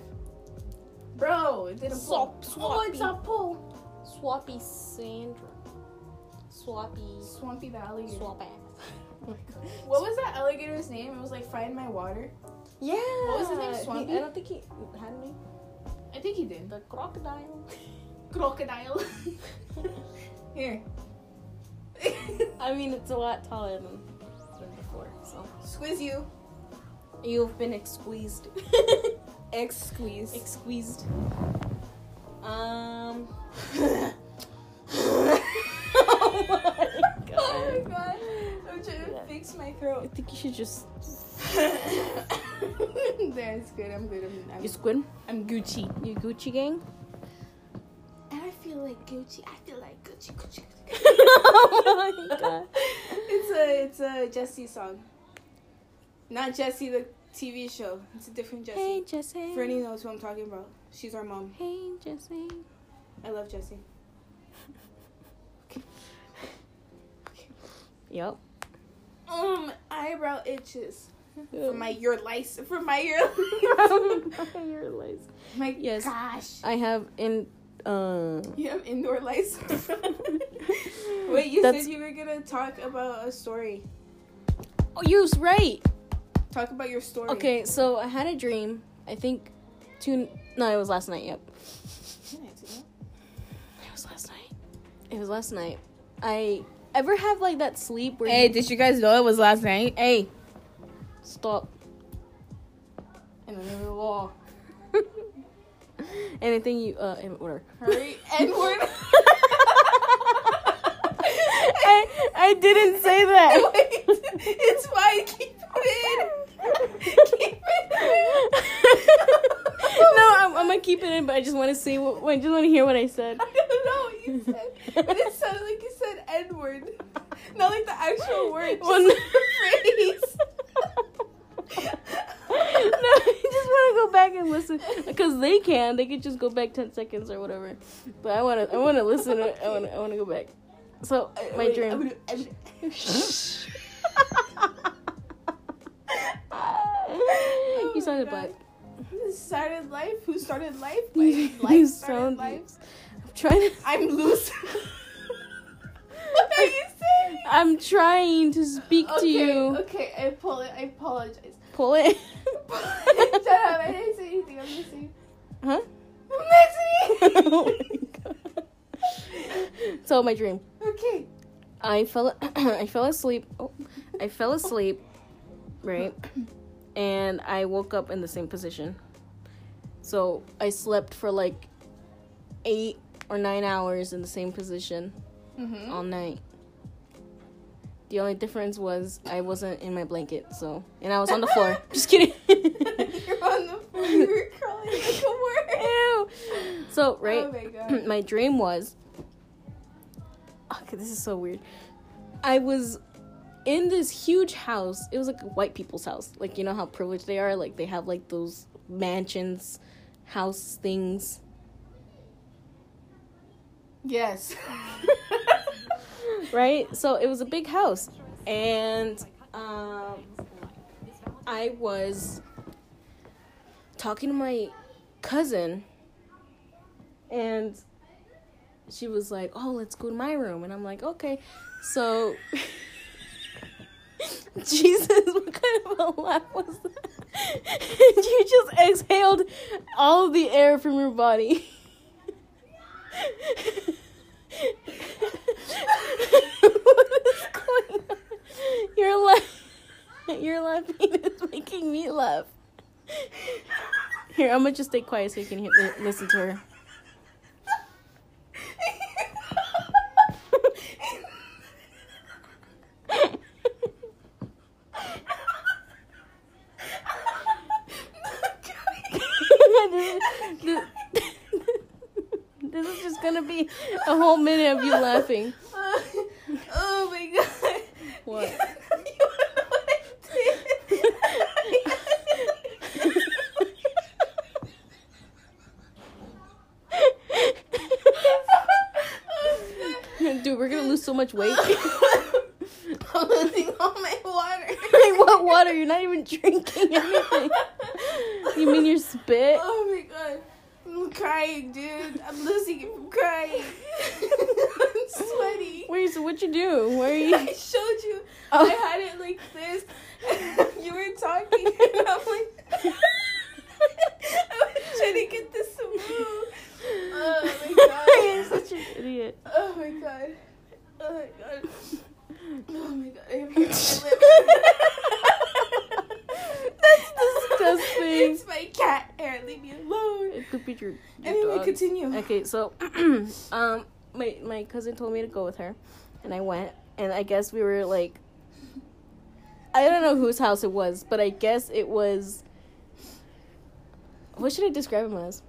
[SPEAKER 2] Bro, it didn't pull.
[SPEAKER 1] Swap,
[SPEAKER 2] Oh, it's a
[SPEAKER 1] swappy.
[SPEAKER 2] pull.
[SPEAKER 1] Swappy Sandra. Swappy. Oh
[SPEAKER 2] Swampy the alligator.
[SPEAKER 1] Swap
[SPEAKER 2] What was that alligator's name? It was like fry in my water.
[SPEAKER 1] Yeah. What
[SPEAKER 2] was his name, Swampy?
[SPEAKER 1] I don't think he had me.
[SPEAKER 2] I think he did.
[SPEAKER 1] The crocodile.
[SPEAKER 2] Crocodile. Here.
[SPEAKER 1] I mean, it's a lot taller than, than before. So
[SPEAKER 2] Squeeze you.
[SPEAKER 1] you've been squeezed.
[SPEAKER 2] X squeeze.
[SPEAKER 1] squeezed. Um.
[SPEAKER 2] oh
[SPEAKER 1] my God.
[SPEAKER 2] Oh my god. I'm trying to fix my
[SPEAKER 1] I
[SPEAKER 2] throat.
[SPEAKER 1] think you should just.
[SPEAKER 2] there. It's good. I'm good. I'm, I'm,
[SPEAKER 1] You squid?
[SPEAKER 2] I'm Gucci.
[SPEAKER 1] You Gucci gang?
[SPEAKER 2] And I feel like Gucci. I feel like Gucci, Gucci.
[SPEAKER 1] Oh my God.
[SPEAKER 2] It's a it's a Jesse song. Not Jesse the TV show. It's a different Jesse.
[SPEAKER 1] Hey, Jesse.
[SPEAKER 2] Freddie knows who I'm talking about. She's our mom.
[SPEAKER 1] Hey, Jesse.
[SPEAKER 2] I love Jesse.
[SPEAKER 1] Yep.
[SPEAKER 2] Um, eyebrow itches from my your lice from my your
[SPEAKER 1] Your lies.
[SPEAKER 2] my
[SPEAKER 1] Yes.
[SPEAKER 2] gosh.
[SPEAKER 1] I have in. Uh,
[SPEAKER 2] You have indoor lice. Wait, you
[SPEAKER 1] That's-
[SPEAKER 2] said you were gonna talk about a story.
[SPEAKER 1] oh, you was right.
[SPEAKER 2] Talk about your story.
[SPEAKER 1] Okay, so I had a dream. I think two. No, it was last night. Yep. It was last night. It was last night. I ever have like that sleep where you
[SPEAKER 2] did you guys know it was last night? Hey.
[SPEAKER 1] stop
[SPEAKER 2] And then there was a wall.
[SPEAKER 1] anything you uh and whatever.
[SPEAKER 2] Hurry, Edward.
[SPEAKER 1] I, I didn't say that.
[SPEAKER 2] Wait, it's fine. Keep it in. Keep it in.
[SPEAKER 1] no, I'm, I'm gonna keep it in, but I just want to see. What, I just want to hear what I said.
[SPEAKER 2] I don't know what you said. But it sounded like you said Edward. Not like the actual word. Just
[SPEAKER 1] Well,
[SPEAKER 2] like the phrase.
[SPEAKER 1] no, I just want to go back and listen because they can. They could just go back ten seconds or whatever. But I want to. I want to listen. I want. to I want to go back. So uh, my
[SPEAKER 2] uh, Wait,
[SPEAKER 1] dream.
[SPEAKER 2] I'm gonna-
[SPEAKER 1] you sounded
[SPEAKER 2] Oh God.
[SPEAKER 1] black.
[SPEAKER 2] Who started life? Who started life?
[SPEAKER 1] You-
[SPEAKER 2] Life,
[SPEAKER 1] you
[SPEAKER 2] life started
[SPEAKER 1] sound-
[SPEAKER 2] life.
[SPEAKER 1] I'm trying to.
[SPEAKER 2] I'm loose. what are you saying?
[SPEAKER 1] I'm trying to speak to
[SPEAKER 2] okay,
[SPEAKER 1] you.
[SPEAKER 2] Okay, I pull it. I apologize.
[SPEAKER 1] Pull it.
[SPEAKER 2] Shut up! I didn't say anything. I'm missing.
[SPEAKER 1] Huh?
[SPEAKER 2] I'm missing.
[SPEAKER 1] oh my god. So my dream.
[SPEAKER 2] okay.
[SPEAKER 1] I fell I fell asleep. Oh, I fell asleep, right? And I woke up in the same position. So I slept for like eight or nine hours in the same position
[SPEAKER 2] Mm-hmm.
[SPEAKER 1] all night. The only difference was I wasn't in my blanket, so and I was on the floor. Just kidding.
[SPEAKER 2] You're on the floor. You were crawling like a worm.
[SPEAKER 1] Ew. So right,
[SPEAKER 2] Oh my god.
[SPEAKER 1] my dream was okay this is so weird i was in this huge house it was like white people's house like you know how privileged they are like they have like those mansions house things
[SPEAKER 2] Yes.
[SPEAKER 1] right so it was a big house and um i was talking to my cousin and she was like, "Oh, let's go to my room," and I'm like, "Okay." So, Jesus, what kind of a laugh was that? you just exhaled all the air from your body. what is going on? Your laugh, your laughing is making me laugh. Here, I'm gonna just stay quiet so you can hear, li- listen to her. this, this is just gonna be a whole minute of you laughing.
[SPEAKER 2] oh my god.
[SPEAKER 1] What?
[SPEAKER 2] you don't know what I did.
[SPEAKER 1] Dude, we're gonna lose so much weight.
[SPEAKER 2] I'm losing all my water.
[SPEAKER 1] like, what water? You're not even drinking anything. You mean your spit?
[SPEAKER 2] Oh my god. I'm crying, dude. I'm losing it from crying. I'm sweaty.
[SPEAKER 1] Wait, so what you do? Where are you?
[SPEAKER 2] I showed you.
[SPEAKER 1] Oh.
[SPEAKER 2] I had it like this. you were talking, and I'm like, I was trying to get this to move. Oh my god.
[SPEAKER 1] You're such an idiot.
[SPEAKER 2] Oh my god. Oh my god. Oh my god. I have hair on my lip.
[SPEAKER 1] That's disgusting.
[SPEAKER 2] It's my cat hair. Leave me alone.
[SPEAKER 1] It could be your, your
[SPEAKER 2] Anyway,
[SPEAKER 1] dog.
[SPEAKER 2] continue.
[SPEAKER 1] Okay, so um my my cousin told me to go with her and I went and I guess we were like I don't know whose house it was, but I guess it was What should I describe him as?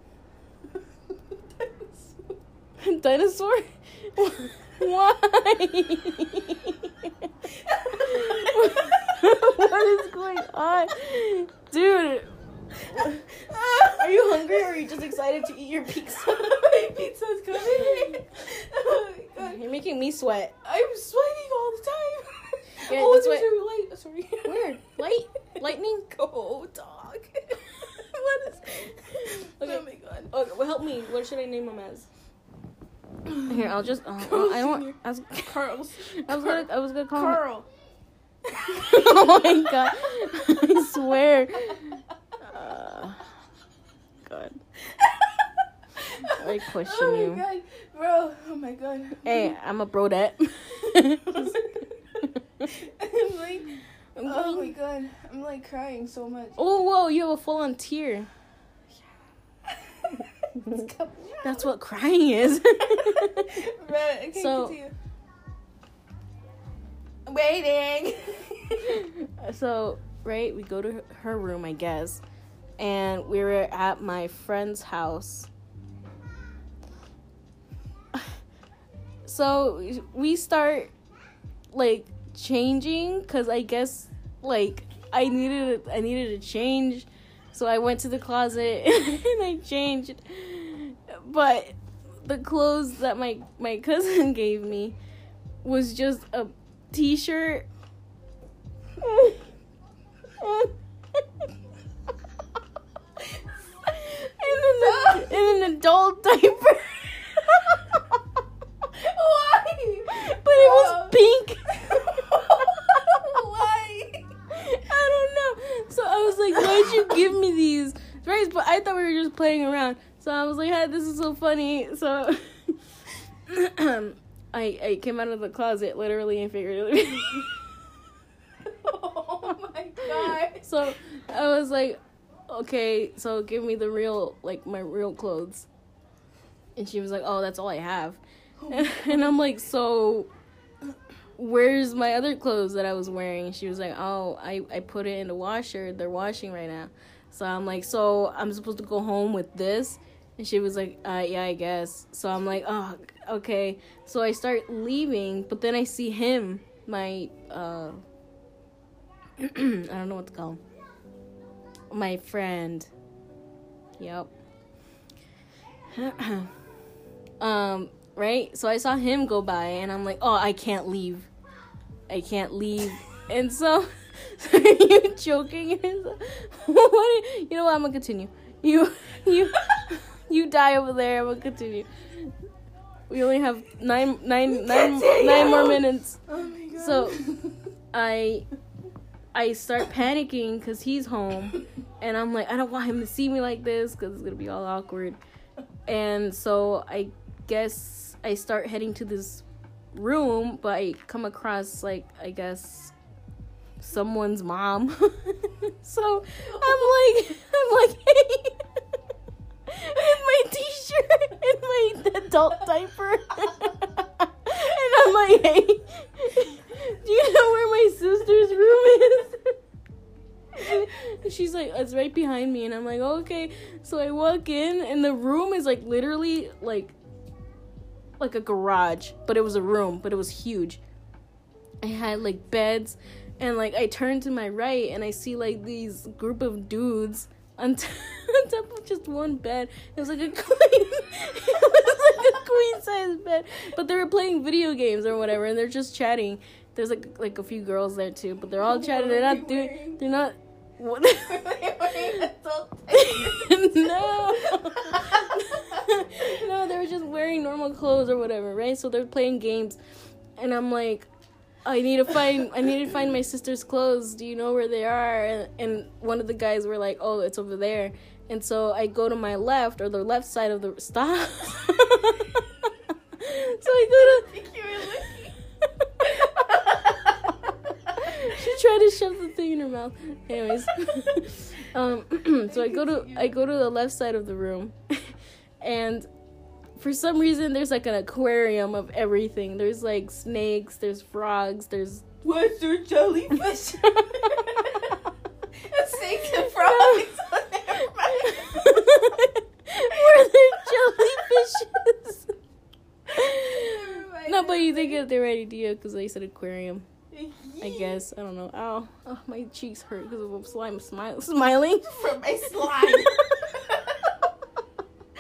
[SPEAKER 1] Dinosaur? Why? what is going on? Dude, are you hungry or are you just excited to eat your pizza?
[SPEAKER 2] My pizza's coming. oh my god.
[SPEAKER 1] You're making me sweat.
[SPEAKER 2] I'm sweating all the time.
[SPEAKER 1] Yeah,
[SPEAKER 2] oh,
[SPEAKER 1] that's
[SPEAKER 2] there's
[SPEAKER 1] what-
[SPEAKER 2] a light. Sorry.
[SPEAKER 1] Where? Light? Lightning?
[SPEAKER 2] Go, dog. what is?
[SPEAKER 1] Okay.
[SPEAKER 2] Oh my god.
[SPEAKER 1] Okay, well, help me. What should I name him as? Here, I'll just. Uh, I don't. Want, I was,
[SPEAKER 2] Carl's.
[SPEAKER 1] I was gonna. I was gonna call him.
[SPEAKER 2] Carl.
[SPEAKER 1] oh my god! I swear. Uh, god. I question
[SPEAKER 2] oh my
[SPEAKER 1] you.
[SPEAKER 2] god, bro. Oh my god.
[SPEAKER 1] Hey, I'm a brodette.
[SPEAKER 2] I'm like, oh my god. I'm like crying so much.
[SPEAKER 1] Oh whoa! You have a full-on tear.
[SPEAKER 2] It's coming out.
[SPEAKER 1] That's what crying is.
[SPEAKER 2] Right, okay,
[SPEAKER 1] So-
[SPEAKER 2] continue. Waiting.
[SPEAKER 1] so right, we go to her- her room, I guess, and we were at my friend's house. So we start like changing because I guess like I needed I needed to change, so I went to the closet and I changed, but the clothes that my my cousin gave me was just a t-shirt and an, and an adult diaper. Why? But it was
[SPEAKER 2] Bro.
[SPEAKER 1] pink.
[SPEAKER 2] Why?
[SPEAKER 1] I don't know. So I was like, why'd you give me these? Right, but I thought we were just playing around. So I was like, hey, this is so funny. So I I came out of the closet literally and figuratively.
[SPEAKER 2] Oh my god.
[SPEAKER 1] So I was like, okay, so give me the real, like my real clothes. And she was like, oh, that's all I have. And I'm like, so where's my other clothes that I was wearing? She was like, oh, I, I put it in the washer. They're washing right now. So I'm like, so I'm supposed to go home with this? And she was like, uh, yeah, I guess. So I'm like, oh, okay. So I start leaving, but then I see him, my, uh, I don't know what to call him. My friend. Yep. um, right? So I saw him go by and I'm like, oh, I can't leave. I can't leave. and so, are you joking? what are- you know what? I'm gonna continue. You, you, you die over there. I'm gonna continue. We only have nine, nine, nine, nine more minutes.
[SPEAKER 2] Oh my god.
[SPEAKER 1] So I I start panicking because he's home, and I'm like, I don't want him to see me like this because it's gonna be all awkward. And so I guess I start heading to this room, but I come across like I guess someone's mom. so I'm like, I'm like, hey. In my t-shirt and my adult diaper, and I'm like, hey, do you know where my sister's room is? And She's like, it's right behind me, and I'm like, okay. So I walk in, and the room is like literally like like a garage, but it was a room, but it was huge. I had like beds, and like I turn to my right, and I see like these group of dudes on, t- on top of just one bed. It was like a queen, it was like a queen size bed, but they were playing video games or whatever, and they're just chatting. There's like like a few girls there too, but they're all
[SPEAKER 2] What
[SPEAKER 1] chatting.
[SPEAKER 2] are
[SPEAKER 1] They're not
[SPEAKER 2] they
[SPEAKER 1] doing.
[SPEAKER 2] wearing?
[SPEAKER 1] They're not. What? no.
[SPEAKER 2] no.
[SPEAKER 1] no, they were just wearing normal clothes or whatever, right? So they're playing games, and I'm like, I need to find, I need to find my sister's clothes. Do you know where they are? And, and one of the guys were like, Oh, it's over there. And so I go to my left or the left side of the stop. so I go to.
[SPEAKER 2] Think you were looking.
[SPEAKER 1] she tried to shove the thing in her mouth. Anyways, um, so I go to I go to the left side of the room, and for some reason there's like an aquarium of everything. There's like snakes, there's frogs, there's
[SPEAKER 2] What's your jellyfish?
[SPEAKER 1] a
[SPEAKER 2] Sink the frogs. Never mind.
[SPEAKER 1] up their idea because they said aquarium. I guess I don't know. Ow, oh, my cheeks hurt because of slime smile smiling.
[SPEAKER 2] From my slime.
[SPEAKER 1] because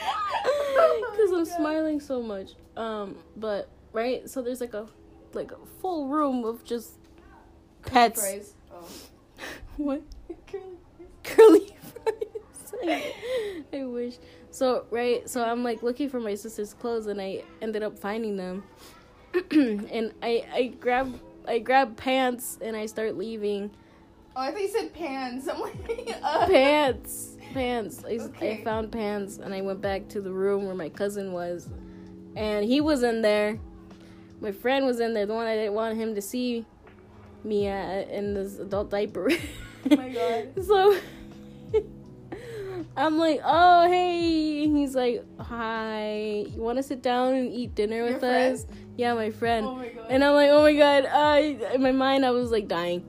[SPEAKER 2] Oh my
[SPEAKER 1] I'm
[SPEAKER 2] God.
[SPEAKER 1] smiling so much. Um, but right, so there's like a like a full room of just pets.
[SPEAKER 2] Fries. Oh.
[SPEAKER 1] what
[SPEAKER 2] Curly
[SPEAKER 1] curly fries? I, I wish. So right, so I'm like looking for my sister's clothes, and I ended up finding them. and I I grab I grab pants and I start leaving
[SPEAKER 2] Oh, I thought you said pans. I'm like, uh,
[SPEAKER 1] pants pants I,
[SPEAKER 2] Okay.
[SPEAKER 1] I found pants and i went back to the room where my cousin was and he was in there my friend was in there the one i didn't want him to see me at in this adult diaper oh
[SPEAKER 2] my God.
[SPEAKER 1] so i'm like oh hey and he's like hi you want to sit down and eat dinner
[SPEAKER 2] Your
[SPEAKER 1] with
[SPEAKER 2] friend?
[SPEAKER 1] us yeah my friend
[SPEAKER 2] Oh my God.
[SPEAKER 1] and i'm like oh my god uh, in my mind i was like dying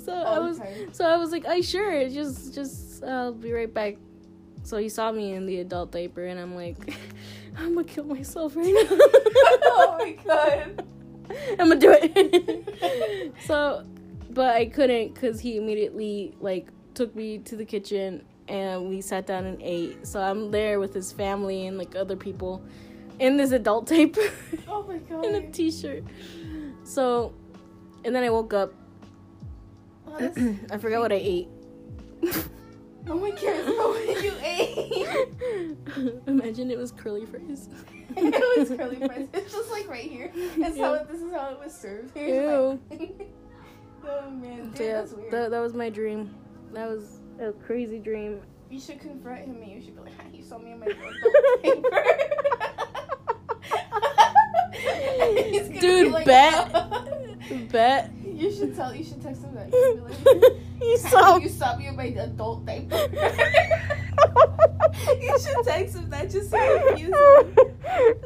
[SPEAKER 1] so i
[SPEAKER 2] All the
[SPEAKER 1] was
[SPEAKER 2] time.
[SPEAKER 1] so I was like, I sure, just just I'll be right back. So he saw me in the adult diaper, and I'm like, I'm gonna kill myself right now.
[SPEAKER 2] Oh my God.
[SPEAKER 1] I'm gonna do it. so, but I couldn't because he immediately like took me to the kitchen and we sat down and ate. So I'm there with his family and like other people in this adult diaper
[SPEAKER 2] Oh my God.
[SPEAKER 1] in a t-shirt. So, and then I woke up.
[SPEAKER 2] Oh, that's-
[SPEAKER 1] I forgot what I ate.
[SPEAKER 2] no one cares about Oh, what you ate.
[SPEAKER 1] Imagine it was curly fries.
[SPEAKER 2] it was curly fries. It's just like right here. That's how it, this is how it was served. Here's my- oh man, dude,
[SPEAKER 1] So yeah,
[SPEAKER 2] that's weird.
[SPEAKER 1] that, that was my dream. That was a crazy dream.
[SPEAKER 2] you should confront him and you should be like, "Hi, you saw me in my adult paper." He's gonna
[SPEAKER 1] Dude,
[SPEAKER 2] be like,
[SPEAKER 1] bet.
[SPEAKER 2] "Oh."
[SPEAKER 1] Bet.
[SPEAKER 2] You should tell. You should text him that. You should be like,
[SPEAKER 1] you saw.
[SPEAKER 2] You saw me in my adult diaper.
[SPEAKER 1] you
[SPEAKER 2] you should text him that just so you confuse him.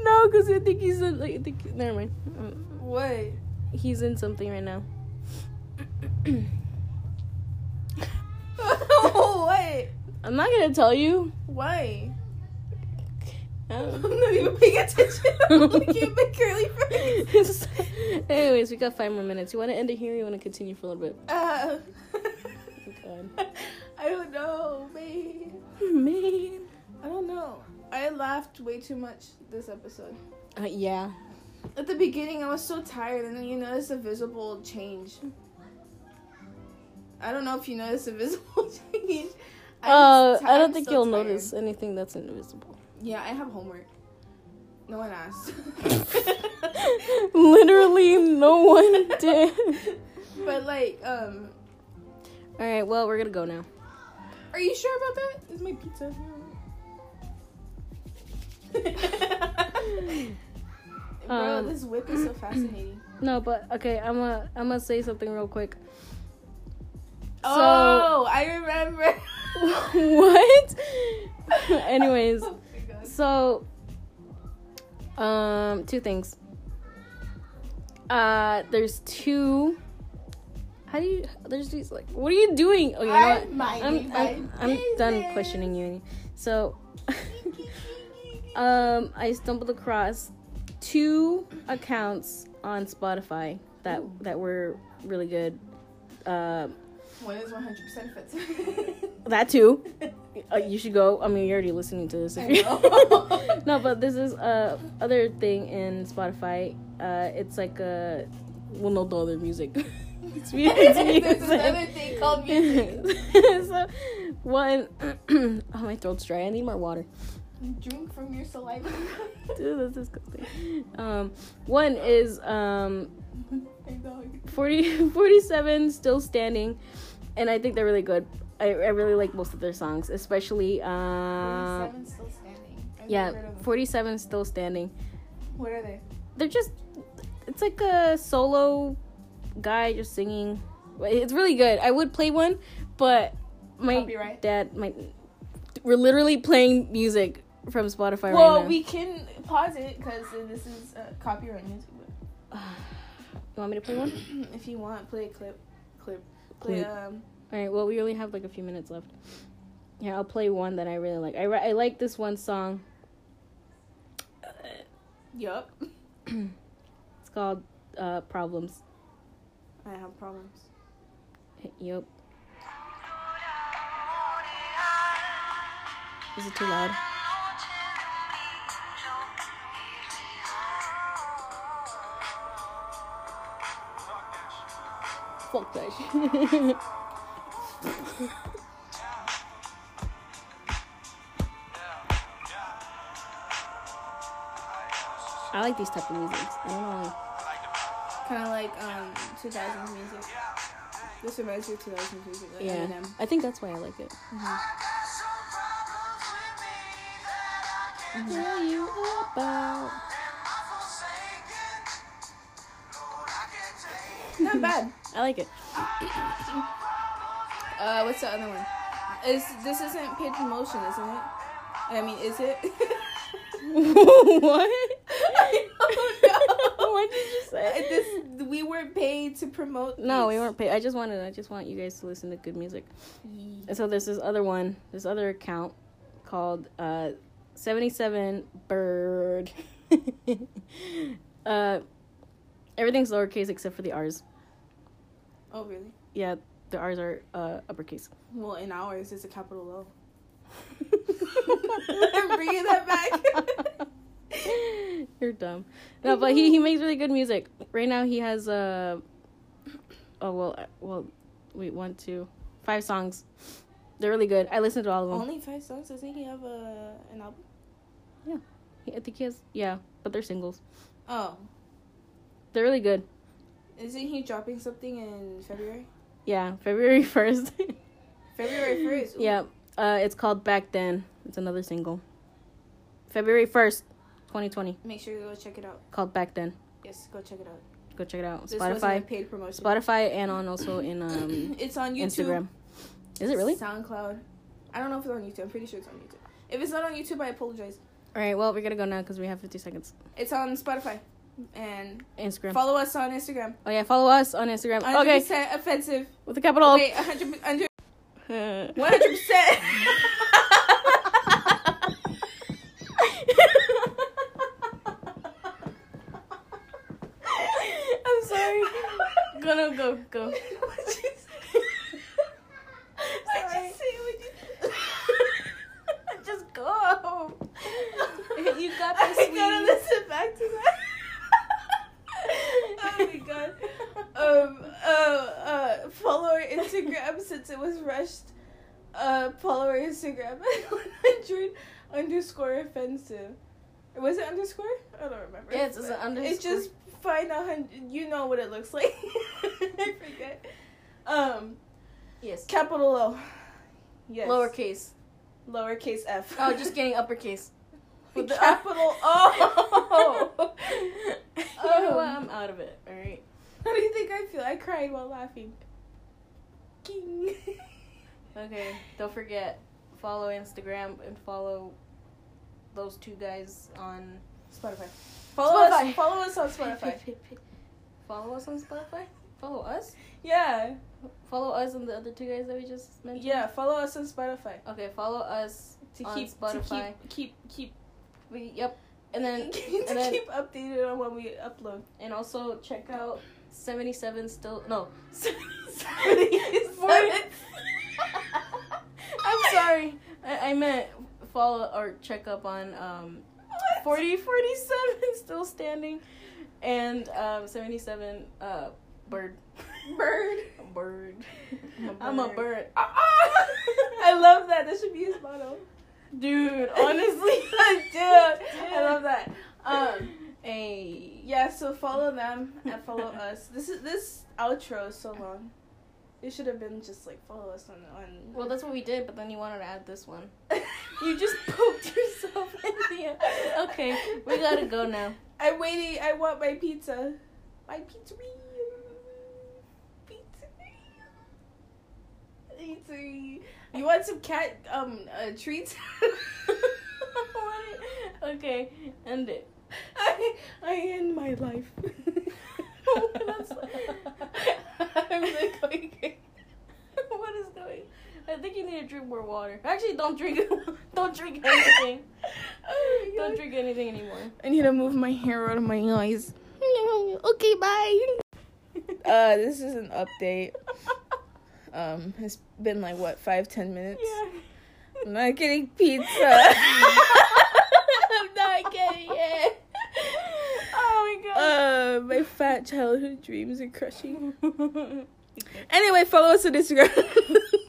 [SPEAKER 1] no, because I think he's in, like, I think, never mind. Mm,
[SPEAKER 2] What?
[SPEAKER 1] He's in something right now.
[SPEAKER 2] what?
[SPEAKER 1] I'm not gonna tell you.
[SPEAKER 2] Why?
[SPEAKER 1] I
[SPEAKER 2] I'm
[SPEAKER 1] don't know.
[SPEAKER 2] not even paying attention. I'm looking at my curly fries.
[SPEAKER 1] Anyways, we got five more minutes. You want to end it here? Or you want to continue for a little bit?
[SPEAKER 2] Uh, Oh,
[SPEAKER 1] God.
[SPEAKER 2] I don't know, babe.
[SPEAKER 1] Man.
[SPEAKER 2] I don't know. I laughed way too much this episode.
[SPEAKER 1] Uh, yeah.
[SPEAKER 2] At the beginning, I was so tired, and then you notice a visible change. I don't know if you notice a visible change. I'm
[SPEAKER 1] Uh,
[SPEAKER 2] ti-
[SPEAKER 1] I
[SPEAKER 2] I'm
[SPEAKER 1] don't think
[SPEAKER 2] so
[SPEAKER 1] you'll
[SPEAKER 2] tired.
[SPEAKER 1] notice anything that's invisible.
[SPEAKER 2] Yeah, I have homework. No one asked.
[SPEAKER 1] Literally, no one did.
[SPEAKER 2] But like, um,
[SPEAKER 1] All right, well, we're gonna go now.
[SPEAKER 2] are you sure about that? Is my pizza here? Bro,
[SPEAKER 1] Um,
[SPEAKER 2] this whip is so fascinating.
[SPEAKER 1] No, but okay, I'm gonna I'm gonna say something real quick.
[SPEAKER 2] oh, I remember.
[SPEAKER 1] what? Anyways,
[SPEAKER 2] Oh my God.
[SPEAKER 1] so um, two things. Uh, there's two. How do you? There's these like. What are you doing? Oh, you know what?
[SPEAKER 2] I'm minding
[SPEAKER 1] I'm
[SPEAKER 2] my
[SPEAKER 1] I'm, I'm done
[SPEAKER 2] business.
[SPEAKER 1] questioning you. So. um, I stumbled across two accounts on Spotify that
[SPEAKER 2] Ooh.
[SPEAKER 1] that were really good. Um,
[SPEAKER 2] One is 100% fits.
[SPEAKER 1] that too. Uh, you should go. I mean, you're already listening to this.
[SPEAKER 2] I
[SPEAKER 1] If you
[SPEAKER 2] know.
[SPEAKER 1] no, but this is uh other thing in Spotify. Uh, it's like a well, no, the other music. it's mu- it's music.
[SPEAKER 2] There's another thing called music.
[SPEAKER 1] so, one. oh, my throat's dry. I need more water.
[SPEAKER 2] Drink from your saliva.
[SPEAKER 1] Dude, that's disgusting. Um, one is um
[SPEAKER 2] I know.
[SPEAKER 1] 40, 47 still standing, and I think they're really good. I, I really like most of their songs, especially um
[SPEAKER 2] 47 still standing. I've
[SPEAKER 1] yeah,
[SPEAKER 2] never heard of them.
[SPEAKER 1] forty seven still standing.
[SPEAKER 2] What are they?
[SPEAKER 1] They're just it's like a solo guy just singing. It's really good. I would play one, but my
[SPEAKER 2] Copyright.
[SPEAKER 1] dad my we're literally playing music from Spotify
[SPEAKER 2] Well,
[SPEAKER 1] right now.
[SPEAKER 2] we can pause it because this is uh, copyright music. but
[SPEAKER 1] you want me to play one?
[SPEAKER 2] if you want, play a clip. Clip. Play,
[SPEAKER 1] Clip.
[SPEAKER 2] um,
[SPEAKER 1] All right. Well, we only have like a few minutes left. Yeah, I'll play one that I really like. I ri- I like this one song.
[SPEAKER 2] yup.
[SPEAKER 1] It's called uh, problems.
[SPEAKER 2] I have problems.
[SPEAKER 1] Yep. Is it too loud? Fuck that shit. I like these type of music. I don't know. why.
[SPEAKER 2] Kind of like um 2000s music. This reminds me of 2000s music. Like
[SPEAKER 1] Yeah,
[SPEAKER 2] Eminem.
[SPEAKER 1] I think that's why I like it. Tell you about.
[SPEAKER 2] Not bad.
[SPEAKER 1] I like it.
[SPEAKER 2] Uh, what's the other one? Is this isn't paid promotion, isn't it? I mean, is it?
[SPEAKER 1] what?
[SPEAKER 2] I don't know. Uh,
[SPEAKER 1] what did you say?
[SPEAKER 2] this we weren't paid to promote.
[SPEAKER 1] No, we
[SPEAKER 2] these.
[SPEAKER 1] weren't paid. I just wanted. I just want you guys to listen to good music. And so there's this other one, this other account called uh, 77 Bird. uh, everything's lowercase except for the R's.
[SPEAKER 2] Oh really?
[SPEAKER 1] Yeah, the R's are uh, uppercase.
[SPEAKER 2] Well, in ours, it's a capital O.
[SPEAKER 1] Bringing
[SPEAKER 2] Bringing that back.
[SPEAKER 1] You're dumb. No, but he, he makes really good music. Right now he has uh oh well uh, well wait one two five songs. They're really good. I listened to all of them.
[SPEAKER 2] Only five songs. Doesn't he have a an album?
[SPEAKER 1] He- I think he has yeah, but they're singles.
[SPEAKER 2] Oh,
[SPEAKER 1] They're really good.
[SPEAKER 2] isn't he dropping something in February?
[SPEAKER 1] Yeah, February first.
[SPEAKER 2] February first.
[SPEAKER 1] yeah, uh, it's called Back Then. It's another single. February first, 2020,
[SPEAKER 2] Make sure you go check it out.
[SPEAKER 1] called Back Then.
[SPEAKER 2] Yes, go check it out.
[SPEAKER 1] Go check it out.
[SPEAKER 2] This wasn't a
[SPEAKER 1] Spotify,
[SPEAKER 2] paid promotion.
[SPEAKER 1] Spotify, and on also in um,
[SPEAKER 2] It's on YouTube.
[SPEAKER 1] Instagram. Is it really?
[SPEAKER 2] SoundCloud. I don't know if it's on YouTube. I'm pretty sure it's on YouTube. If it's not on YouTube, I apologize.
[SPEAKER 1] All right. Well, we gotta go now because we have 50 seconds.
[SPEAKER 2] It's on Spotify. And
[SPEAKER 1] Instagram.
[SPEAKER 2] follow us on Instagram.
[SPEAKER 1] oh yeah, follow us on Instagram.
[SPEAKER 2] 100%
[SPEAKER 1] Okay,
[SPEAKER 2] offensive.
[SPEAKER 1] with the capital.
[SPEAKER 2] Wait, 100, 100,
[SPEAKER 1] One
[SPEAKER 2] 100%.
[SPEAKER 1] I'm sorry. Go no go go.
[SPEAKER 2] What'd you say? What'd you
[SPEAKER 1] Sorry.
[SPEAKER 2] say? What'd you-
[SPEAKER 1] Just go. You got this.
[SPEAKER 2] I
[SPEAKER 1] sweetie.
[SPEAKER 2] gotta listen back to that. oh my god. Um, uh, uh, follow our Instagram since it was rushed. Uh, follow our Instagram at 100 underscore offensive. Or Was it underscore? I don't remember.
[SPEAKER 1] Yes, it's an
[SPEAKER 2] But
[SPEAKER 1] underscore.
[SPEAKER 2] It's just find a hundred. You know what it looks like. I forget. Um,
[SPEAKER 1] yes.
[SPEAKER 2] capital O. Yes.
[SPEAKER 1] Lowercase.
[SPEAKER 2] Lowercase f.
[SPEAKER 1] Oh, just getting uppercase.
[SPEAKER 2] With the capital O.
[SPEAKER 1] Oh. you know what? Oh, I'm out of it. All right.
[SPEAKER 2] How do you think I feel? I cried while laughing. King.
[SPEAKER 1] Okay. Don't forget follow Instagram and follow those two guys on
[SPEAKER 2] Spotify. Follow
[SPEAKER 1] Spotify.
[SPEAKER 2] us. Follow us on Spotify.
[SPEAKER 1] follow us on Spotify. Follow us.
[SPEAKER 2] yeah.
[SPEAKER 1] Follow us and the other two guys that we just mentioned.
[SPEAKER 2] Yeah. Follow us on Spotify.
[SPEAKER 1] Okay. Follow us.
[SPEAKER 2] To
[SPEAKER 1] Uh, On
[SPEAKER 2] keep
[SPEAKER 1] Spotify.
[SPEAKER 2] to keep keep
[SPEAKER 1] We, yep. And then
[SPEAKER 2] keep to
[SPEAKER 1] and then
[SPEAKER 2] keep updated on when we upload.
[SPEAKER 1] and also check out 77 still no.
[SPEAKER 2] 77.
[SPEAKER 1] I'm sorry. I, I meant follow or check up on um 40 47 still standing and um 77 uh bird
[SPEAKER 2] bird.
[SPEAKER 1] bird
[SPEAKER 2] I'm a bird.
[SPEAKER 1] Ah!
[SPEAKER 2] I love that. That should be his motto.
[SPEAKER 1] dude honestly
[SPEAKER 2] dude, I love that. Um,
[SPEAKER 1] hey
[SPEAKER 2] yeah. So follow them and follow us. This is this outro is so long. It should have been just like follow us on on.
[SPEAKER 1] well that's what we did but then you wanted to add this one you just poked yourself in the okay we gotta go now
[SPEAKER 2] I'm waiting. I want my pizza. My pizzeria. Pizzeria. Pizzeria. You want some cat um uh, treats?
[SPEAKER 1] okay end it
[SPEAKER 2] I I end my life. Oh, That's- I'm like going crazy.
[SPEAKER 1] what is going i think you need to drink more water actually don't drink don't drink anything
[SPEAKER 2] Oh my
[SPEAKER 1] don't
[SPEAKER 2] God.
[SPEAKER 1] drink anything anymore
[SPEAKER 2] I need to move my hair out of my eyes.
[SPEAKER 1] Okay, bye.
[SPEAKER 2] Uh, this is an update. Um, it's been like what five, ten minutes. I'm not getting pizza. I'm not getting it.
[SPEAKER 1] Oh my
[SPEAKER 2] Uh, my uh, fat childhood dreams are crushing. Anyway, follow us on Instagram.